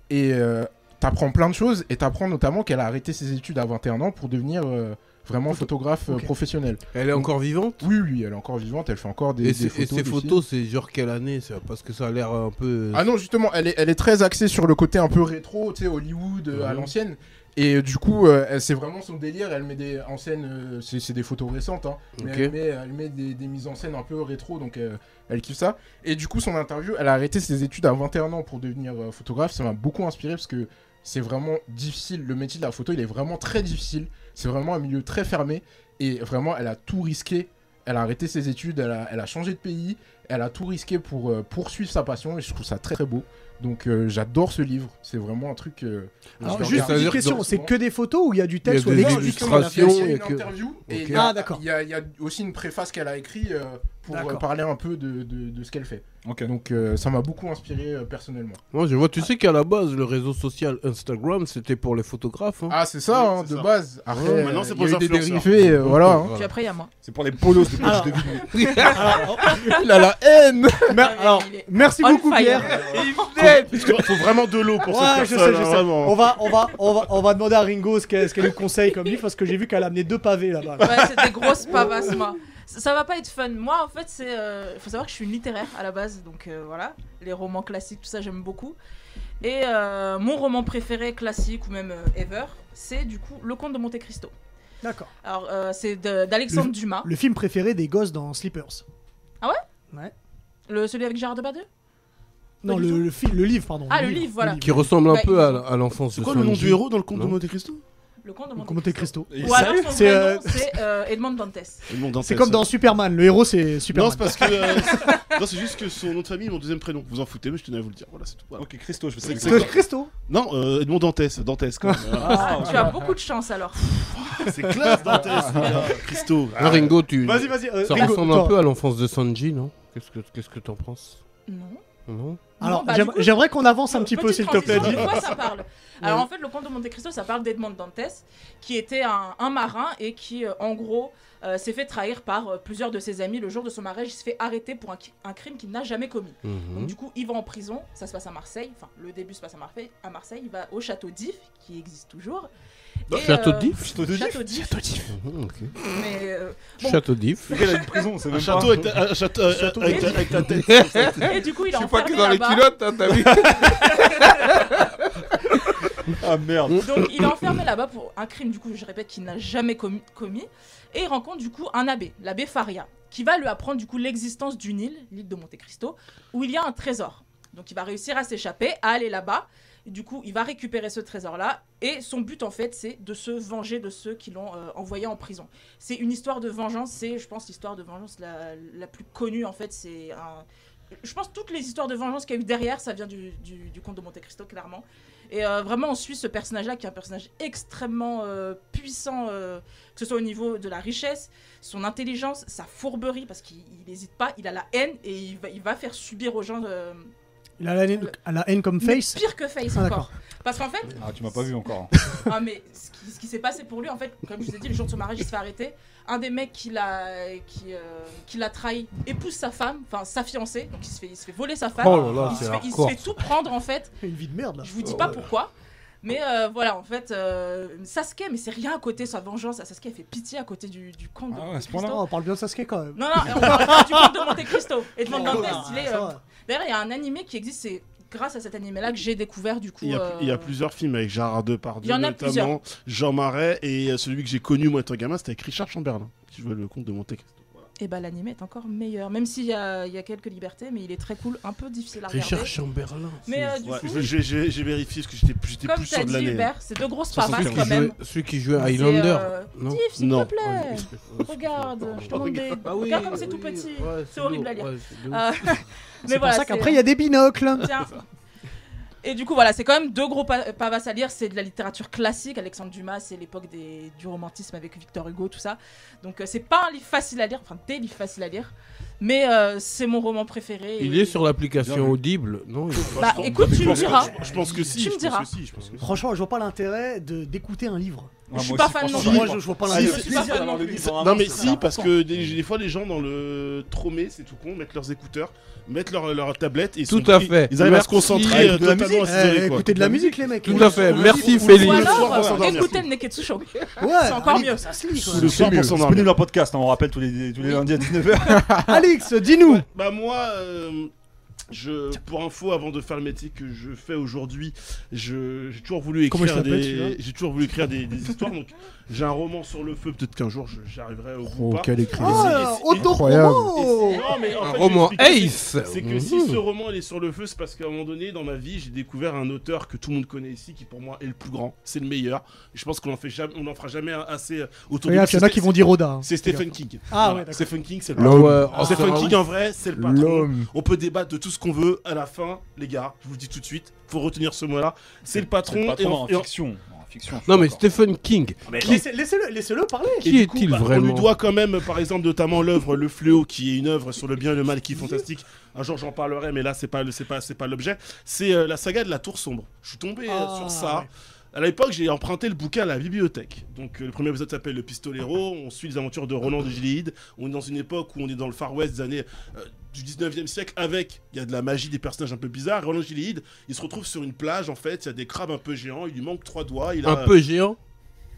Speaker 7: Et euh, t'apprends plein de choses. Et t'apprends notamment qu'elle a arrêté ses études à 21 ans pour devenir. euh, Vraiment photographe euh,
Speaker 1: Ok.
Speaker 7: professionnelle.
Speaker 3: Elle est encore vivante
Speaker 7: Oui, oui, elle est encore vivante, elle fait encore des,
Speaker 3: Et,
Speaker 7: des
Speaker 3: c'est-
Speaker 7: photos.
Speaker 3: et ces
Speaker 7: des
Speaker 3: photos, c'est genre quelle année ça Parce que ça a l'air un peu.
Speaker 7: Ah non, justement, elle est, elle est très axée sur le côté un peu rétro, tu sais, Hollywood euh, à
Speaker 3: Mhm.
Speaker 7: l'ancienne. Et euh, du coup, euh, elle- c'est vraiment son délire. Elle met des en scène, euh, c'est c'est des photos récentes, hein, mais
Speaker 3: euh, Ok.
Speaker 7: elle met, elle met des, des mises en scène un peu rétro, donc euh, elle kiffe ça. Et du coup, son interview, elle a arrêté ses études à 21 ans pour devenir euh, photographe. Ça m'a beaucoup inspiré parce que c'est vraiment difficile. Le métier de la photo, il est vraiment très difficile. C'est vraiment un milieu très fermé. Et vraiment, elle a tout risqué. Elle a arrêté ses études, elle a, elle a changé de pays, elle a tout risqué pour euh, poursuivre sa passion et je trouve ça très très beau. Donc euh, j'adore ce livre, c'est vraiment un truc. euh,
Speaker 1: Alors,
Speaker 7: je le
Speaker 1: juste
Speaker 7: regarde.
Speaker 3: ça veut
Speaker 1: une
Speaker 3: dire
Speaker 1: question,
Speaker 3: que-
Speaker 1: c'est que euh, des photos ou il y a du texte
Speaker 3: des
Speaker 1: ou
Speaker 7: Non,
Speaker 1: des
Speaker 7: justement, elle a fait-
Speaker 3: illustrations
Speaker 7: il y a une
Speaker 3: et que-
Speaker 7: interview et
Speaker 3: Ok.
Speaker 7: il y a-
Speaker 1: Ah, *laughs* d'accord.
Speaker 7: il y, a- il y a aussi une préface qu'elle a écrite euh, pour euh,
Speaker 1: D'accord.
Speaker 7: parler un peu de, de- de ce qu'elle fait.
Speaker 2: Ok.
Speaker 7: Donc euh, ça m'a beaucoup inspiré euh, personnellement.
Speaker 3: Moi, je vois, tu sais qu'à la base, le réseau social Instagram, c'était pour les photographes. hein.
Speaker 7: Ah c'est ça,
Speaker 4: Oui,
Speaker 7: hein,
Speaker 4: c'est
Speaker 7: de
Speaker 4: ça.
Speaker 7: base. Après,
Speaker 4: Ouais,
Speaker 7: euh,
Speaker 4: maintenant, c'est
Speaker 7: il y
Speaker 4: pour
Speaker 7: a
Speaker 4: les
Speaker 7: eu des
Speaker 4: influenceurs.
Speaker 7: dérivés, euh, voilà. hein.
Speaker 5: Puis après, il y a moi.
Speaker 2: C'est pour les polos de couche
Speaker 1: Alors-
Speaker 2: de vidéo.
Speaker 3: *laughs*
Speaker 1: Ah,
Speaker 7: Il a la haine.
Speaker 1: *laughs* Mer- alors,
Speaker 5: Il est
Speaker 1: merci
Speaker 5: on
Speaker 1: beaucoup,
Speaker 5: fire.
Speaker 1: Pierre. *laughs*
Speaker 4: Parce que faut vraiment de l'eau pour
Speaker 1: Ouais,
Speaker 4: cette
Speaker 1: je sais,
Speaker 4: personne,
Speaker 1: je
Speaker 4: hein,
Speaker 1: sais. Oh.
Speaker 4: vraiment.
Speaker 1: On va, on va, on va, on va demander à Ringo ce qu'elle, ce qu'elle nous conseille comme livre parce que j'ai vu qu'elle a amené deux pavés là-bas. là.
Speaker 5: Ouais, c'est des grosses pavasses, moi. Ça, ça va pas être fun. Moi, en fait, c'est. euh, faut savoir que je suis une littéraire à la base, donc euh, voilà. Les romans classiques, tout ça, j'aime beaucoup. Et euh, mon roman préféré classique ou même euh, ever, c'est du coup Le Comte de Monte Cristo.
Speaker 1: *laughs* D'accord.
Speaker 5: Alors, euh, c'est de- d'Alexandre
Speaker 1: Le-
Speaker 5: Dumas.
Speaker 1: Le film préféré des gosses dans Slippers.
Speaker 5: Le, celui avec Gérard Depardieu
Speaker 1: Non,
Speaker 5: du
Speaker 1: le,
Speaker 5: tout.
Speaker 1: le film, le livre, pardon.
Speaker 5: Ah, le livre, voilà.
Speaker 3: Qui ressemble un
Speaker 5: Bah,
Speaker 3: peu hein. à, à l'enfance
Speaker 4: C'est
Speaker 3: de
Speaker 4: quoi le nom
Speaker 3: Sanji.
Speaker 4: du héros dans le conte de
Speaker 3: Non.
Speaker 4: Monte Cristo
Speaker 5: Le Comte de
Speaker 1: Donc,
Speaker 5: Monte
Speaker 1: Monte
Speaker 5: Cristo.
Speaker 1: Cristo.
Speaker 2: Et
Speaker 5: Ou alors, son
Speaker 1: C'est,
Speaker 5: vrai
Speaker 1: euh,
Speaker 5: nom, c'est euh, Edmond Dantes.
Speaker 1: C'est comme dans Superman, le héros c'est
Speaker 4: Non,
Speaker 1: Superman.
Speaker 4: c'est parce que. euh, *laughs* c'est- non, c'est juste que son nom de famille est mon deuxième prénom. Vous en foutez, mais je tenais à vous le dire. Voilà, c'est tout. Voilà.
Speaker 2: Ok, Christo, je sais que
Speaker 1: C'est Christo.
Speaker 4: Non, euh, Edmond Dantès. Dantès,
Speaker 1: *laughs*
Speaker 4: quand même. Voilà.
Speaker 2: Ah,
Speaker 5: Tu as beaucoup de chance alors.
Speaker 4: C'est
Speaker 2: *laughs*
Speaker 4: classe, Dantès. voilà. Christo.
Speaker 3: Ah, Ringo, tu.
Speaker 1: Vas-y, vas-y. euh,
Speaker 3: Ça
Speaker 1: Ringo,
Speaker 3: ressemble
Speaker 1: toi.
Speaker 3: un peu à l'enfance de Sanji, non Qu'est-ce que qu'est-ce que t'en penses
Speaker 5: Non.
Speaker 3: Non
Speaker 1: Alors,
Speaker 5: Bon, bah,
Speaker 1: j'aime-
Speaker 5: du coup,
Speaker 1: j'aimerais qu'on avance un petit peu,
Speaker 5: Petite
Speaker 1: s'il te plaît.
Speaker 5: transition, de quoi ça
Speaker 1: *laughs*
Speaker 5: parle Alors en fait, le comte de Monte Cristo, ça parle d'Edmond Dantes, qui était un, un marin et qui, euh, en gros, euh, s'est fait trahir par euh, plusieurs de ses amis. Le jour de son mariage, il se fait arrêter pour un, qui- un crime qu'il n'a jamais commis. Donc,
Speaker 3: Mhm.
Speaker 5: du coup, il va en prison, ça se passe à Marseille, enfin, le début se passe à Marseille, à Marseille il va au château d'If, qui existe toujours.
Speaker 1: Bah,
Speaker 5: Et,
Speaker 3: Château
Speaker 5: euh,
Speaker 3: d'If
Speaker 5: Château d'If,
Speaker 3: Mhm, ok.
Speaker 5: mais euh, Bon.
Speaker 3: Château d'If.
Speaker 2: Le gars, il a une prison, c'est
Speaker 4: Un
Speaker 2: même
Speaker 4: château
Speaker 2: pas-
Speaker 4: avec ta, un château, euh,
Speaker 1: Château
Speaker 4: avec ta-
Speaker 5: d'If.
Speaker 4: avec ta tête.
Speaker 5: et du coup, il est
Speaker 3: Je sais pas
Speaker 5: enfermé
Speaker 3: que dans les
Speaker 5: là-bas.
Speaker 3: culottes, hein, *laughs* t'as vu
Speaker 2: Ah merde.
Speaker 5: Donc il est enfermé là-bas pour un crime, du coup, je répète, qu'il n'a jamais commis, commis. Et il rencontre du coup un abbé, l'abbé Faria, qui va lui apprendre du coup l'existence d'une île, l'île de Monte Cristo, où il y a un trésor. Donc il va réussir à s'échapper, à aller là-bas. Et Du coup, il va récupérer ce trésor-là. Et son but, en fait, c'est de se venger de ceux qui l'ont euh, envoyé en prison. C'est une histoire de vengeance. C'est, je pense, l'histoire de vengeance la, la plus connue, en fait. C'est un... Je pense toutes les histoires de vengeance qu'il y a eu derrière, ça vient du, du, du comte de Monte Cristo, clairement. Et euh, vraiment, on suit ce personnage-là qui est un personnage extrêmement euh, puissant, euh, que ce soit au niveau de la richesse, son intelligence, sa fourberie, parce qu'il n'hésite pas, il a la haine et il va, il va faire subir aux gens euh,
Speaker 1: Il a la haine, elle a la haine comme
Speaker 5: mais
Speaker 1: face.
Speaker 5: pire que Face
Speaker 1: Ah, d'accord.
Speaker 5: encore. Parce qu'en fait,
Speaker 2: Ah, tu m'as pas vu encore.
Speaker 5: ah, mais ce qui, ce qui s'est passé pour lui, en fait, comme je vous ai dit, le jour de son mariage, il se fait arrêter. Un des mecs qui l'a qui, euh, qui l'a trahi épouse sa femme, enfin sa fiancée, donc il se fait, il se fait voler sa femme.
Speaker 3: Oh là là,
Speaker 5: il, se
Speaker 3: c'est
Speaker 5: fait, il se
Speaker 3: hardcore.
Speaker 5: fait tout prendre en fait.
Speaker 1: Une vie de merde là.
Speaker 5: Je
Speaker 4: Oh
Speaker 5: vous dis pas pourquoi. Mais euh, voilà, en fait, euh, Sasuke, mais c'est rien à côté, sa vengeance à Sasuke, elle fait pitié à côté du, du comte de
Speaker 2: Ah ouais, à
Speaker 5: Monte
Speaker 2: ce point-là
Speaker 5: Cristo.
Speaker 1: Non, on parle bien de Sasuke quand même.
Speaker 5: Non, non, on parle pas du comte de Monte Cristo. Et de Monte
Speaker 1: Ah,
Speaker 5: Dantes, il est.
Speaker 1: ça
Speaker 5: euh,
Speaker 1: va.
Speaker 5: D'ailleurs, il y a un animé qui existe, c'est grâce à cet animé-là que j'ai découvert du coup. euh,
Speaker 4: Il y, a, il y a plusieurs films avec Gérard Depardieu,
Speaker 5: Il y en a
Speaker 4: notamment Jean Marais, et euh, celui que j'ai connu moi étant gamin, c'était avec Richard Chamberlain, si je veux le compte de Monte Cristo. Voilà.
Speaker 5: Et bah, l'animé est encore meilleur, même s'il y a, il y a quelques libertés, mais il est très cool, un peu difficile à regarder.
Speaker 3: Richard Chamberlain.
Speaker 5: Mais euh, du
Speaker 4: Ouais,
Speaker 5: coup,
Speaker 4: je- je- J'ai j'ai vérifié parce que j'étais plus, j'étais
Speaker 5: comme
Speaker 4: plus
Speaker 5: t'as
Speaker 4: sûr de
Speaker 5: dit,
Speaker 4: l'année.
Speaker 5: Hubert, c'est deux grosses
Speaker 3: Ça, c'est
Speaker 5: pavasses
Speaker 3: celui
Speaker 5: quand
Speaker 3: qui jouait-
Speaker 5: même.
Speaker 3: Celui qui jouait à
Speaker 5: C'est,
Speaker 3: Highlander.
Speaker 5: euh,
Speaker 3: Non.
Speaker 5: Tiff, s'il
Speaker 4: Non.
Speaker 5: te plaît. Regarde, je te montre des. Regarde comme c'est
Speaker 3: Ah
Speaker 5: tout petit. c'est horrible à lire. Euh,
Speaker 1: C'est euh, pour ça qu'après il y a des binocles. *laughs*
Speaker 5: Tiens. *laughs* Et du coup, voilà, c'est quand même deux gros pa- euh, pavas à lire. C'est de la littérature classique. Alexandre Dumas, c'est l'époque des- du romantisme avec Victor Hugo, tout ça. Donc, euh, c'est pas un livre facile à lire, enfin, des livres faciles à lire. Mais euh, c'est mon roman préféré.
Speaker 3: Il
Speaker 5: Et-
Speaker 3: est sur l'application Audible, non il-
Speaker 5: Bah, écoute, tu me
Speaker 4: pense que-
Speaker 5: diras.
Speaker 4: Je pense que si.
Speaker 5: Tu me
Speaker 4: je pense
Speaker 5: diras.
Speaker 4: que si, je pense que si.
Speaker 1: Franchement, je vois pas l'intérêt de d'écouter un livre.
Speaker 5: je suis pas fan non
Speaker 4: franchement,
Speaker 5: plus.
Speaker 1: Moi, je, je vois pas la
Speaker 4: Si,
Speaker 1: raison.
Speaker 4: si,
Speaker 5: si, si,
Speaker 4: Non mais si, parce que des, des fois les gens dans le tromé, c'est tout con, mettent leurs écouteurs, mettent leur, leur tablette et ils
Speaker 3: Tout
Speaker 4: sont-
Speaker 3: à
Speaker 4: ils-
Speaker 3: fait.
Speaker 4: Ils arrivent à
Speaker 3: Merci.
Speaker 4: se concentrer
Speaker 3: Avec
Speaker 4: euh,
Speaker 2: de la
Speaker 4: totalement à
Speaker 1: Eh,
Speaker 4: s'isoler, quoi.
Speaker 1: écoutez de la musique, les mecs.
Speaker 3: Tout à fait. Merci,
Speaker 4: Félix.
Speaker 5: Ou
Speaker 3: Félix.
Speaker 4: soir pour
Speaker 5: alors, euh,
Speaker 4: s'endormir,
Speaker 5: écoutez le Neketsu Show.
Speaker 1: Ouais,
Speaker 5: C'est encore
Speaker 1: Alix,
Speaker 5: mieux,
Speaker 1: ça
Speaker 5: ça.
Speaker 1: se lit, quoi.
Speaker 4: Sous le soir pour s'endormir.
Speaker 2: Disponible en podcast, hein, on rappelle tous les, tous les lundis à 19h.
Speaker 1: Alix, dis-nous.
Speaker 4: Bah moi, euh, je, pour info, avant de faire le métier que je fais aujourd'hui, je- j'ai toujours voulu
Speaker 1: Comment il
Speaker 4: écrire
Speaker 1: s'appelle, celui-là
Speaker 4: des, j'ai toujours voulu écrire des, des histoires. Donc j'ai un roman sur le feu. Peut-être qu'un jour je- j'arriverai au bout. ou pas.
Speaker 7: quel écrit.
Speaker 1: Ah,
Speaker 4: et- Et
Speaker 1: autopromo
Speaker 4: c'est- non, mais en
Speaker 3: Un
Speaker 4: fait,
Speaker 3: roman
Speaker 4: je vais expliquer,
Speaker 3: Ace
Speaker 4: c'est- C'est que si ce roman il est sur le feu, c'est parce qu'à un moment donné dans ma vie, j'ai découvert un auteur que tout le monde connaît ici, qui pour moi est le plus grand, c'est le meilleur. Je pense qu'on en fait jamais, on en fera jamais assez euh, autour. de
Speaker 1: Regarde, il y en a qui vont dire Oda. hein.
Speaker 4: C'est Stephen King.
Speaker 1: Ah
Speaker 4: Voilà.
Speaker 1: ouais, d'accord.
Speaker 4: Stephen King, c'est le patron.
Speaker 7: L'homme.
Speaker 4: Alors, Stephen King en vrai, c'est le patron.
Speaker 7: L'homme.
Speaker 4: On peut débattre de tout ce qu'on veut. À la fin, les gars, je vous le dis tout de suite, faut retenir ce mot-là. C'est le patron.
Speaker 2: Pas
Speaker 4: et on-
Speaker 2: trop en
Speaker 4: et on-
Speaker 2: fiction. En fiction, je suis
Speaker 3: Non mais
Speaker 2: d'accord.
Speaker 3: Stephen King,
Speaker 1: Mais laissez- Laissez-le laissez-le parler.
Speaker 4: et
Speaker 3: qui
Speaker 4: du coup,
Speaker 3: est-il
Speaker 4: bah, On
Speaker 3: vraiment
Speaker 4: lui doit quand même, par exemple, notamment l'œuvre Le Fléau, qui est une œuvre sur le bien et le mal qui est fantastique. Un jour, j'en parlerai, mais là, c'est pas, le- c'est pas, c'est pas l'objet. C'est euh, la saga de la Tour Sombre. Je suis tombé euh,
Speaker 1: Ah,
Speaker 4: sur ça.
Speaker 1: ouais.
Speaker 4: À l'époque, j'ai emprunté le bouquin à la bibliothèque. Donc, euh, le premier épisode s'appelle Le Pistolero. On suit les aventures de Roland de Gilead. On est dans une époque où on est dans le Far West des années euh, du 19e siècle avec, il y a de la magie, des personnages un peu bizarres. Roland Gilead, il se retrouve sur une plage, en fait. Il y a des crabes un peu géants. Il lui manque trois doigts. Il a
Speaker 3: un peu géant.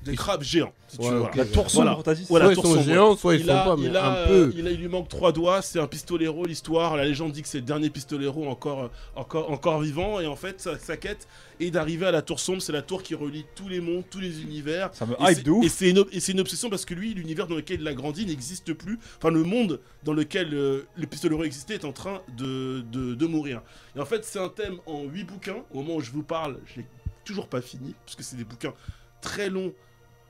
Speaker 4: des crabes géants. si tu
Speaker 3: Ouais,
Speaker 4: veux,
Speaker 3: ok.
Speaker 2: La
Speaker 4: voilà.
Speaker 2: tour sombre,
Speaker 4: Voilà.
Speaker 2: t'as dit c'est
Speaker 4: Voilà,
Speaker 3: soit ils
Speaker 4: tour
Speaker 3: sont
Speaker 4: sombre,
Speaker 3: géants, soit ils
Speaker 4: il
Speaker 3: sont
Speaker 4: a-
Speaker 3: pas, mais
Speaker 4: il a,
Speaker 3: un
Speaker 4: euh,
Speaker 3: peu.
Speaker 4: il a- il lui manque trois doigts, c'est un pistolero l'histoire. La légende dit que c'est le dernier pistolero encore, euh, encore, encore vivant. Et en fait, sa, sa quête est d'arriver à la tour sombre. C'est la tour qui relie tous les mondes, tous les univers.
Speaker 2: Ça me
Speaker 4: Et
Speaker 2: hype
Speaker 4: c'est-
Speaker 2: de ouf.
Speaker 4: Et c'est une, et c'est une obsession parce que lui, l'univers dans lequel il a grandi n'existe plus. Enfin, le monde dans lequel euh, le pistolero existait est en train de, de, de mourir. Et en fait, c'est un thème en 8 bouquins. Au moment où je vous parle, je l'ai toujours pas fini, parce que c'est des bouquins très longs,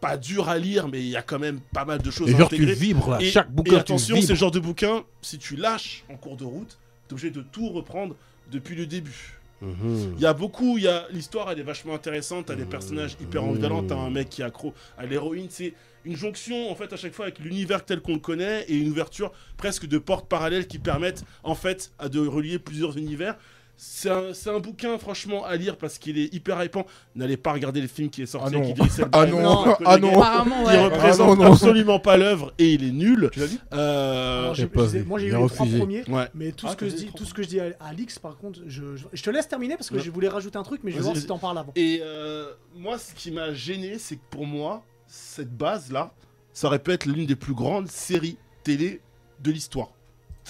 Speaker 4: pas durs à lire, mais il y a quand même pas mal de choses
Speaker 3: Et
Speaker 4: à
Speaker 3: genre tu
Speaker 4: intégrer.
Speaker 3: vibres là,
Speaker 4: Et-
Speaker 3: chaque
Speaker 4: Et
Speaker 3: bouquin tu
Speaker 4: attention, ce
Speaker 3: vibres.
Speaker 4: genre de bouquin, si tu lâches en cours de route, t'es obligé de tout reprendre depuis le début.
Speaker 3: Mhm.
Speaker 4: Il y a beaucoup, il y a l'histoire, elle est vachement intéressante, t'as des personnages hyper
Speaker 3: Mmh.
Speaker 4: ambivalents, t'as un mec qui est accro à l'héroïne, c'est une jonction en fait à chaque fois avec l'univers tel qu'on le connaît et une ouverture presque de portes parallèles qui permettent en fait à de relier plusieurs univers. C'est un, c'est un bouquin franchement à lire parce qu'il est hyper hypant. N'allez pas regarder le film qui est sorti
Speaker 7: Ah non.
Speaker 4: avec Idriss Elba
Speaker 7: Ah
Speaker 4: et
Speaker 7: non,
Speaker 4: Marc
Speaker 7: ah
Speaker 4: Honegger.
Speaker 7: non.
Speaker 5: Apparemment,
Speaker 4: Il
Speaker 5: ouais.
Speaker 4: représente
Speaker 7: Ah non, non.
Speaker 4: absolument pas l'œuvre et il est nul.
Speaker 2: Tu l'as dit
Speaker 4: Euh,
Speaker 1: Alors,
Speaker 3: j'ai
Speaker 1: j'ai-
Speaker 3: pas
Speaker 1: j'ai-
Speaker 3: vu.
Speaker 1: Moi j'ai eu
Speaker 3: Il a
Speaker 1: les trois
Speaker 3: refusé.
Speaker 1: premiers,
Speaker 4: Ouais.
Speaker 1: mais tout
Speaker 2: Ah,
Speaker 1: ce que
Speaker 2: t'as
Speaker 1: je
Speaker 2: dit les
Speaker 1: dis,
Speaker 2: trois
Speaker 1: tout ce que je dis à à Alix, par contre, je, je- je te laisse terminer parce que
Speaker 4: Non.
Speaker 1: je voulais rajouter un truc, mais je vais
Speaker 4: Vas-y,
Speaker 1: voir si
Speaker 4: vas-y.
Speaker 1: t'en parles avant.
Speaker 4: Et euh, moi, ce qui m'a gêné, c'est que pour moi, cette base-là, ça aurait pu être l'une des plus grandes séries télé de l'histoire.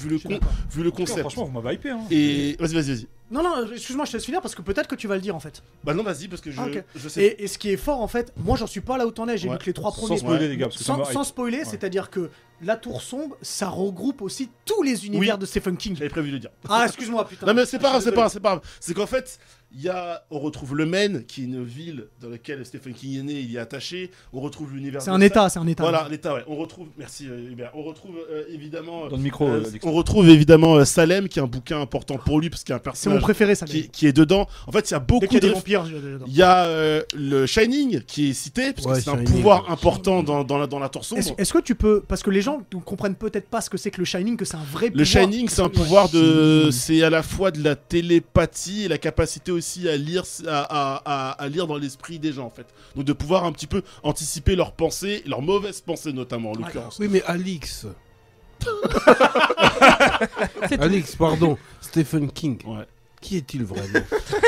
Speaker 4: Vu le,
Speaker 1: Je suis
Speaker 4: con-
Speaker 1: d'accord.
Speaker 4: vu le
Speaker 2: Putain,
Speaker 4: concept.
Speaker 2: Franchement, vous m'avez hypé. Hein.
Speaker 4: Et vas-y, vas-y, vas-y.
Speaker 1: Non, non, excuse-moi, je te laisse finir parce que peut-être que tu vas le dire en fait.
Speaker 4: Bah non, vas-y, parce que je,
Speaker 1: Ah, ok.
Speaker 4: je sais.
Speaker 1: Et, et ce qui est fort en fait, moi j'en suis pas là où t'en es, j'ai
Speaker 4: Ouais.
Speaker 1: lu que les trois
Speaker 2: Sans
Speaker 1: premiers.
Speaker 2: spoiler,
Speaker 4: Ouais.
Speaker 2: les gars, parce que ça
Speaker 1: Sans,
Speaker 2: me hype.
Speaker 1: sans spoiler, c'est-à-dire que la tour sombre, ça regroupe aussi tous les univers
Speaker 4: Oui.
Speaker 1: de Stephen King.
Speaker 4: J'avais prévu de le dire.
Speaker 1: Ah, excuse-moi, putain.
Speaker 4: Non mais c'est pas
Speaker 1: Je
Speaker 4: grave,
Speaker 1: suis
Speaker 4: c'est
Speaker 1: désolé.
Speaker 4: pas grave, c'est pas grave. C'est qu'en fait, il y a, on retrouve le Maine, qui est une ville dans laquelle Stephen King est né, il y est attaché. On retrouve l'univers.
Speaker 1: C'est
Speaker 4: de
Speaker 1: un
Speaker 4: ça.
Speaker 1: état, c'est un état.
Speaker 4: Voilà, l'État, ouais. On retrouve, merci euh, Hubert. On retrouve euh, évidemment. euh,
Speaker 2: Dans le micro,
Speaker 4: euh,
Speaker 2: euh, Alex.
Speaker 4: on retrouve évidemment euh, Salem, qui est un bouquin important pour lui, parce qu'il y a un
Speaker 1: C'est mon
Speaker 4: personnage
Speaker 1: préféré, ça.
Speaker 4: qui,
Speaker 1: Dès
Speaker 4: qui est dedans. En fait, il y a beaucoup
Speaker 1: qu'il y a
Speaker 4: de.
Speaker 1: des
Speaker 4: réf-
Speaker 1: vampires, je- j'adore.
Speaker 4: Il y a euh, le Shining qui est cité, parce que
Speaker 3: Ouais,
Speaker 4: c'est un
Speaker 3: Shining,
Speaker 4: pouvoir
Speaker 3: ouais.
Speaker 4: important dans, dans la, dans la tour sombre.
Speaker 1: Est-ce est-ce que tu peux. Parce que les gens ne comprennent peut-être pas ce que c'est que le Shining, que c'est un vrai
Speaker 4: Le
Speaker 1: pouvoir.
Speaker 4: Shining, c'est un pouvoir de. C'est à la fois de la télépathie et la capacité aussi à lire, à, à- à- à lire dans l'esprit des gens, en fait. Donc de pouvoir un petit peu anticiper leurs pensées, leurs mauvaises pensées notamment,
Speaker 1: Ah,
Speaker 4: en l'occurrence.
Speaker 3: Oui mais *laughs* Alix,
Speaker 5: C'est tout.
Speaker 3: Alix pardon, Stephen King,
Speaker 4: Ouais.
Speaker 3: qui est-il
Speaker 4: *laughs*
Speaker 3: vraiment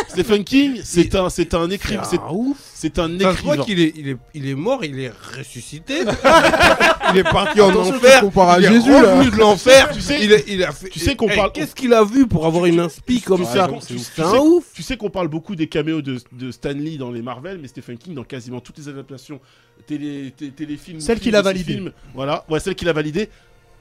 Speaker 4: Stephen King, c'est un, c'est un écrivain.
Speaker 3: C'est
Speaker 4: C'est,
Speaker 3: un ouf.
Speaker 4: c'est un
Speaker 3: Enfin, je crois
Speaker 4: écrivain.
Speaker 3: qu'il est, il est, il est mort, il est ressuscité. il est parti
Speaker 4: *laughs*
Speaker 3: en
Speaker 7: Attention,
Speaker 3: enfer.
Speaker 7: tu compares à
Speaker 3: il est
Speaker 7: Jésus, là.
Speaker 3: revenu de l'enfer.
Speaker 4: Tu sais-
Speaker 3: il est- il a fait-
Speaker 4: tu sais qu'on
Speaker 3: Eh,
Speaker 4: parle-
Speaker 3: Qu'est-ce qu'il a vu pour avoir une inspi comme
Speaker 4: Ouais,
Speaker 3: ça
Speaker 4: j'avoue, c'est ouf.
Speaker 3: C'est
Speaker 4: Tu sais-
Speaker 3: un ouf.
Speaker 4: Tu sais qu'on parle beaucoup des caméos de, de Stan Lee dans les Marvel, mais Stephen King dans quasiment toutes les adaptations télé, té- téléfilms.
Speaker 1: Celle
Speaker 4: films
Speaker 1: qu'il a
Speaker 4: de ses
Speaker 1: validée.
Speaker 4: films, Voilà, ouais, celle qu'il a validée,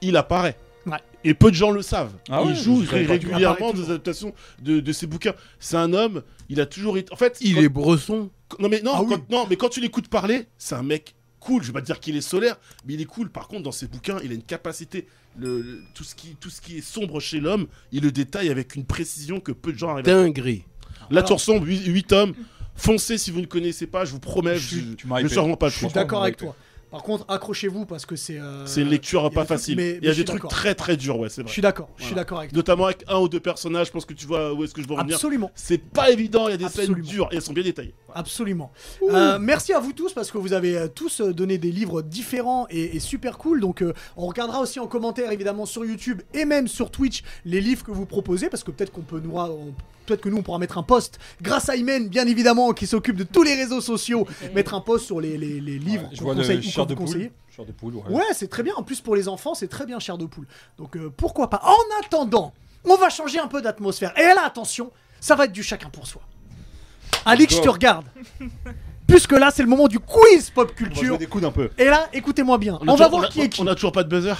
Speaker 4: il apparaît.
Speaker 1: Ouais.
Speaker 4: Et peu de gens le savent.
Speaker 2: Ah
Speaker 4: il
Speaker 2: ouais,
Speaker 4: joue
Speaker 2: je savais
Speaker 4: ré-
Speaker 1: Il apparaît
Speaker 2: pas.
Speaker 4: régulièrement des
Speaker 1: toujours.
Speaker 4: adaptations de, de ses bouquins. C'est un homme, il a toujours été. En fait,
Speaker 3: Il
Speaker 4: quand-
Speaker 3: est bresson.
Speaker 4: quand- non, mais non,
Speaker 1: Ah oui.
Speaker 4: quand, non, mais quand tu l'écoutes parler, c'est un mec cool. Je vais pas te dire qu'il est solaire, mais il est cool. Par contre, dans ses bouquins, il a une capacité. Le, le- tout, ce qui, tout ce qui est sombre chez l'homme, il le détaille avec une précision que peu de gens arrivent à
Speaker 3: Dinguerie.
Speaker 4: la Tour Sombre, 8, tomes. Foncez si vous ne connaissez pas, je vous promets,
Speaker 2: Je suis-
Speaker 4: je,
Speaker 2: tu m'as
Speaker 4: je
Speaker 2: hypé.
Speaker 4: suis vraiment pas le
Speaker 2: Je
Speaker 1: Je
Speaker 4: choix.
Speaker 1: suis d'accord
Speaker 2: Ouais,
Speaker 1: avec
Speaker 2: ouais.
Speaker 1: toi. Par contre, accrochez-vous parce que c'est. euh,
Speaker 4: C'est une lecture
Speaker 1: il y a
Speaker 4: pas
Speaker 1: des trucs-
Speaker 4: facile.
Speaker 1: mais- mais
Speaker 4: Il y a
Speaker 1: je suis
Speaker 4: des trucs
Speaker 1: d'accord.
Speaker 4: très très durs, ouais, c'est
Speaker 1: Je
Speaker 4: vrai.
Speaker 1: suis d'accord, je suis
Speaker 4: Voilà.
Speaker 1: d'accord avec toi.
Speaker 4: Notamment avec un ou deux personnages, je pense que tu vois où est-ce que je veux revenir.
Speaker 1: Absolument.
Speaker 4: C'est pas évident, il y a des scènes
Speaker 1: Absolument.
Speaker 4: dures et elles sont bien détaillées.
Speaker 1: Absolument. Euh, merci à vous tous parce que vous avez euh, tous euh, donné des livres différents et, et super cool. Donc euh, on regardera aussi en commentaire évidemment sur YouTube et même sur Twitch les livres que vous proposez parce que peut-être qu'on peut nous ra- on- peut-être que nous on pourra mettre un post grâce à Imen bien évidemment qui s'occupe de tous les réseaux sociaux mettre un post sur les, les- les livres
Speaker 2: je
Speaker 1: qu'on
Speaker 2: vois
Speaker 1: conseille
Speaker 2: le
Speaker 1: ou qu'on
Speaker 2: chair
Speaker 1: vous
Speaker 2: de poule.
Speaker 1: conseille.
Speaker 2: Chair de poule, ouais.
Speaker 1: Ouais, c'est très bien. En plus, pour les enfants, c'est très bien, cher de poule. Donc, euh, pourquoi pas En attendant, on va changer un peu d'atmosphère. Et là, attention, ça va être du chacun pour soi. Alix, je te
Speaker 2: Go.
Speaker 1: regarde. Puisque là, c'est le moment du quiz pop
Speaker 2: On va
Speaker 1: culture.
Speaker 2: jouer des coudes un peu.
Speaker 1: Et là, écoutez-moi bien.
Speaker 4: a
Speaker 1: On va
Speaker 4: toujours-
Speaker 1: voir
Speaker 4: a-
Speaker 1: qui est qui.
Speaker 4: On a toujours pas de buzzer.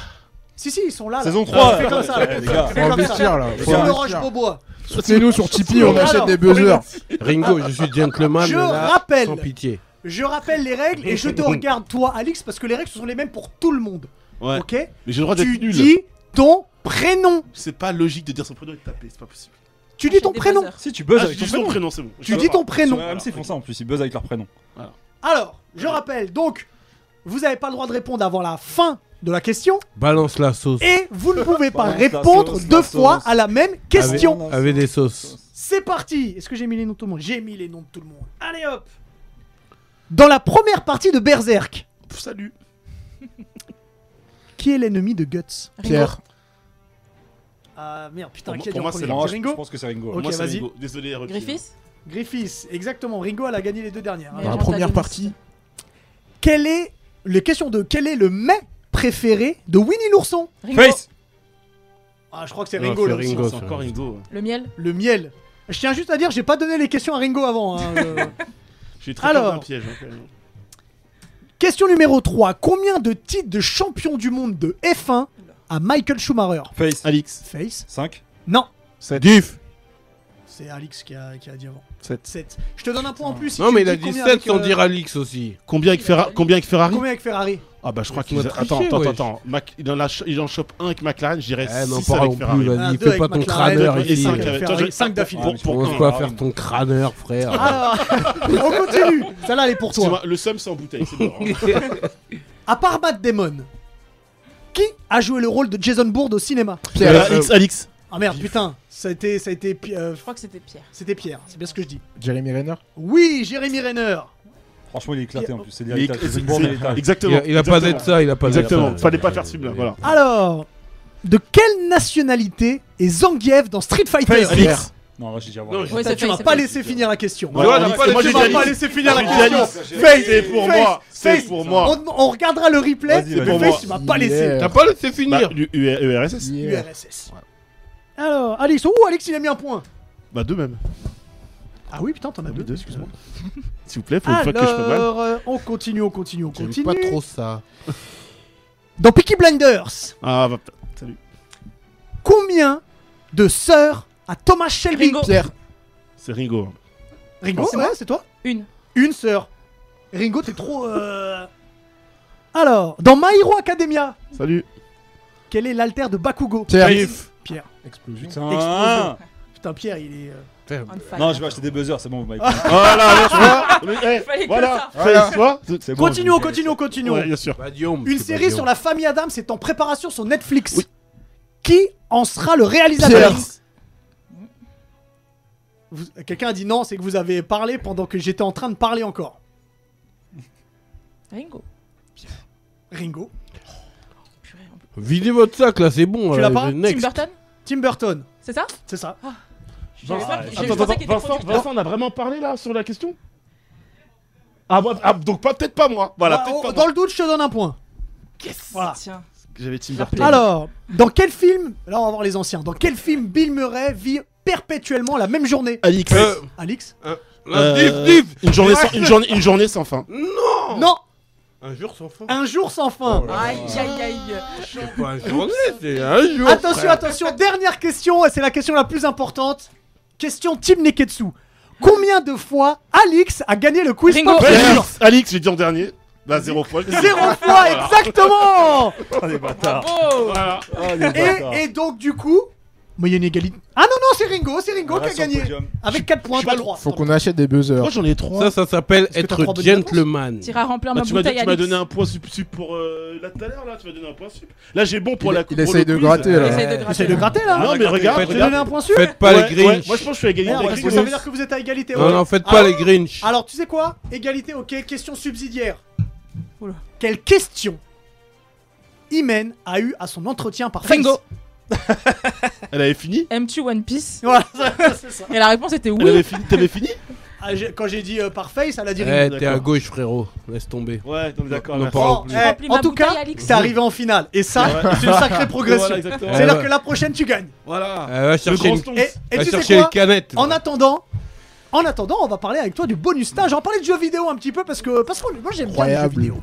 Speaker 1: Si, si, ils sont là. là.
Speaker 2: Saison 3,
Speaker 1: Fais comme ça. là.
Speaker 2: les gars.
Speaker 1: Fais
Speaker 7: Faut
Speaker 1: comme ça.
Speaker 7: investir là. Faut
Speaker 1: Sur le roche
Speaker 7: investir.
Speaker 1: Beaubois.
Speaker 7: Soutenez-nous sur Tipeee, on
Speaker 1: Alors,
Speaker 7: achète des buzzers.
Speaker 3: Ringo, je suis gentleman,
Speaker 1: Je
Speaker 3: mais là,
Speaker 1: rappelle.
Speaker 3: sans pitié.
Speaker 1: Je rappelle les règles et je te regarde, toi, Alix, parce que les règles ce sont les mêmes pour tout le monde.
Speaker 4: Ouais.
Speaker 1: Ok
Speaker 4: Mais j'ai le droit
Speaker 1: Tu
Speaker 4: d'être nul.
Speaker 1: dis ton prénom.
Speaker 4: C'est pas logique de dire son prénom et de taper, c'est pas possible.
Speaker 1: Tu dis ton prénom.
Speaker 2: Si tu buzzes
Speaker 4: ah,
Speaker 2: avec
Speaker 4: je dis
Speaker 2: ton
Speaker 4: son
Speaker 2: prénom.
Speaker 4: prénom, c'est bon.
Speaker 1: Tu dis ton prénom.
Speaker 2: Sur RMC, ils font ça en plus, ils buzzent avec leur prénom.
Speaker 1: Alors, je rappelle, donc, vous n'avez pas le droit de répondre avant la fin de la question
Speaker 3: Balance la sauce.
Speaker 1: et vous ne pouvez pas
Speaker 2: Balance la
Speaker 1: répondre
Speaker 2: sauce,
Speaker 1: deux
Speaker 2: la
Speaker 1: fois
Speaker 2: sauce.
Speaker 1: à la même question.
Speaker 2: Ah,
Speaker 3: Avec des sauces.
Speaker 1: C'est parti Est-ce que j'ai mis les noms de tout le monde J'ai mis les noms de tout le monde. Allez hop Dans la première partie de Berserk,
Speaker 4: Pff, Salut.
Speaker 1: qui est l'ennemi de Guts
Speaker 7: Pierre.
Speaker 1: Ah merde, putain,
Speaker 4: Pour
Speaker 1: qui a
Speaker 4: moi- pour
Speaker 1: dit en
Speaker 4: moi,
Speaker 1: premier
Speaker 4: c'est
Speaker 2: Non,
Speaker 4: Laurent,
Speaker 1: C'est
Speaker 2: je, je
Speaker 1: Ringo
Speaker 2: pense que c'est Ringo.
Speaker 1: Ok,
Speaker 4: Moi, c'est
Speaker 1: vas-y.
Speaker 4: Ringo. Désolé, Rocky.
Speaker 5: Griffiths
Speaker 1: Griffiths, exactement. Ringo, elle a gagné les deux dernières. hein.
Speaker 5: Mais
Speaker 7: Dans la
Speaker 5: Jean
Speaker 7: première
Speaker 5: Tademus.
Speaker 7: partie.
Speaker 1: Quel est... Les questions de quel est le mets préféré de Winnie l'ourson
Speaker 5: Ringo.
Speaker 2: Face
Speaker 1: Ah, je crois que c'est
Speaker 3: Non,
Speaker 1: Ringo,
Speaker 3: c'est
Speaker 1: là,
Speaker 4: Ah,
Speaker 1: aussi.
Speaker 4: c'est
Speaker 3: Ringo, ça.
Speaker 4: encore Ringo.
Speaker 5: Le miel
Speaker 1: Le miel. Je tiens juste à dire, j'ai pas donné les questions à Ringo avant. hein, euh. *laughs*
Speaker 4: J'ai très peur
Speaker 1: Alors.
Speaker 4: d'un piège. hein, quand même.
Speaker 1: Question numéro 3. Combien de titres de champion du monde de F1 à Michael Schumacher
Speaker 2: Face
Speaker 4: Alix.
Speaker 1: Face
Speaker 2: 5
Speaker 1: Non.
Speaker 3: Diff.
Speaker 1: C'est Alix qui a, qui a dit avant.
Speaker 3: Sept.
Speaker 1: 7. Je te donne un point en plus. si
Speaker 3: Non,
Speaker 1: tu
Speaker 3: mais
Speaker 1: me
Speaker 3: il a
Speaker 1: dis
Speaker 3: dit
Speaker 1: combien
Speaker 3: 7
Speaker 1: avec,
Speaker 3: sans
Speaker 1: euh,
Speaker 3: dire Alix aussi.
Speaker 4: Combien avec, Ferra- combien avec Ferrari
Speaker 1: Combien avec Ferrari
Speaker 4: Ah bah je crois
Speaker 3: Tu
Speaker 4: qu'il
Speaker 3: m'as
Speaker 4: a...
Speaker 3: triché,
Speaker 4: Attends, attends,
Speaker 3: wesh.
Speaker 4: attends. Mac- Il en, a... il en chope un avec McLaren, j'irais
Speaker 3: Eh,
Speaker 4: 6
Speaker 3: n'en
Speaker 4: avec
Speaker 3: parlons
Speaker 4: Ferrari.
Speaker 3: plus, vas-y,
Speaker 1: Ah, deux
Speaker 3: fais pas
Speaker 1: avec
Speaker 3: ton
Speaker 1: McLaren,
Speaker 3: crâneur
Speaker 1: deux
Speaker 4: Et
Speaker 3: ici.
Speaker 1: avec
Speaker 4: 5
Speaker 1: Ferrari.
Speaker 4: avec toi, je-
Speaker 1: Cinq d'affilée.
Speaker 2: Pour- pour-
Speaker 3: Commence
Speaker 2: un,
Speaker 3: pas à
Speaker 2: ah,
Speaker 3: faire
Speaker 2: oui.
Speaker 3: ton crâneur, frère.
Speaker 1: Alors, *laughs* on continue. Celle-là, elle est pour toi.
Speaker 4: Excuse-moi, le seum sans bouteille, c'est bon.
Speaker 1: À part Matt Damon, qui a joué le rôle de Jason Bourne au cinéma
Speaker 4: Euh,
Speaker 7: Pierre. euh,
Speaker 4: Alix, Alix.
Speaker 1: Ah merde, putain. Ça a été, ça a été, pi- euh,
Speaker 5: Je crois que c'était Pierre.
Speaker 1: c'était Pierre. C'est bien ce que je dis.
Speaker 7: Jeremy Renner.
Speaker 1: Oui, Jérémy Renner.
Speaker 2: Franchement, il est éclaté en plus. C'est
Speaker 4: Il est-
Speaker 2: l'héritage.
Speaker 4: c'est-
Speaker 2: C'est une bombe,
Speaker 4: c'est-
Speaker 2: l'héritage.
Speaker 4: Exactement.
Speaker 3: Il a- Il a pas
Speaker 4: exactement.
Speaker 3: d'être ça, il a pas d'être
Speaker 4: Exactement,
Speaker 3: ça.
Speaker 4: fallait pas faire ce film là, voilà.
Speaker 1: Alors, de quelle nationalité est Zangief dans Street Fighter
Speaker 2: Face.
Speaker 1: Pierre.
Speaker 4: Alix.
Speaker 2: Non, là, j'ai déjà
Speaker 3: Non,
Speaker 2: voir.
Speaker 5: Ouais, c'est
Speaker 1: Tu m'as
Speaker 5: Face.
Speaker 1: pas laissé finir la question.
Speaker 4: Ouais,
Speaker 3: Voilà,
Speaker 4: Alix,
Speaker 3: pas
Speaker 4: et
Speaker 3: les
Speaker 4: moi
Speaker 1: tu
Speaker 4: j'ai
Speaker 1: m'as
Speaker 4: dit
Speaker 1: pas
Speaker 4: Alix.
Speaker 1: laissé finir la
Speaker 4: J'ai dit Alix.
Speaker 1: question.
Speaker 4: Face, c'est pour
Speaker 1: Face,
Speaker 4: moi, c'est
Speaker 1: Face.
Speaker 4: pour moi.
Speaker 1: On, on regardera le replay.
Speaker 2: Vas-y,
Speaker 1: Mais
Speaker 2: vas-y.
Speaker 1: Face, tu m'as pas laissé.
Speaker 7: Yeah.
Speaker 3: T'as pas laissé
Speaker 4: Bah,
Speaker 3: finir.
Speaker 4: du U- URSS
Speaker 7: Pierre.
Speaker 1: URSS. Alors, Alex, ouh, Alex, il a mis un point.
Speaker 4: Bah deux même.
Speaker 1: Ah oui, putain, t'en as
Speaker 4: Ah oui,
Speaker 1: deux.
Speaker 4: deux, excuse-moi. *laughs* S'il vous plaît, faut une fois que je peux mal.
Speaker 1: Alors, euh, on continue, on continue, on
Speaker 3: J'aime
Speaker 1: continue.
Speaker 3: pas trop ça.
Speaker 1: Dans Peaky Blinders,
Speaker 4: Ah bah putain, salut.
Speaker 1: combien de sœurs a Thomas Shelby
Speaker 5: Ringo.
Speaker 7: Pierre.
Speaker 4: C'est Ringo.
Speaker 1: Ringo,
Speaker 5: C'est
Speaker 1: ouais,
Speaker 5: moi
Speaker 1: c'est toi
Speaker 5: Une.
Speaker 1: Une sœur. Ringo, t'es trop. euh, Alors, dans My Hero Academia,
Speaker 4: Salut.
Speaker 1: quel est l'alter de Bakugo
Speaker 7: Pierre.
Speaker 1: Pierre.
Speaker 7: Explosion.
Speaker 2: Putain
Speaker 1: Putain, Pierre, il est. euh,
Speaker 5: On fire.
Speaker 2: Non, je vais acheter des buzzers, c'est bon, vous m'avez
Speaker 4: Ah. Voilà, là, tu vois. Mais, eh,
Speaker 5: Fallait que
Speaker 4: Voilà,
Speaker 5: ça.
Speaker 4: Face, tu vois. C'est-
Speaker 2: C'est bon,
Speaker 1: Continuons,
Speaker 2: je-
Speaker 1: continuons, continuons.
Speaker 4: Ouais, bien sûr.
Speaker 3: Bah, Guillaume,
Speaker 1: Une
Speaker 3: c'est
Speaker 1: série
Speaker 3: pas
Speaker 1: sur
Speaker 3: Guillaume.
Speaker 1: la famille Adams est en préparation sur Netflix.
Speaker 4: Oui.
Speaker 1: Qui en sera le réalisateur
Speaker 7: Pierre.
Speaker 1: Vous- Quelqu'un a dit non, c'est que vous avez parlé pendant que j'étais en train de parler encore.
Speaker 5: Ringo.
Speaker 1: Ringo.
Speaker 5: Purée, en plus.
Speaker 3: Videz votre sac là, c'est bon.
Speaker 1: Tu
Speaker 3: là,
Speaker 1: l'as pas
Speaker 3: je-
Speaker 5: Tim
Speaker 3: Next.
Speaker 5: Burton
Speaker 1: Tim Burton,
Speaker 5: C'est ça
Speaker 1: c'est ça.
Speaker 5: J'avais
Speaker 2: Vincent,
Speaker 5: pas-
Speaker 2: attends,
Speaker 5: j'ai- je
Speaker 4: Attends,
Speaker 5: pensais
Speaker 4: attends,
Speaker 5: qu'il était
Speaker 4: Vincent,
Speaker 5: producteur.
Speaker 4: Vincent, on a vraiment parlé là sur la question ah, moi- ah, donc pas peut-être pas moi. Voilà,
Speaker 1: Bah,
Speaker 4: peut-être
Speaker 1: oh,
Speaker 4: pas
Speaker 1: dans
Speaker 4: moi.
Speaker 1: le doute, je te donne un point.
Speaker 5: Yes
Speaker 1: Voilà.
Speaker 5: Tiens.
Speaker 4: J'avais Tim
Speaker 5: Burton. Pierre.
Speaker 1: Alors, dans quel film, là on va voir les anciens, dans quel film Bill Murray vit perpétuellement la même journée
Speaker 4: Alix.
Speaker 3: Euh,
Speaker 1: Alix
Speaker 3: la Diff,
Speaker 4: Euh,
Speaker 3: Diff.
Speaker 4: Une journée sans, une journée, une journée sans fin.
Speaker 1: Non
Speaker 3: Un jour sans fin.
Speaker 1: Un jour sans fin
Speaker 5: Aïe aïe aïe.
Speaker 3: C'est pas un journée, c'est un jour.
Speaker 1: Attention,
Speaker 3: frère.
Speaker 1: attention, dernière question, et c'est la question la plus importante. Question Team Neketsu. Combien de fois Alix a gagné le quiz
Speaker 5: Ringo.
Speaker 1: pop
Speaker 5: Bien
Speaker 1: culture
Speaker 4: Alix, Alix, j'ai dit en dernier. Bah zéro fois.
Speaker 1: Zéro fois, exactement
Speaker 2: Ah, les bâtards
Speaker 5: Oh
Speaker 4: Voilà.
Speaker 2: Ah, les bâtards
Speaker 1: et, et donc, du coup, Mais il y a une égalité. Ah non, non, c'est Ringo, c'est Ringo
Speaker 2: Voilà,
Speaker 1: qui a
Speaker 2: sur
Speaker 1: gagné.
Speaker 2: le Ah, podium.
Speaker 1: Avec 4 points,
Speaker 4: je suis
Speaker 1: pas
Speaker 4: pas
Speaker 1: 3.
Speaker 7: Faut qu'on achète des buzzers.
Speaker 4: Moi j'en ai trois.
Speaker 3: Ça, ça
Speaker 1: Est-ce
Speaker 3: s'appelle
Speaker 1: que t'as
Speaker 3: être
Speaker 1: trois bonnes
Speaker 3: gentleman.
Speaker 5: Tu iras remplir
Speaker 4: Bah,
Speaker 5: Ah, ma
Speaker 4: tu m'as
Speaker 5: bouteille,
Speaker 4: dit- tu m'as
Speaker 5: Alex.
Speaker 4: donné un point sup, sup pour euh, là tout à l'heure là, tu m'as donné un point sup. Là j'ai bon pour
Speaker 7: Il-
Speaker 4: la
Speaker 7: il
Speaker 4: pour
Speaker 7: essaye
Speaker 4: le
Speaker 7: de
Speaker 4: quiz.
Speaker 7: gratter, là.
Speaker 5: Essaye de gratter.
Speaker 1: J'essaie de gratter là.
Speaker 4: Non, mais
Speaker 1: Je
Speaker 4: regarde,
Speaker 3: Faites-
Speaker 1: vais
Speaker 4: regarde.
Speaker 1: donner un point sûr.
Speaker 3: Faites pas
Speaker 4: Ouais,
Speaker 3: les
Speaker 4: ouais,
Speaker 3: Grinch.
Speaker 4: moi je pense que je suis à égalité
Speaker 1: Merde,
Speaker 4: avec
Speaker 1: parce que
Speaker 4: Grinch.
Speaker 1: ça veut dire que Ah. vous êtes à égalité.
Speaker 3: Non,
Speaker 1: ok.
Speaker 3: non, faites pas
Speaker 1: Alors-
Speaker 3: les Grinch.
Speaker 1: Alors, tu sais quoi Égalité, ok. Question subsidiaire.
Speaker 5: Oula.
Speaker 1: Quelle question Imen a eu à son entretien par
Speaker 5: Ringo.
Speaker 1: Face
Speaker 4: Elle avait fini
Speaker 5: Aimes-tu One Piece
Speaker 1: Voilà, c'est ça.
Speaker 5: Et la réponse était
Speaker 4: Elle
Speaker 5: oui.
Speaker 4: avait fini T'avais fini
Speaker 1: Ah, j'ai- Quand j'ai dit euh, par Face, elle a dit Ringo.
Speaker 3: Eh, t'es à
Speaker 4: d'accord.
Speaker 3: gauche, frérot. Euh, Laisse tomber.
Speaker 4: Ouais, donc d'accord.
Speaker 3: Non,
Speaker 4: merci.
Speaker 3: pas-
Speaker 1: Oh,
Speaker 3: plus.
Speaker 1: eh,
Speaker 5: Tu remplis
Speaker 1: en
Speaker 5: ma
Speaker 1: tout
Speaker 5: bouteille,
Speaker 1: cas,
Speaker 5: Alix.
Speaker 1: t'es arrivé en finale. Et ça,
Speaker 4: Ouais.
Speaker 1: c'est une sacrée progression.
Speaker 4: Voilà, exactement.
Speaker 3: Ouais.
Speaker 1: C'est-à-dire que la prochaine, tu gagnes.
Speaker 4: Voilà. Eh,
Speaker 3: Euh, va chercher
Speaker 4: gros
Speaker 3: une-
Speaker 4: Eh. stonks.
Speaker 1: Et, et
Speaker 3: Eh va
Speaker 1: tu
Speaker 3: chercher
Speaker 1: sais
Speaker 3: les
Speaker 1: quoi
Speaker 3: canettes.
Speaker 1: En attendant, en attendant, on va parler avec toi du bonus stage. On va parler de jeux vidéo un petit peu parce que parce que moi j'aime bien les jeux
Speaker 7: Incroyable.
Speaker 1: vidéo.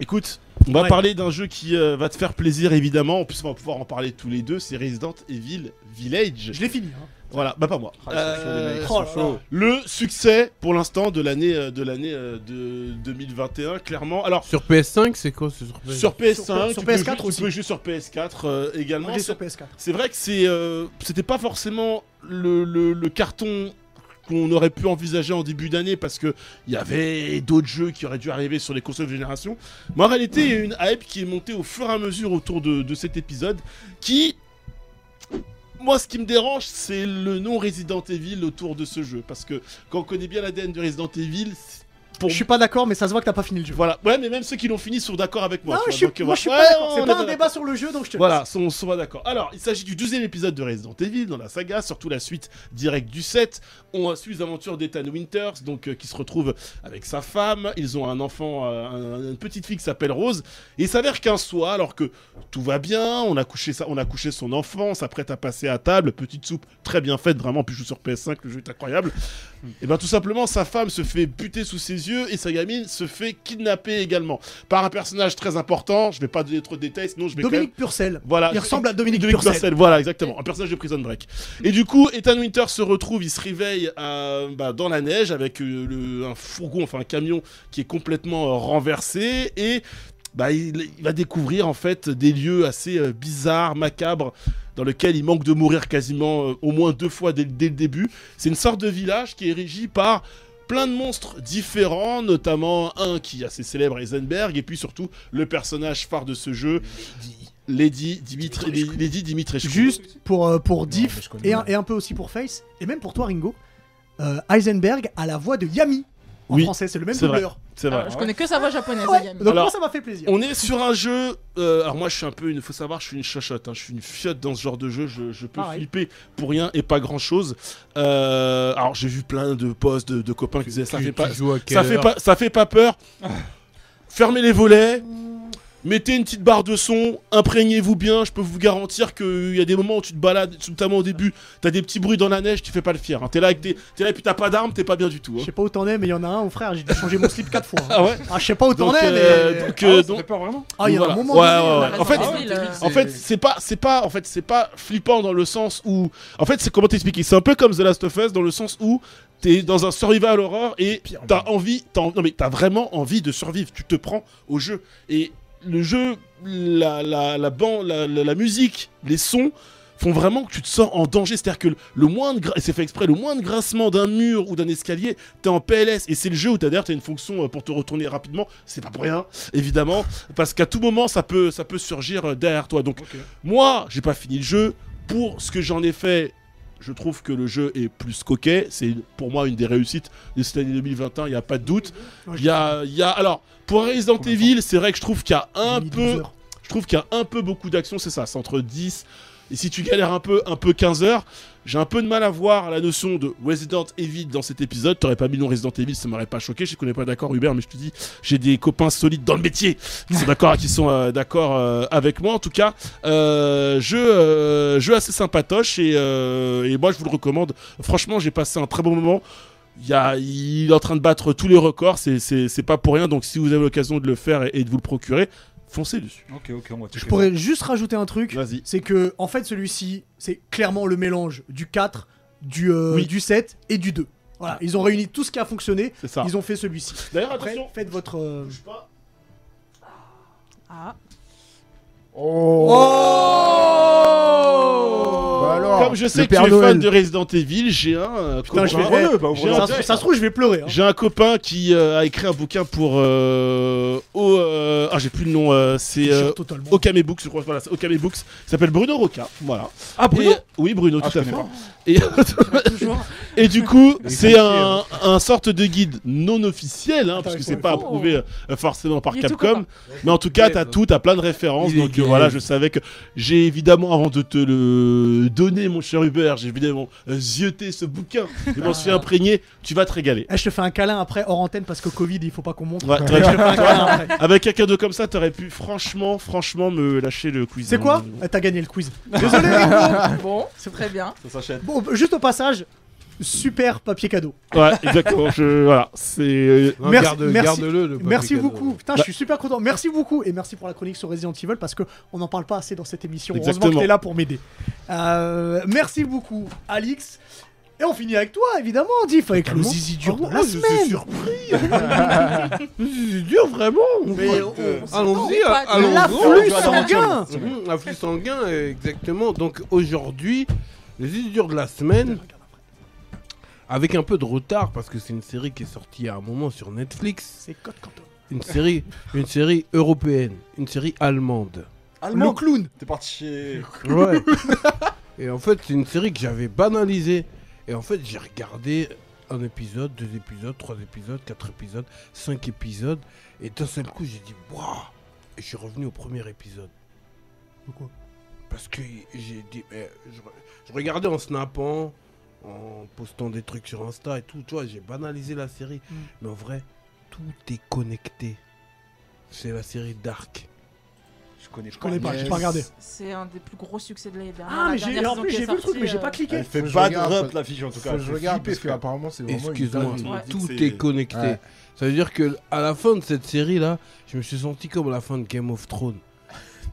Speaker 4: Écoute, on va
Speaker 1: Ouais.
Speaker 4: parler d'un jeu qui euh, va te faire plaisir évidemment. En plus, on va pouvoir en parler tous les deux. C'est Resident Evil Village.
Speaker 1: Je l'ai fini. hein.
Speaker 4: Voilà, bah pas moi.
Speaker 2: Ah,
Speaker 4: Euh,
Speaker 2: ils sont chauds, les mecs, ils
Speaker 1: oh
Speaker 2: sont
Speaker 1: là
Speaker 2: chauds.
Speaker 4: Le succès pour l'instant de l'année euh, de l'année euh, de 2021, clairement. Alors
Speaker 3: Sur PS5, c'est quoi c'est sur PS5
Speaker 4: sur PS5,
Speaker 1: sur
Speaker 4: tu, peux
Speaker 1: PS4
Speaker 4: jouer- tu
Speaker 1: aussi.
Speaker 4: peux jouer sur PS4 euh, également.
Speaker 1: Moi j'ai
Speaker 4: C'est-
Speaker 1: sur PS4.
Speaker 4: C'est vrai que c'est, euh, c'était pas forcément le, le- le carton qu'on aurait pu envisager en début d'année parce que il y avait d'autres jeux qui auraient dû arriver sur les consoles de génération. Mais en réalité, il y a une hype qui est montée au fur et à mesure autour de, de cet épisode qui. Moi, ce qui me dérange, c'est le nom Resident Evil autour de ce jeu. Parce que quand on connaît bien l'ADN de Resident Evil, c'est- pour
Speaker 1: Je suis pas d'accord, mais ça se voit que t'as pas fini le jeu.
Speaker 4: Voilà. Ouais, mais même ceux qui l'ont fini sont d'accord avec moi.
Speaker 1: Non, je
Speaker 4: tu vois,
Speaker 1: suis,
Speaker 4: donc, euh,
Speaker 1: moi
Speaker 4: voilà.
Speaker 1: je suis
Speaker 4: Ouais,
Speaker 1: pas d'accord.
Speaker 4: on
Speaker 1: C'est
Speaker 4: est
Speaker 1: pas un débat sur le jeu, donc je te.
Speaker 4: voilà, on se voit d'accord. Alors, il s'agit du deuxième épisode de Resident Evil dans la saga, surtout la suite directe du 7. On a su les aventures d'Ethan Winters, donc euh, qui se retrouve avec sa femme. Ils ont un enfant, euh, un- une petite fille qui s'appelle Rose. Et il s'avère qu'un soir, alors que tout va bien, on a couché, ça, on a couché son enfant, on s'apprête à passer à table, petite soupe très bien faite, vraiment. Puis je joue sur PS5, le jeu est incroyable. Et bien tout simplement, sa femme se fait buter sous ses yeux et sa gamine se fait kidnapper également par un personnage très important. Je vais pas donner trop de détails, sinon je vais quand même-
Speaker 1: Dominique Purcell.
Speaker 4: voilà,
Speaker 1: Il ressemble à Dominique
Speaker 4: Ah, Dominique
Speaker 1: Purcell.
Speaker 4: Purcell, voilà, exactement, un personnage de Prison Break. Et du coup, Ethan Winter se retrouve, il se réveille euh, bah, dans la neige avec euh, le- un fourgon, enfin un camion qui est complètement euh, renversé et bah, il, il va découvrir en fait des lieux assez euh, bizarres, macabres, dans lesquels il manque de mourir quasiment euh, au moins deux fois dès, dès le début. C'est une sorte de village qui est régi par plein de monstres différents, notamment un qui est assez célèbre, Heisenberg, et puis surtout le personnage phare de ce jeu, Lady Dimitri, Lady Dimitrescu.
Speaker 1: Juste pour, euh, pour
Speaker 7: mais
Speaker 1: Diff
Speaker 7: je connais
Speaker 1: et, un,
Speaker 7: pas.
Speaker 1: et un peu aussi pour Face, et même pour toi Ringo, euh, Heisenberg a la voix de Yami en
Speaker 4: Oui,
Speaker 1: français, c'est le même
Speaker 4: c'est vrai.
Speaker 1: doubleur.
Speaker 4: c'est vrai.
Speaker 5: Alors, Ah, Je connais que sa voix japonaise,
Speaker 1: Ouais,
Speaker 5: Ayam.
Speaker 1: donc
Speaker 4: Alors,
Speaker 1: moi ça m'a fait plaisir.
Speaker 4: On est sur un jeu. euh, alors moi, je suis un peu une. Faut savoir, je suis une chochotte. hein, je suis une fiotte dans ce genre de jeu. Je, je peux
Speaker 1: Pareil.
Speaker 4: flipper pour rien et pas grand chose. alors j'ai vu plein de posts de, de copains qui disaient ça
Speaker 3: Tu-
Speaker 4: fait
Speaker 3: tu
Speaker 4: pas,
Speaker 3: joues à quelle
Speaker 4: ça fait
Speaker 3: heure
Speaker 4: pas, ça fait pas peur. Fermez les volets. Mettez une petite barre de son, imprégnez-vous bien, je peux vous garantir qu'il y a des moments où tu te balades, notamment au début, t'as des petits bruits dans la neige, tu fais pas le fier. hein. T'es là avec des. T'es là et puis t'as pas d'armes, t'es pas bien du tout.
Speaker 1: Je
Speaker 4: hein.
Speaker 1: sais pas où t'en es, mais il y en a un, au frère, j'ai dû changer mon slip 4 fois. hein.
Speaker 4: Ah ouais
Speaker 1: Ah, je sais pas où t'en
Speaker 4: Donc,
Speaker 1: es,
Speaker 4: euh,
Speaker 1: mais.
Speaker 4: donc, euh,
Speaker 2: Ah, ça
Speaker 4: donc-
Speaker 2: fait peur vraiment
Speaker 1: Ah, il y a
Speaker 4: voilà.
Speaker 1: un moment
Speaker 4: Ouais,
Speaker 1: donné,
Speaker 4: ouais, ouais.
Speaker 1: là,
Speaker 4: En fait,
Speaker 5: Resident Evil, euh,
Speaker 4: En fait, c'est pas, c'est pas, en fait, c'est pas flippant dans le sens où, en fait, c'est comment t'expliquer C'est un peu comme The Last of Us dans le sens où t'es dans un survival horror et
Speaker 7: Pire,
Speaker 4: t'as
Speaker 7: même.
Speaker 4: envie, t'as, non mais t'as vraiment envie de survivre. Tu te prends au jeu et le jeu, la la la ban- la, la- la musique, les sons font vraiment que tu te sens en danger. C'est-à-dire que le, le moindre, gra- et c'est fait exprès, le moindre grincement d'un mur ou d'un escalier, t'es en PLS. Et c'est le jeu où t'as d'ailleurs t'as une fonction euh, pour te retourner rapidement. C'est pas pour rien, évidemment, parce qu'à tout moment ça peut ça peut surgir euh, derrière toi. Donc moi, j'ai pas fini le jeu. Pour ce que j'en ai fait, je trouve que le jeu est plus coquet. C'est pour moi une des réussites de cette année 2021, il n'y a pas de doute.
Speaker 1: Ouais,
Speaker 4: Il y a, il y a- Alors, pour Resident
Speaker 1: Combien de
Speaker 4: Evil, c'est vrai que je trouve qu'il y a
Speaker 1: j'ai
Speaker 4: un
Speaker 1: mis
Speaker 4: peu.
Speaker 1: 12 heures.
Speaker 4: Je trouve qu'il y a un peu beaucoup d'action, c'est ça, c'est entre 10 et si tu galères un peu, un peu 15 heures. J'ai un peu de mal à voir la notion de Resident Evil dans cet épisode. T'aurais pas mis non Resident Evil, ça m'aurait pas choqué. Je ne connais pas d'accord, Hubert, mais je te dis, j'ai des copains solides dans le métier qui sont d'accord, qui sont euh, d'accord euh, avec moi. En tout cas, euh, jeu, euh, jeu assez sympatoche et, euh, et moi je vous le recommande. Franchement, j'ai passé un très bon moment. Il, y a- il est en train de battre tous les records, c'est- c'est c'est pas pour rien. Donc si vous avez l'occasion de le faire et, et de vous le procurer, foncez dessus.
Speaker 2: Ok, ok, on va
Speaker 1: Je
Speaker 2: checker
Speaker 1: pourrais juste rajouter un truc.
Speaker 4: Vas-y.
Speaker 1: c'est que en fait celui-ci c'est clairement le mélange du 4, du, euh,
Speaker 4: Oui. Ah.
Speaker 1: du 7 et du 2. Voilà, ils ont réuni tout ce qui a fonctionné,
Speaker 4: C'est ça.
Speaker 1: ils ont fait celui-ci.
Speaker 4: D'ailleurs,
Speaker 1: Après,
Speaker 4: attention.
Speaker 1: faites votre... euh,
Speaker 4: Bouge pas.
Speaker 5: Ah,
Speaker 1: Oh
Speaker 7: Oh
Speaker 2: Oh,
Speaker 7: Bah alors
Speaker 4: Comme je sais
Speaker 7: le
Speaker 4: que tu
Speaker 7: Père
Speaker 4: es fan
Speaker 7: Noël.
Speaker 4: de Resident Evil, j'ai un euh,
Speaker 2: Putain, je vais-
Speaker 4: copain-
Speaker 2: Ouvrez-le, bah,
Speaker 4: j'ai
Speaker 2: ouvrez-le.
Speaker 4: un-
Speaker 1: Ça, se- ça se trouve, je vais pleurer. hein.
Speaker 4: J'ai un copain qui euh, a écrit un bouquin pour. euh, au, euh, ah, j'ai plus le nom. euh, c'est
Speaker 1: Je suis
Speaker 4: euh,
Speaker 1: totalement.
Speaker 4: Okame Books, je crois. Voilà, c'est Okame Books. Il s'appelle Bruno Roca. Voilà.
Speaker 2: Ah, Bruno
Speaker 4: Et- euh, Oui, Bruno,
Speaker 2: Ah,
Speaker 4: tout
Speaker 2: je
Speaker 4: à fait.
Speaker 2: connais pas.
Speaker 4: Et, et du coup,
Speaker 2: Mais
Speaker 4: c'est
Speaker 2: c'est
Speaker 4: un, un sorte de guide non officiel, hein,
Speaker 1: Attends,
Speaker 4: parce que
Speaker 1: il faut-
Speaker 4: c'est pas
Speaker 5: il faut-
Speaker 4: approuvé euh, forcément par
Speaker 5: Il est tout
Speaker 4: Capcom.
Speaker 5: content.
Speaker 4: Mais en tout cas, t'as tout, t'as plein de références.
Speaker 7: Il est
Speaker 4: Donc euh,
Speaker 7: gay.
Speaker 4: voilà, je savais que j'ai évidemment, avant de te le donner, mon cher Hubert, j'ai évidemment euh, zioté ce bouquin. Je m'en suis imprégné. Tu vas te régaler.
Speaker 1: Eh, je te fais un câlin après hors antenne parce que Covid, il faut pas qu'on
Speaker 4: *laughs*
Speaker 1: montre.
Speaker 4: Ouais,
Speaker 1: Je te
Speaker 4: t'aurais-
Speaker 1: fais un câlin *laughs* après.
Speaker 4: Avec un cadeau comme ça, t'aurais pu franchement, franchement me lâcher le quiz.
Speaker 1: C'est quoi
Speaker 4: Euh,
Speaker 1: Ah, T'as gagné le quiz. Désolé, Nico.
Speaker 5: Bon, c'est très bien.
Speaker 2: Ça s'achète.
Speaker 1: Bon, juste au passage, super papier cadeau.
Speaker 4: Ouais, exactement. je- voilà, c'est. euh,
Speaker 3: Non,
Speaker 1: Merci-
Speaker 3: garde-
Speaker 1: merci-
Speaker 3: Garde-le, le
Speaker 1: Merci
Speaker 3: Paprika
Speaker 1: beaucoup.
Speaker 3: Noël.
Speaker 1: Putain, je suis super content. Merci beaucoup et merci pour la chronique sur Resident Evil parce que on n'en parle pas assez dans cette émission. Heureusement
Speaker 4: Exactement.
Speaker 1: que t'es là pour m'aider. Euh, merci beaucoup, Alix. Et on finit avec toi, évidemment, Diff, avec le zizi dur de la
Speaker 3: Oh, je suis
Speaker 1: semaine.
Speaker 3: surpris. C'est dur, vraiment.
Speaker 1: Mais on-
Speaker 3: Allons-y,
Speaker 5: pas-
Speaker 3: allons-y.
Speaker 1: L'afflux sanguin.
Speaker 3: Mmh, Afflux sanguin, euh, exactement. Donc aujourd'hui, les idures de la semaine, avec un peu de retard, parce que c'est une série qui est sortie à un moment sur Netflix,
Speaker 1: C'est Code Quantum.
Speaker 3: une série, une série européenne, une série allemande.
Speaker 1: Le clown.
Speaker 2: T'es parti chez.
Speaker 3: Ouais. *laughs* Et en fait, c'est une série que j'avais banalisée. Et en fait, j'ai regardé un épisode, deux épisodes, trois épisodes, quatre épisodes, cinq épisodes. Et d'un seul coup, j'ai dit waouh Et je suis revenu au premier épisode.
Speaker 1: Pourquoi
Speaker 3: Parce que j'ai dit. mais je, re- je regardais en snappant, en postant des trucs sur Insta et tout. Tu vois, j'ai banalisé la série.
Speaker 5: Mm.
Speaker 3: Mais en vrai, tout est connecté. C'est la série Dark.
Speaker 2: Je connais pas. Je
Speaker 1: connais pas, j'ai pas regardé.
Speaker 5: C'est un des plus gros succès de l'année dernière.
Speaker 1: Ah,
Speaker 5: La
Speaker 1: mais
Speaker 5: dernière
Speaker 1: j'ai en
Speaker 5: saison
Speaker 1: plus
Speaker 5: qui
Speaker 1: j'ai
Speaker 5: est
Speaker 1: vu le truc,
Speaker 5: sortie,
Speaker 1: mais j'ai
Speaker 5: euh,
Speaker 1: pas cliqué.
Speaker 2: Elle fait
Speaker 7: Faut que
Speaker 2: pas
Speaker 7: je
Speaker 2: de
Speaker 7: regarde,
Speaker 2: rep
Speaker 7: faut-
Speaker 2: la fiche en tout cas.
Speaker 7: Faut que je
Speaker 2: Elle fait
Speaker 7: regarde
Speaker 2: flipper,
Speaker 7: parce qu'apparemment c'est vraiment une
Speaker 3: Excuse-moi,
Speaker 7: dinguerie.
Speaker 5: Ouais.
Speaker 3: tout
Speaker 4: C'est-
Speaker 3: est... connecté.
Speaker 7: Ouais.
Speaker 3: Ça veut dire que à la fin de cette série là, je me suis senti comme à la fin de Game of Thrones.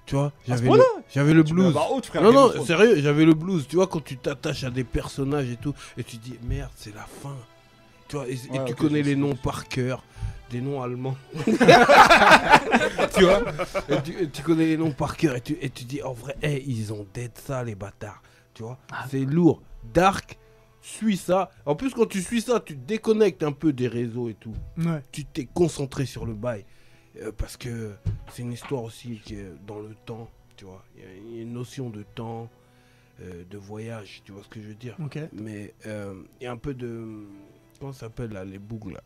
Speaker 3: Tu vois, j'avais le,
Speaker 2: point-là
Speaker 3: j'avais le
Speaker 2: Tu mets la
Speaker 3: blues.
Speaker 2: barre bah, haute, frère.
Speaker 3: Non
Speaker 2: Game of
Speaker 3: non,
Speaker 2: Thrones.
Speaker 3: sérieux, j'avais le blues. Tu vois quand tu t'attaches à des personnages et tout, et tu dis merde, c'est la fin. Tu vois, et, et
Speaker 2: Ouais,
Speaker 3: tu
Speaker 2: ok,
Speaker 3: connais
Speaker 2: je sais.
Speaker 3: les noms par cœur, des noms allemands. *laughs* tu vois, et tu, et tu connais les noms par cœur et tu, et tu dis en vrai, hey, ils ont dead ça les bâtards. Tu vois, c'est lourd. Dark, suis ça. En plus quand tu suis ça, tu te déconnectes un peu des réseaux et tout
Speaker 1: Ouais.
Speaker 3: tu t'es concentré sur le bail. Euh, parce que c'est une histoire aussi qui est dans le temps, tu vois. Il y a- Il y a une notion de temps, euh, de voyage, tu vois ce que je veux dire.
Speaker 1: Ok.
Speaker 3: Mais euh, il y a un peu de. Comment ça s'appelle là, les bougs là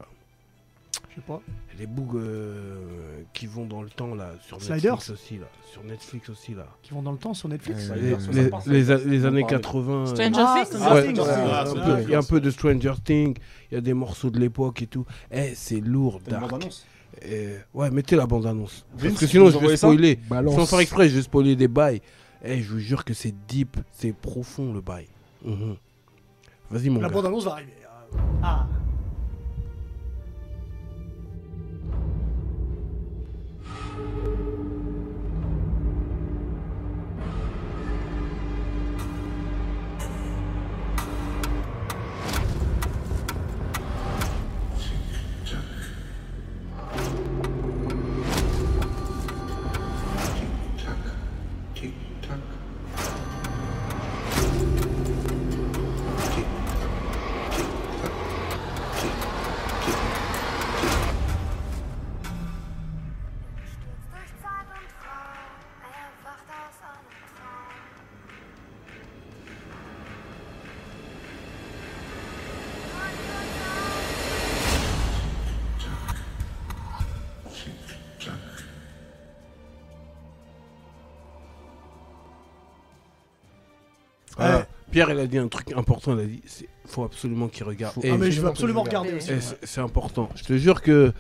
Speaker 1: Je sais pas.
Speaker 3: Les bougs euh, qui vont dans le temps là, sur
Speaker 1: Sliders
Speaker 3: Netflix aussi là. Sur Netflix aussi là.
Speaker 1: Qui vont dans le temps sur Netflix.
Speaker 7: Euh,
Speaker 3: Les,
Speaker 2: Sliders, ça,
Speaker 3: les-
Speaker 2: ça parle,
Speaker 3: les a-
Speaker 2: ça,
Speaker 3: les
Speaker 2: ça
Speaker 3: années
Speaker 2: parle.
Speaker 3: 80. euh,
Speaker 5: Stranger
Speaker 1: Ah,
Speaker 5: Things.
Speaker 1: Stranger
Speaker 3: Ouais,
Speaker 1: Things.
Speaker 3: ouais,
Speaker 4: Ah,
Speaker 3: un
Speaker 4: c'est
Speaker 3: peu-
Speaker 4: bien.
Speaker 3: il y a un peu de Stranger Things, il y a des morceaux de l'époque et tout. Eh, c'est lourd,
Speaker 2: T'as une
Speaker 3: Dark.
Speaker 2: bande-annonce
Speaker 3: Euh, ouais, mettez la bande-annonce. Parce
Speaker 2: Vince,
Speaker 3: que sinon,
Speaker 2: vous
Speaker 3: je
Speaker 2: envoyez
Speaker 3: vais
Speaker 2: ça
Speaker 3: spoiler.
Speaker 7: Balance.
Speaker 3: Sans faire exprès, je vais spoiler des bails. Eh, je vous jure que c'est deep, c'est profond le bail. Mhm. Vas-y, mon
Speaker 1: La
Speaker 3: gars.
Speaker 1: bande annonce va arriver. Euh, Ah.
Speaker 3: Voilà.
Speaker 1: Ouais.
Speaker 3: Pierre, il a dit un truc important. Il a dit c'est- faut absolument qu'il regarde.
Speaker 7: Faut-
Speaker 3: Eh,
Speaker 1: Ah, mais
Speaker 7: je
Speaker 1: je
Speaker 7: sais
Speaker 1: veux
Speaker 7: pas
Speaker 1: absolument
Speaker 7: que je vais
Speaker 1: regarder aussi.
Speaker 3: eh, c'est- c'est important. Je te jure que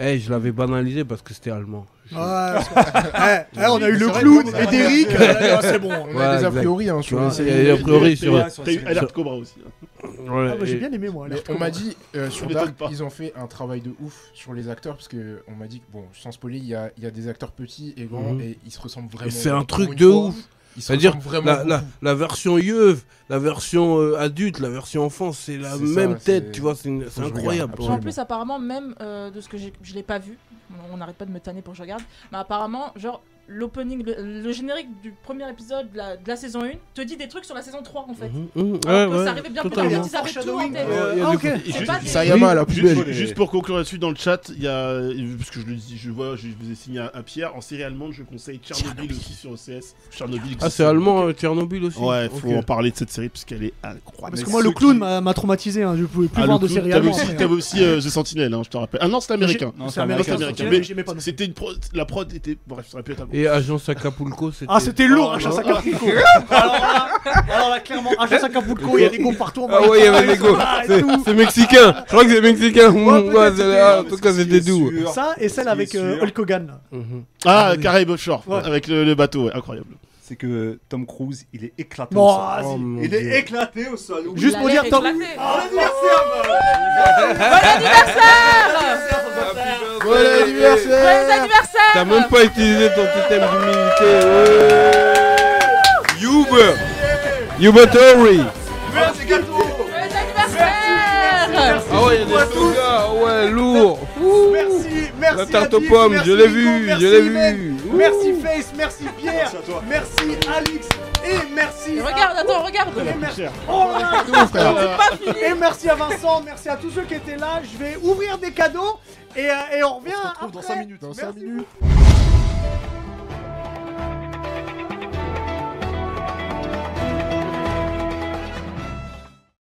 Speaker 3: eh, je l'avais banalisé parce que c'était allemand. Je-
Speaker 1: Ouais, c'est- Eh, eh, on a eu
Speaker 7: Mais
Speaker 1: le
Speaker 7: c'est vrai,
Speaker 1: clown
Speaker 7: on a
Speaker 1: et
Speaker 7: pas
Speaker 1: Derrick.
Speaker 7: regardé.
Speaker 1: euh, là, C'est bon.
Speaker 7: On
Speaker 3: Ouais,
Speaker 7: a des a
Speaker 3: exact.
Speaker 7: priori hein,
Speaker 3: Tu
Speaker 7: sur
Speaker 3: vois,
Speaker 7: les
Speaker 3: et-
Speaker 7: séries.
Speaker 3: et a priori,
Speaker 2: T'as eu-
Speaker 3: sur.
Speaker 2: t'as eu-
Speaker 4: T'as eu Alert Cobra aussi.
Speaker 3: Ouais,
Speaker 1: Ah, bah,
Speaker 3: et-
Speaker 1: J'ai bien aimé moi.
Speaker 7: Mais
Speaker 1: l'air
Speaker 7: on
Speaker 1: cool.
Speaker 7: m'a dit euh, sur
Speaker 4: m'étonne
Speaker 7: Dark,
Speaker 4: pas.
Speaker 7: ils ont fait un travail de ouf sur les acteurs parce que on m'a dit que bon, sans spoiler, il y a, il y a des acteurs petits et grands
Speaker 3: Mhm.
Speaker 7: et ils se ressemblent
Speaker 3: Et
Speaker 7: vraiment.
Speaker 3: C'est un
Speaker 7: pour
Speaker 3: truc
Speaker 7: une
Speaker 3: de
Speaker 7: fois,
Speaker 3: ouf.
Speaker 7: Ils se
Speaker 3: C'est-à-dire
Speaker 7: ressemblent vraiment.
Speaker 3: la, la,
Speaker 7: beaucoup.
Speaker 3: la version yeuve, la version euh, adulte, la version enfant, c'est la
Speaker 7: C'est ça,
Speaker 3: même
Speaker 7: c'est-
Speaker 3: tête, tu vois, c'est une- c'est
Speaker 7: que je
Speaker 3: incroyable.
Speaker 7: regarde,
Speaker 5: Puis en
Speaker 7: absolument.
Speaker 5: plus, apparemment, même euh, de ce que j'ai- je l'ai pas vu, on- on n'arrête pas de me tanner pour que je regarde, mais apparemment, genre, l'opening, le, le générique du premier épisode de la, de la saison 1 te dit des trucs sur la saison 3 en fait.
Speaker 3: Mhm, mhm,
Speaker 5: Alors
Speaker 3: ouais,
Speaker 5: que
Speaker 3: ouais,
Speaker 5: ça arrivait bien plus tard,
Speaker 3: totalement.
Speaker 5: ils avaient tout en
Speaker 1: Foreshadowing,
Speaker 5: tête.
Speaker 1: euh,
Speaker 3: Ouais, il y a
Speaker 1: ah,
Speaker 3: des
Speaker 1: ok.
Speaker 5: C'est
Speaker 4: Juste-
Speaker 5: pas des-
Speaker 7: Sayama, la
Speaker 4: Juste,
Speaker 7: poubelle.
Speaker 4: pour- juste pour conclure là-dessus, dans le chat, il y a. Parce que je le dis, je vois, je vous ai signé à, à Pierre. En série allemande, je conseille Tchernobyl aussi sur OCS. Tchernobyl.
Speaker 3: Ah, c'est allemand, euh, Tchernobyl aussi.
Speaker 4: Ouais,
Speaker 3: Ok.
Speaker 4: faut en parler de cette série parce qu'elle est incroyable.
Speaker 1: Parce que
Speaker 4: Mais
Speaker 1: moi, le
Speaker 4: ceux
Speaker 1: clown
Speaker 4: qui-
Speaker 1: m'a m'a traumatisé, hein, je pouvais plus
Speaker 4: Ah,
Speaker 1: voir de
Speaker 4: le clown,
Speaker 1: série
Speaker 4: T'avais
Speaker 1: allemande.
Speaker 4: aussi, t'avais aussi euh, The Sentinel, hein, je te rappelle. Ah non, c'était américain.
Speaker 2: Non,
Speaker 1: C'est
Speaker 2: c'est
Speaker 1: américain,
Speaker 2: américain.
Speaker 1: c'est
Speaker 4: américain.
Speaker 1: américain,
Speaker 4: Mais-
Speaker 1: j'aimais pas non plus.
Speaker 4: C'était une pro- la prod était. Bref, ça aurait pu être un-
Speaker 3: Et Agence Acapulco, c'était.
Speaker 1: Ah, c'était lourd,
Speaker 4: Ah,
Speaker 1: Agence
Speaker 4: ah,
Speaker 1: Acapulco. alors, là, alors là, clairement, Agence Acapulco, il y a des gos partout. on
Speaker 3: Ah
Speaker 1: va-
Speaker 3: ouais, il y avait des gos.
Speaker 1: Ah, et
Speaker 3: C'est
Speaker 1: tout.
Speaker 3: c'est mexicain. Je crois que c'est mexicain.
Speaker 1: peut-être
Speaker 3: Ouais, c'est-
Speaker 1: c'était-
Speaker 3: ah, en tout cas, c'était doux.
Speaker 1: Ça et celle avec
Speaker 2: C'est
Speaker 1: euh,
Speaker 2: sûr.
Speaker 1: Hulk Hogan. là.
Speaker 3: Mhm.
Speaker 4: Ah,
Speaker 3: Ah oui.
Speaker 4: Caraïbes Offshore,
Speaker 1: Ouais.
Speaker 4: avec le, le bateau, ouais, incroyable.
Speaker 2: C'est que Tom Cruise, il est éclatant.
Speaker 1: Bon,
Speaker 2: ça.
Speaker 1: vas-y.
Speaker 3: Ah, mon
Speaker 2: il
Speaker 3: Dieu.
Speaker 2: est éclaté au sol. Oublie-
Speaker 1: Juste
Speaker 5: La
Speaker 1: pour
Speaker 5: lettre
Speaker 1: dire, Tom.
Speaker 5: éclatée.
Speaker 3: Bon anniversaire
Speaker 5: Joyeux
Speaker 1: Ah,
Speaker 5: anniversaire
Speaker 3: T'as
Speaker 1: bah,
Speaker 3: même pas utilisé ton petit thème d'humilité. ouais. Youb Yuba Tory
Speaker 5: Joyeux anniversaire
Speaker 3: Ah ouais, il y a des sogas, ah ouais, lourd Ouh.
Speaker 1: Merci, merci.
Speaker 3: La tarte aux
Speaker 1: Nadine,
Speaker 3: pommes,
Speaker 1: merci
Speaker 3: je l'ai
Speaker 1: Nico,
Speaker 3: vu,
Speaker 1: merci
Speaker 3: je l'ai
Speaker 1: Imen,
Speaker 3: vu
Speaker 1: Merci Face, merci Pierre,
Speaker 4: Merci à toi.
Speaker 1: merci Alix et merci. à-
Speaker 5: Regarde, attends, regarde
Speaker 1: Et merci. Oh là là. Et merci à Vincent, merci à tous ceux qui étaient là. Je vais ouvrir des cadeaux et, euh, et on revient
Speaker 2: se retrouve dans
Speaker 1: après.
Speaker 2: cinq minutes. Dans cinq
Speaker 1: Merci
Speaker 2: minutes.
Speaker 1: beaucoup.